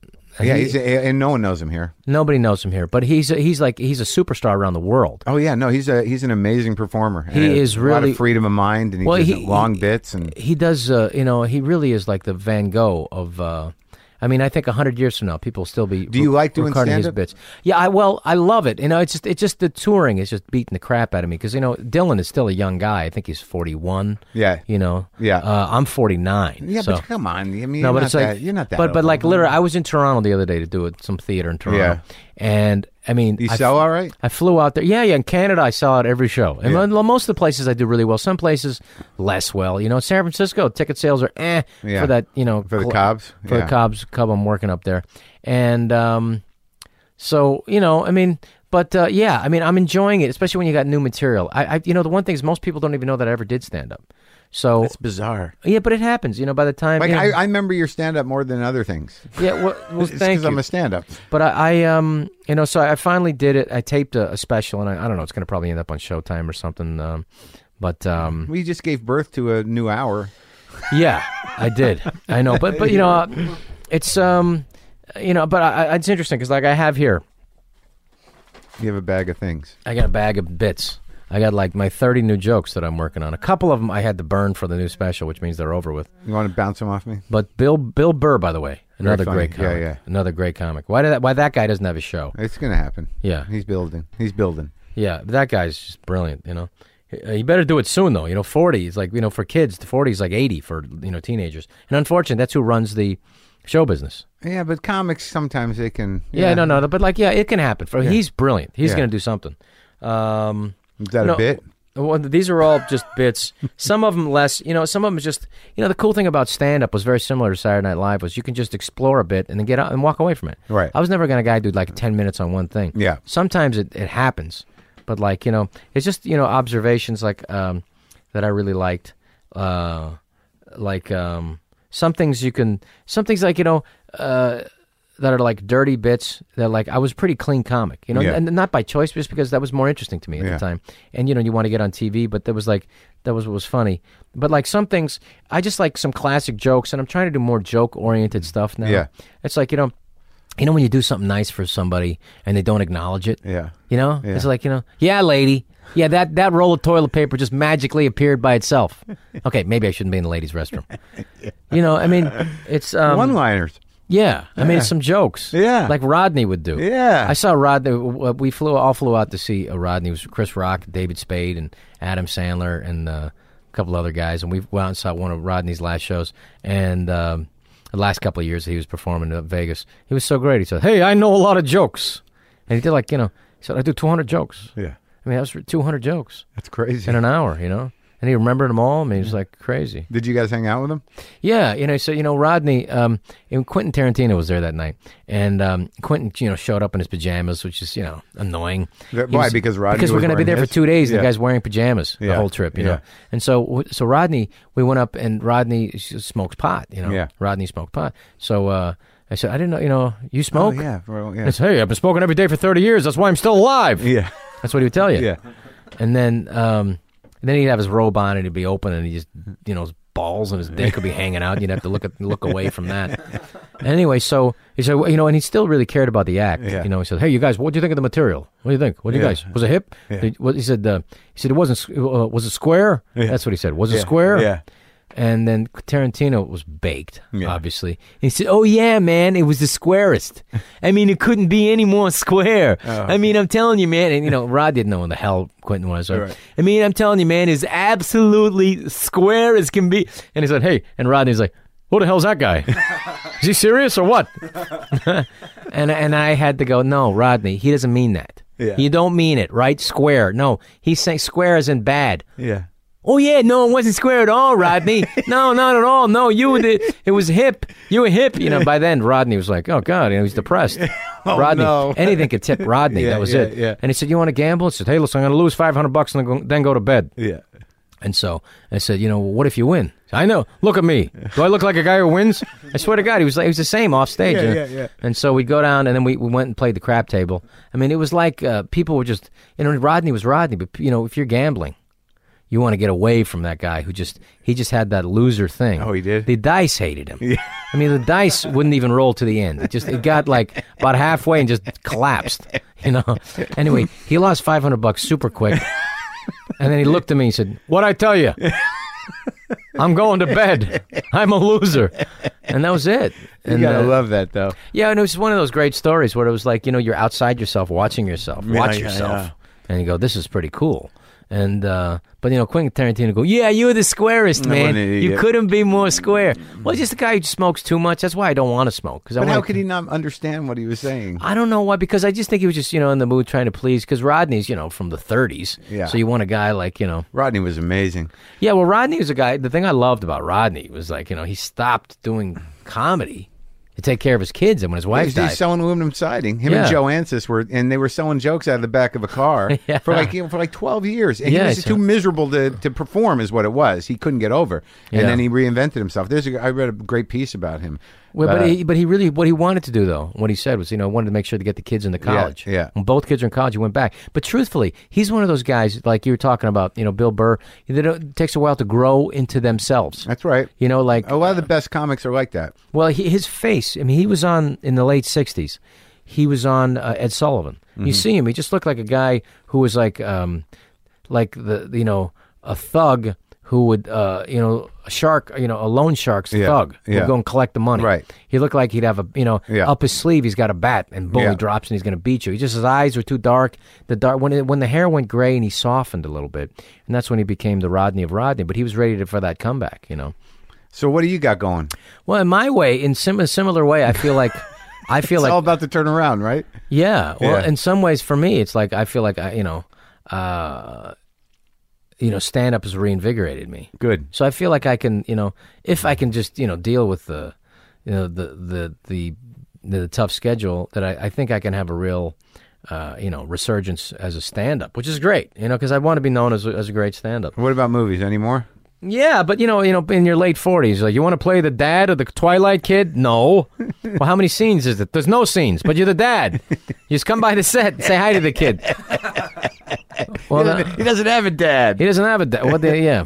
Speaker 1: Yeah. He's uh, and no one knows him here.
Speaker 3: nobody knows him here, but he's he's like he's a superstar around the world.
Speaker 1: Oh yeah. No. He's a he's an amazing performer. and
Speaker 3: He
Speaker 1: a
Speaker 3: is
Speaker 1: lot
Speaker 3: really-
Speaker 1: of freedom of mind and he
Speaker 3: Well,
Speaker 1: does
Speaker 3: he-
Speaker 1: long
Speaker 3: he-
Speaker 1: bits and
Speaker 3: He does, uh, you know, he really is like the Van Gogh of. Uh, I mean, I think hundred years from now, people will still be. Do
Speaker 1: you like doing
Speaker 3: recording his
Speaker 1: stand-up?
Speaker 3: bits? Yeah, I well, I love it. You know, it's just it's just the touring is just beating the crap out of me because you know Dylan is still a young guy. I think he's forty one.
Speaker 1: Yeah.
Speaker 3: you know.
Speaker 1: Yeah.
Speaker 3: uh, I'm forty nine.
Speaker 1: yeah.
Speaker 3: so.
Speaker 1: But come on. I mean, you're
Speaker 3: no, but
Speaker 1: not
Speaker 3: it's like
Speaker 1: that- you're not that.
Speaker 3: But but
Speaker 1: old.
Speaker 3: like literally, I was in Toronto the other day to do it, some theater in Toronto.
Speaker 1: Yeah.
Speaker 3: and I mean,
Speaker 1: you
Speaker 3: I
Speaker 1: sell all right.
Speaker 3: I flew out there. Yeah, yeah. In Canada, I sell out every show. And mo- most of the places I do really well. Some places less well. You know, San Francisco ticket sales are eh
Speaker 1: Yeah.
Speaker 3: for that. You know,
Speaker 1: For the Cubs?
Speaker 3: for
Speaker 1: Yeah.
Speaker 3: the Cubs Cub I'm working up there, and um, so you know, I mean, but uh, yeah, I mean, I'm enjoying it, especially when you got new material. I, I, you know, the one thing is most people don't even know that I ever did stand up. So
Speaker 4: It's bizarre.
Speaker 3: yeah, but it happens. You know, by the time
Speaker 1: Like
Speaker 3: you know-
Speaker 1: I, I remember your stand up more than other things.
Speaker 3: yeah, well, well
Speaker 1: It's
Speaker 3: thank you.
Speaker 1: I'm a stand up.
Speaker 3: But I, I um, you know, so I finally did it. I taped a, a special, and I, I don't know, it's going to probably end up on Showtime or something. Um, but um,
Speaker 1: We just gave birth to a new hour.
Speaker 3: yeah, I did. I know, but but you know, uh, it's um, you know, but I, I- it's interesting because like I have here,
Speaker 1: You have a bag of things.
Speaker 3: I got a bag of bits. I got like my thirty new jokes that I'm working on. A couple of them I had to burn for the new special, which means they're over with.
Speaker 1: You want to bounce them off me?
Speaker 3: But Bill Bill Burr, by the way, another
Speaker 1: funny.
Speaker 3: great
Speaker 1: Yeah,
Speaker 3: comic.
Speaker 1: yeah.
Speaker 3: Another great comic. Why did that? Why that guy doesn't have a show?
Speaker 1: It's gonna happen.
Speaker 3: Yeah.
Speaker 1: He's building. He's building.
Speaker 3: Yeah, but that guy's just brilliant. You know, Uh, you better do it soon though. You know, forty is like you know for kids, forty is like eighty for you know teenagers. And unfortunately, that's who runs the Show business.
Speaker 5: Yeah, but comics sometimes they can.
Speaker 3: Yeah, no, no, no, but like, yeah, it can happen. For he's brilliant. He's
Speaker 5: Yeah.
Speaker 3: going to do something. Um,
Speaker 5: Is that
Speaker 3: No.
Speaker 5: a bit?
Speaker 3: well, these are all just bits. some of them less. You know, some of them just. You know, the cool thing about stand up was very similar to Saturday Night Live was you can just explore a bit and then get out and walk away from it.
Speaker 5: Right.
Speaker 3: I was never going to guy do like ten minutes on one thing.
Speaker 5: Yeah.
Speaker 3: Sometimes it, it happens, but like you know, it's just you know observations like um, that I really liked. Uh, like um, some things you can. Some things like you know. Uh, that are like dirty bits that like I was a pretty clean comic, you know,
Speaker 5: Yeah.
Speaker 3: and not by choice, just because that was more interesting to me at
Speaker 5: Yeah.
Speaker 3: the time. And you know, you want to get on TV, but that was like that was what was funny. But like some things, I just like some classic jokes, and I'm trying to do more joke oriented stuff now.
Speaker 5: Mm. Yeah.
Speaker 3: it's like you know, you know when you do something nice for somebody and they don't acknowledge it.
Speaker 5: Yeah.
Speaker 3: you know, it's like you know, yeah, lady. Yeah, that, that roll of toilet paper just magically appeared by itself. Okay, maybe I shouldn't be in the ladies' restroom. You know, I mean, it's um,
Speaker 5: One-liners.
Speaker 3: yeah, I made some jokes.
Speaker 5: Yeah.
Speaker 3: like Rodney would do.
Speaker 5: Yeah.
Speaker 3: I saw Rodney. w- We flew all flew out to see uh, Rodney. It was Chris Rock, David Spade, and Adam Sandler, and uh, a couple other guys. And we went out and saw one of Rodney's last shows. And um, the last couple of years that he was performing in Vegas, he was so great. He said, "Hey, I know a lot of jokes," and he did like you know, he said, "I do two hundred jokes."
Speaker 5: Yeah.
Speaker 3: I mean, that was two hundred jokes
Speaker 5: That's crazy.
Speaker 3: in an hour, you know. And he remembered them all. I mean, he was like crazy.
Speaker 5: Did you guys hang out with him?
Speaker 3: Yeah, you know, so you know, Rodney, um, and Quentin Tarantino was there that night, and um, Quentin, you know, showed up in his pajamas, which is you know annoying.
Speaker 5: That-
Speaker 3: He
Speaker 5: why? Because Rodney
Speaker 3: because we're
Speaker 5: was
Speaker 3: gonna be
Speaker 5: wearing
Speaker 3: there
Speaker 5: his?
Speaker 3: for two days.
Speaker 5: Yeah.
Speaker 3: The guy's wearing pajamas
Speaker 5: Yeah.
Speaker 3: the whole trip, you
Speaker 5: Yeah.
Speaker 3: know. And so, so Rodney, we went up, and Rodney s- smokes pot, you know.
Speaker 5: Yeah.
Speaker 3: Rodney smoked pot. So uh, I said, I didn't know, you know, you smoke.
Speaker 5: Oh, yeah. Well,
Speaker 3: And I
Speaker 5: yeah.
Speaker 3: said, hey, I've been smoking every day for thirty years. That's why I'm still alive.
Speaker 5: Yeah.
Speaker 3: That's what he would tell you.
Speaker 5: Yeah.
Speaker 3: And then um, then he'd have his robe on and he'd be open and he just you know his balls and his dick would be hanging out. And you'd have to look at, look away from that. And anyway, so he said, well, you know, and he still really cared about the act.
Speaker 5: Yeah.
Speaker 3: You know, he said, hey, you guys, what do you think of the material? What do you think? What do you
Speaker 5: Yeah.
Speaker 3: guys? Was it hip? Did- what, he said. Uh, he said it wasn't. s- Uh, was it square? That's what he said. Was it square?
Speaker 5: Yeah.
Speaker 3: And then Tarantino was baked, obviously. And he said, "Oh yeah, man, it was the squarest. I mean, it couldn't be any more square. I mean, I'm telling you, man. And you know, Rod didn't know when the hell Quentin was. Or, I mean, I'm telling you, man, it's absolutely square as can be. And he said, "Hey," and Rodney's like, "Who the hell's that guy? Is he serious or what?" and and I had to go, "No, Rodney, he doesn't mean that.
Speaker 5: Yeah.
Speaker 3: You don't mean it, right? Square. No, he's saying square isn't bad."
Speaker 5: Yeah.
Speaker 3: Oh yeah, no, it wasn't square at all, Rodney. No, not at all. No, you were the, it was hip. You were hip. You know, by then Rodney was like, oh god, you know, he's depressed. Rodney,
Speaker 5: Oh, no.
Speaker 3: anything could tip Rodney.
Speaker 5: Yeah,
Speaker 3: that was
Speaker 5: yeah,
Speaker 3: it.
Speaker 5: yeah.
Speaker 3: And he said, you want to gamble? I said, hey, listen, I'm going to lose five hundred bucks and then go- then go to bed.
Speaker 5: Yeah.
Speaker 3: And so I said, you know, what if you win? I know. Look at me. Do I look like a guy who wins? I swear to God, he was like he was the same off stage.
Speaker 5: Yeah,
Speaker 3: you know?
Speaker 5: yeah, yeah.
Speaker 3: And so we'd go down, and then we, we went and played the crap table. I mean, it was like uh, people were just you know Rodney was Rodney, but you know if you're gambling, you want to get away from that guy who just he just had that loser thing.
Speaker 5: Oh, he did?
Speaker 3: The dice hated him. Yeah. I mean, the dice wouldn't even roll to the end. It just it got like about halfway and just collapsed. You know. Anyway, he lost five hundred bucks super quick. And then he looked at me and said, What I tell you? I'm going to bed. I'm a loser. And that was it.
Speaker 5: You
Speaker 3: And,
Speaker 5: gotta
Speaker 3: uh,
Speaker 5: love that though.
Speaker 3: yeah, and it was one of those great stories where it was like, you know, you're outside yourself, watching yourself, watch
Speaker 4: yeah,
Speaker 3: yourself.
Speaker 4: yeah.
Speaker 3: And you go, This is pretty cool. And uh, but you know, Quentin Tarantino go, Yeah, you were the squarest, man.
Speaker 5: an idiot."
Speaker 3: You couldn't be more square. Well, just a guy who smokes too much. That's why I don't want to smoke. Because I
Speaker 5: But
Speaker 3: wanna,
Speaker 5: how could he not understand what he was saying?
Speaker 3: I don't know why, because I just think he was just, you know, in the mood trying to please. Because Rodney's, you know, from the 30s.
Speaker 5: Yeah.
Speaker 3: So you want a guy like, you know,
Speaker 5: Rodney was amazing.
Speaker 3: yeah, well, Rodney was a guy. The thing I loved about Rodney was like, you know, he stopped doing comedy to take care of his kids, and when his wife
Speaker 5: He's,
Speaker 3: died,
Speaker 5: he's selling aluminum siding. Him and
Speaker 3: Yeah.
Speaker 5: Joe Ansis were, and they were selling jokes out of the back of a car
Speaker 3: Yeah.
Speaker 5: for like you know, for like twelve years. And
Speaker 3: Yeah,
Speaker 5: he was
Speaker 3: it's-
Speaker 5: too miserable to, to perform, is what it was. He couldn't get over, and
Speaker 3: Yeah.
Speaker 5: then he reinvented himself. There's a, I read a great piece about him.
Speaker 3: well, but
Speaker 5: Uh,
Speaker 3: he, but he really what he wanted to do though, what he said was, you know, I wanted to make sure to get the kids into college.
Speaker 5: yeah.
Speaker 3: When both kids are in college, he went back. But truthfully, he's one of those guys like you were talking about, you know, Bill Burr. That it takes a while to grow into themselves.
Speaker 5: that's right.
Speaker 3: You know, like
Speaker 5: A lot of the best comics are like that.
Speaker 3: Well, he, his face. I mean, he was on in the late '60s. He was on uh, Ed Sullivan.
Speaker 5: Mm-hmm.
Speaker 3: You see him; he just looked like a guy who was like, um, like the you know, a thug who would, uh, you know, a shark, you know, a loan shark's
Speaker 5: Yeah,
Speaker 3: thug who
Speaker 5: yeah.
Speaker 3: would go and collect the money.
Speaker 5: Right.
Speaker 3: He looked like he'd have a, you know,
Speaker 5: Yeah.
Speaker 3: up his sleeve. He's got a bat, and boom,
Speaker 5: Yeah.
Speaker 3: he drops, and he's going to beat you. He just his eyes were too dark. The dark when it, when the hair went gray and he softened a little bit, and that's when he became the Rodney of Rodney. But he was ready to, for that comeback, you know.
Speaker 5: So what do you got going? It's
Speaker 3: Well, in my way, in sim- a similar way, I feel like I feel like
Speaker 5: all about the turnaround, right?
Speaker 3: Yeah. Well,
Speaker 5: Yeah.
Speaker 3: in some ways, for me, it's like I feel like I, you know, uh, you know, stand up has reinvigorated me.
Speaker 5: Good.
Speaker 3: So I feel like I can, you know, if I can just, you know, deal with the, you know, the the the the tough schedule, that I, I think I can have a real, uh, you know, resurgence as a stand up, which is great, you know, because I want to be known as a, as a great stand up.
Speaker 5: What about movies anymore?
Speaker 3: Yeah, but you know, you know, in your late forties, like you want to play the dad of the Twilight kid? No. Well, how many scenes is it? There's no scenes, but you're the dad. You just come by the set, and say hi to the kid. Well, then-
Speaker 4: He doesn't have a dad.
Speaker 3: he doesn't have a dad. What? The, yeah.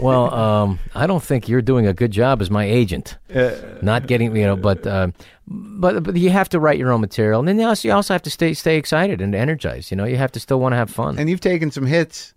Speaker 3: Well, um, I don't think you're doing a good job as my agent. Not getting you know, but uh, but but you have to write your own material, and then you also, you also have to stay stay excited and energized. You know, you have to still want to have fun.
Speaker 5: And you've taken some hits,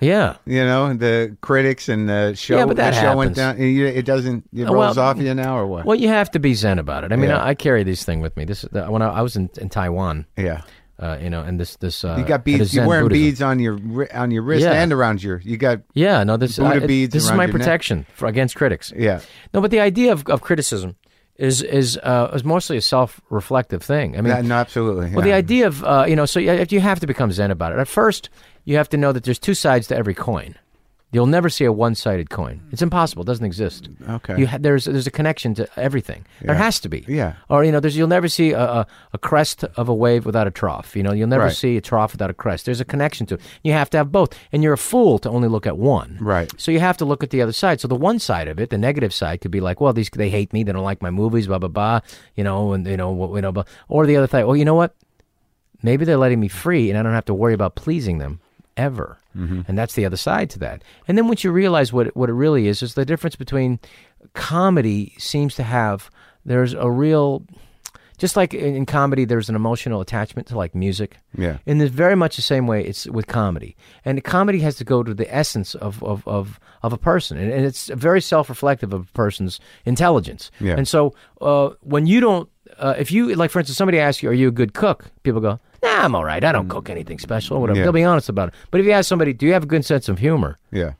Speaker 3: yeah.
Speaker 5: you know, the critics and the show.
Speaker 3: Yeah, but that
Speaker 5: the show went down.
Speaker 3: happens.
Speaker 5: and you- It doesn't. It rolls
Speaker 3: Well,
Speaker 5: off you now, or what?
Speaker 3: Well, you have to be zen about it. I mean,
Speaker 5: Yeah.
Speaker 3: I, I carry these thing with me. This when I, I was in, in Taiwan,
Speaker 5: yeah,
Speaker 3: uh, you know, and this this uh,
Speaker 5: you got
Speaker 3: at a
Speaker 5: beads. You're
Speaker 3: Zen
Speaker 5: wearing
Speaker 3: Buddhism.
Speaker 5: beads on your wri- on your wrist
Speaker 3: Yeah.
Speaker 5: and around your. You got
Speaker 3: Yeah, no, this
Speaker 5: Buddha
Speaker 3: I- it-
Speaker 5: beads
Speaker 3: this is
Speaker 5: around
Speaker 3: my
Speaker 5: your neck.
Speaker 3: protection for against critics.
Speaker 5: yeah.
Speaker 3: No, but the idea of, of criticism is is uh, is mostly a self reflective thing. I mean,
Speaker 5: No, no, absolutely.
Speaker 3: Well,
Speaker 5: yeah.
Speaker 3: the idea of uh, you know, so you you have to become zen about it. At first, you have to know that there's two sides to every coin. You'll never see a one-sided coin. It's impossible. It doesn't exist.
Speaker 5: Okay.
Speaker 3: You ha- there's there's a connection to everything. There has to be.
Speaker 5: Yeah.
Speaker 3: Or you know, there's you'll never see a, a, a crest of a wave without a trough. You know, you'll never
Speaker 5: Right.
Speaker 3: see a trough without a crest. There's a connection to it. You have to have both, and you're a fool to only look at one.
Speaker 5: Right.
Speaker 3: So you have to look at the other side. So the one side of it, the negative side, could be like, well, these they hate me, they don't like my movies, blah blah blah, you know, and you know what you know, blah. or the other side, well, you know what? Maybe they're letting me free, and I don't have to worry about pleasing them ever. And that's the other side to that. And then once you realize what it- what it really is, is the difference between comedy seems to have there's a real just like in, in comedy there's an emotional attachment to like music
Speaker 5: Yeah.
Speaker 3: in this very much the same way it's with comedy and comedy has to go to the essence of of of, of a person and, and it's very self-reflective of a person's intelligence
Speaker 5: Yeah.
Speaker 3: and so uh, when you don't uh, if you like for instance somebody asks you are you a good cook people go nah i'm all right i don't cook anything special or whatever
Speaker 5: Mm. Yeah.
Speaker 3: they'll be honest about it but if you ask somebody do you have a good sense of humor
Speaker 5: Yeah.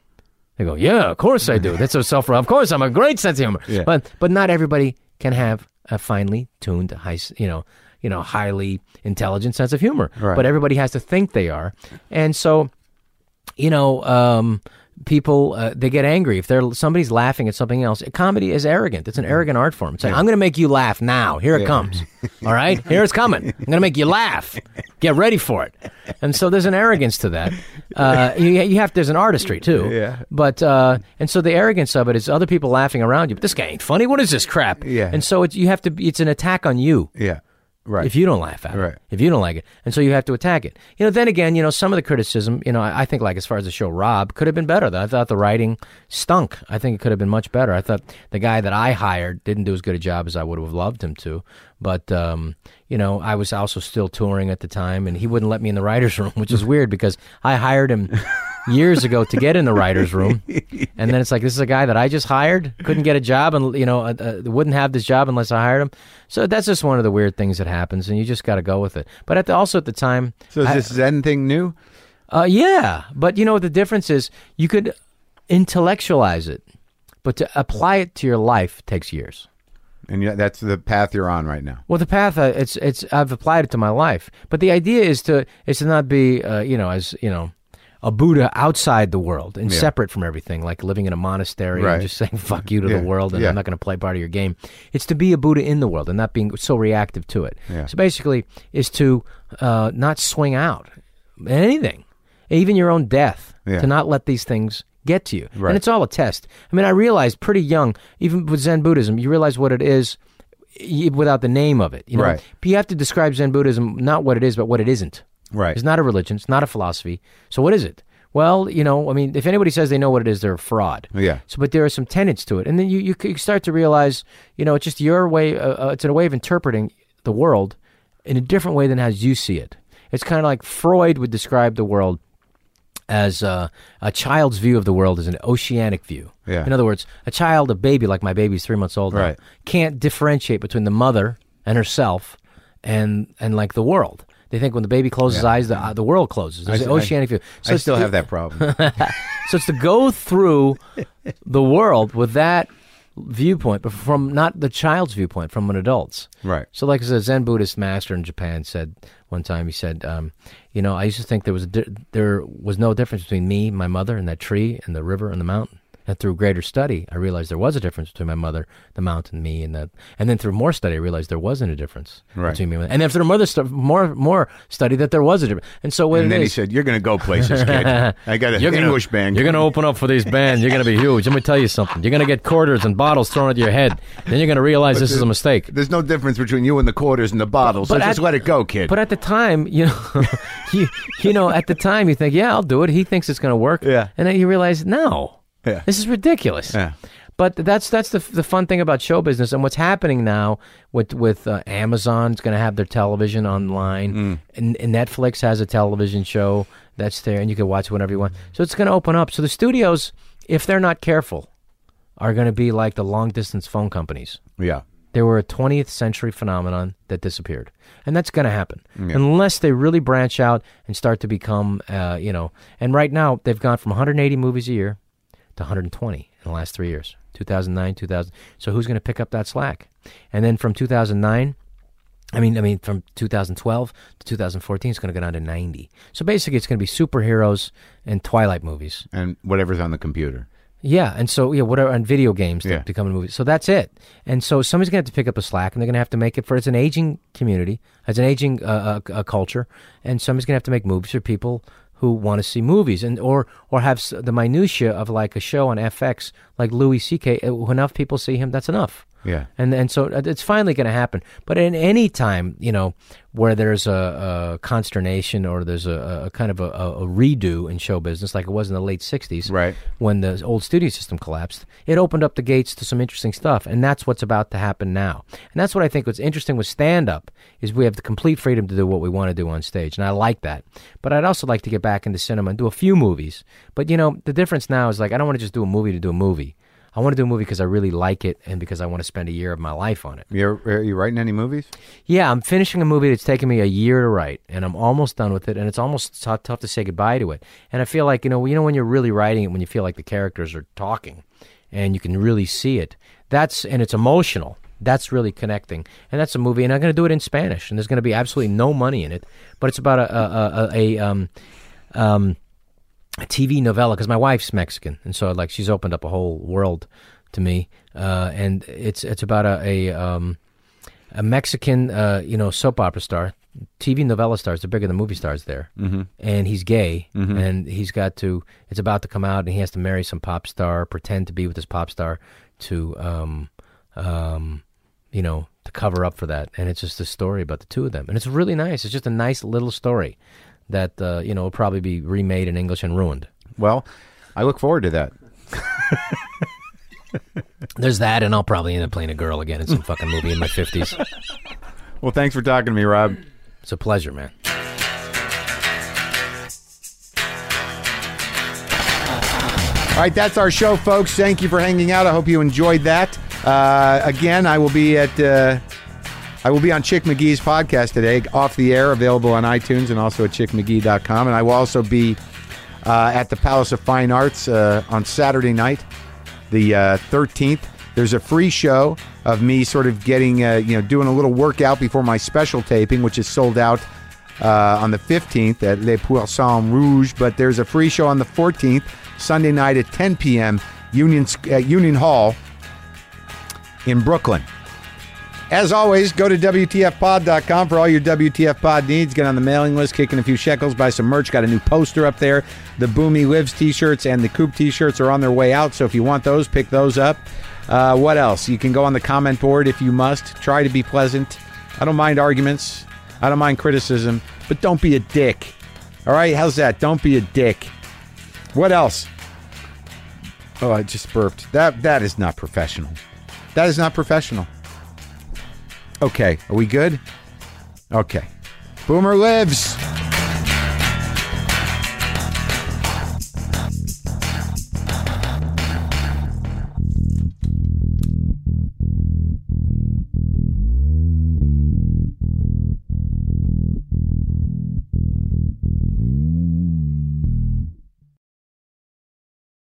Speaker 3: they go, yeah, of course I do. That's a self. Of course, I'm a great sense of humor.
Speaker 5: Yeah.
Speaker 3: But but not everybody can have a finely tuned, high, s- you know, you know, highly intelligent sense of humor.
Speaker 5: Right.
Speaker 3: But everybody has to think they are, and so you know, um, people uh, they get angry if they're somebody's laughing at something else. Comedy is arrogant. It's an arrogant art form. It's like I'm going to make you laugh now. Here it comes. All right, here it's coming. I'm going to make you laugh. Get ready for it. And so there's an arrogance to that. Uh, you, you have there's an artistry too.
Speaker 5: Yeah.
Speaker 3: But uh, and so the arrogance of it is other people laughing around you. But this guy ain't funny. What is this crap?
Speaker 5: Yeah.
Speaker 3: And so it's you have to. be- It's an attack on you
Speaker 5: Yeah. Right.
Speaker 3: if you don't laugh at
Speaker 5: Right.
Speaker 3: it, if you don't like it, and so you have to attack it. You know, then again, you know, some of the criticism, you know, I, I think like as far as the show Rob could have been better. I thought the writing stunk. I think it could have been much better. I thought the guy that I hired didn't do as good a job as I would have loved him to. But um, you know, I was also still touring at the time, and he wouldn't let me in the writers' room, which is weird because I hired him. Years ago, to get in the writers' room, and then it's like this is a guy that I just hired, couldn't get a job, and you know, uh, uh, wouldn't have this job unless I hired him. So that's just one of the weird things that happens, and you just got to go with it. But at the, also at the time,
Speaker 5: so is this Zen thing new?
Speaker 3: uh, yeah. But you know what the difference is? You could intellectualize it, but to apply it to your life takes years.
Speaker 5: And yeah, that's the path you're on right now.
Speaker 3: Well, the path uh, it's it's I've applied it to my life, but the idea is to is to not be uh, you know as you know a Buddha outside the world and separate from everything, like living in a monastery
Speaker 5: Right.
Speaker 3: and just saying "fuck you" to
Speaker 5: Yeah,
Speaker 3: the world, and
Speaker 5: yeah.
Speaker 3: I'm not going to play part of your game. It's to be a Buddha in the world and not being so reactive to it. So basically, is to uh, not swing out at anything, even your own death,
Speaker 5: Yeah.
Speaker 3: to not let these things get to you.
Speaker 5: Right.
Speaker 3: And it's all a test. I mean, I realized pretty young, even with Zen Buddhism, you realize what it is y- without the name of it. You know,
Speaker 5: Right.
Speaker 3: But you have to describe Zen Buddhism not what it is, but what it isn't.
Speaker 5: Right.
Speaker 3: It's not a religion. It's not a philosophy. So what is it? Well, you know, I mean, if anybody says they know what it is, they're a fraud.
Speaker 5: Yeah.
Speaker 3: So, but there are some tenets to it, and then you you c- start to realize, you know, it's just your way. Uh, uh, it's a way of interpreting the world in a different way than as you see it. It's kind of like Freud would describe the world as uh, a child's view of the world is an oceanic view.
Speaker 5: Yeah.
Speaker 3: In other words, a child, a baby, like my baby's three months old, now,
Speaker 5: Right.
Speaker 3: can't differentiate between the mother and herself and and like the world. They think when the baby closes eyes, the, uh, the world closes. There's an oceanic view. So
Speaker 1: I
Speaker 3: it's-
Speaker 1: still have that problem.
Speaker 3: so it's to go through the world with that viewpoint, but from not the child's viewpoint, from an adult's.
Speaker 1: Right.
Speaker 3: So, like a Zen Buddhist master in Japan said one time, he said, um, "You know, I used to think there was a di- there was no difference between me, my mother, and that tree, and the river, and the mountain." And through greater study, I realized there was a difference between my mother, the mountain, me, and that. And then through more study, I realized there wasn't a difference between me and And then through more, stu- more more study, that there was a difference. And so what
Speaker 1: and
Speaker 3: it
Speaker 1: then he
Speaker 3: is-
Speaker 1: said, "You're going to go places, kid. I got an
Speaker 3: you're gonna,
Speaker 1: English band.
Speaker 3: You're going to open up for these bands. You're going to be huge. Let me tell you something. You're going to get quarters and bottles thrown at your head. Then you're going to realize this is a mistake.
Speaker 1: There's no difference between you and the quarters and the bottles.
Speaker 3: But
Speaker 1: so just
Speaker 3: at-
Speaker 1: let it go, kid.
Speaker 3: But at the time, you know, you, you know, at the time you think, yeah, I'll do it. He thinks it's going to work.
Speaker 1: Yeah.
Speaker 3: And then you realize, no,
Speaker 1: Yeah.
Speaker 3: this is ridiculous.
Speaker 1: Yeah.
Speaker 3: But that's that's the the fun thing about show business and what's happening now with with uh, Amazon's going to have their television online
Speaker 1: Mm.
Speaker 3: and, and Netflix has a television show that's there and you can watch whenever you want. So it's going to open up. So the studios, if they're not careful, are going to be like the long distance phone companies
Speaker 1: yeah,
Speaker 3: they were a 20th century phenomenon that disappeared and that's going to happen unless they really branch out and start to become uh, you know and right now they've gone from 180 movies a year to 120 in the last three years 2009 2000 so who's going to pick up that slack and then from 2009 I mean, I mean, from 2012 to 2014, it's going to go down to 90. So basically, it's going to be superheroes and Twilight movies.
Speaker 1: and whatever's on the computer.
Speaker 3: Yeah, and so yeah, whatever on video games that
Speaker 1: Yeah.
Speaker 3: become a movie. So that's it. And so somebody's gonna have to pick up a slack, and they're gonna have to make it for it's an aging community, it's an aging uh, uh, uh, culture, and somebody's gonna have to make movies for people who want to see movies and or or have s- the minutia of like a show on FX, like Louis C.K. uh, Enough people see him, that's enough.
Speaker 1: Yeah.
Speaker 3: And and so uh, it's finally going to happen. But in any time, you know, where there's a, a consternation or there's a, a kind of a, a a redo in show business, like it was in the late '60s,
Speaker 1: Right.
Speaker 3: when the old studio system collapsed, it opened up the gates to some interesting stuff, and that's what's about to happen now. And that's what I think. What's interesting with stand-up is we have the complete freedom to do what we want to do on stage, and I like that. But I'd also like to get back into cinema and do a few movies. But you know, the difference now is like I don't want to just do a movie to do a movie. I want to do a movie because I really like it and because I want to spend a year of my life on it.
Speaker 1: You're, are you writing any movies?
Speaker 3: Yeah, I'm finishing a movie that's taken me a year to write, and I'm almost done with it, and it's almost t- tough to say goodbye to it. And I feel like you know, you know, when you're really writing it, when you feel like the characters are talking, and you can really see it. That's and it's emotional. That's really connecting, and that's a movie. And I'm going to do it in Spanish, and there's going to be absolutely no money in it, but it's about a a, a, a um a TV novella because my wife's Mexican, and so like she's opened up a whole world to me. Uh, and it's it's about a a, um, a Mexican uh, you know soap opera star, TV novella stars. They're bigger than movie stars there, mm-hmm. and he's gay, and he's got to. It's about to come out, and he has to marry some pop star, pretend to be with this pop star to um, um, you know, to cover up for that. And it's just a story about the two of them. And it's really nice. It's just a nice little story that, uh, you know, will probably be remade in English and ruined.
Speaker 1: Well, I look forward to that.
Speaker 3: There's that, and I'll probably end up playing a girl again in some fucking movie in my 50s.
Speaker 1: Well, thanks for talking to me, Rob.
Speaker 3: It's a pleasure, man.
Speaker 1: All right, that's our show, folks. Thank you for hanging out. I hope you enjoyed that. Uh, again, I will be at uh, I will be on Chick McGee's podcast today, off the air, available on iTunes and also at chickmcgee.com. And I will also be uh, at the Palace of Fine Arts uh, on Saturday night, the uh, 13th. There's a free show of me sort of getting, uh, you know, doing a little workout before my special taping, which is sold out uh, on the 15th at Les Poissons Rouge. But there's a free show on the 14th, Sunday night at 10 p.m. Union at Union Hall in Brooklyn. As always, go to WTFpod.com for all your WTF pod needs. Get on the mailing list, kick in a few shekels, buy some merch. Got a new poster up there. The Boomy Lives t shirts and the Coop t shirts are on their way out. So if you want those, pick those up. Uh, what else? You can go on the comment board if you must. Try to be pleasant. I don't mind arguments, I don't mind criticism, but don't be a dick. All right, how's that? Don't be a dick. What else? Oh, I just burped. That that is not professional. That is not professional. Okay, are we good? Okay. Boomer lives.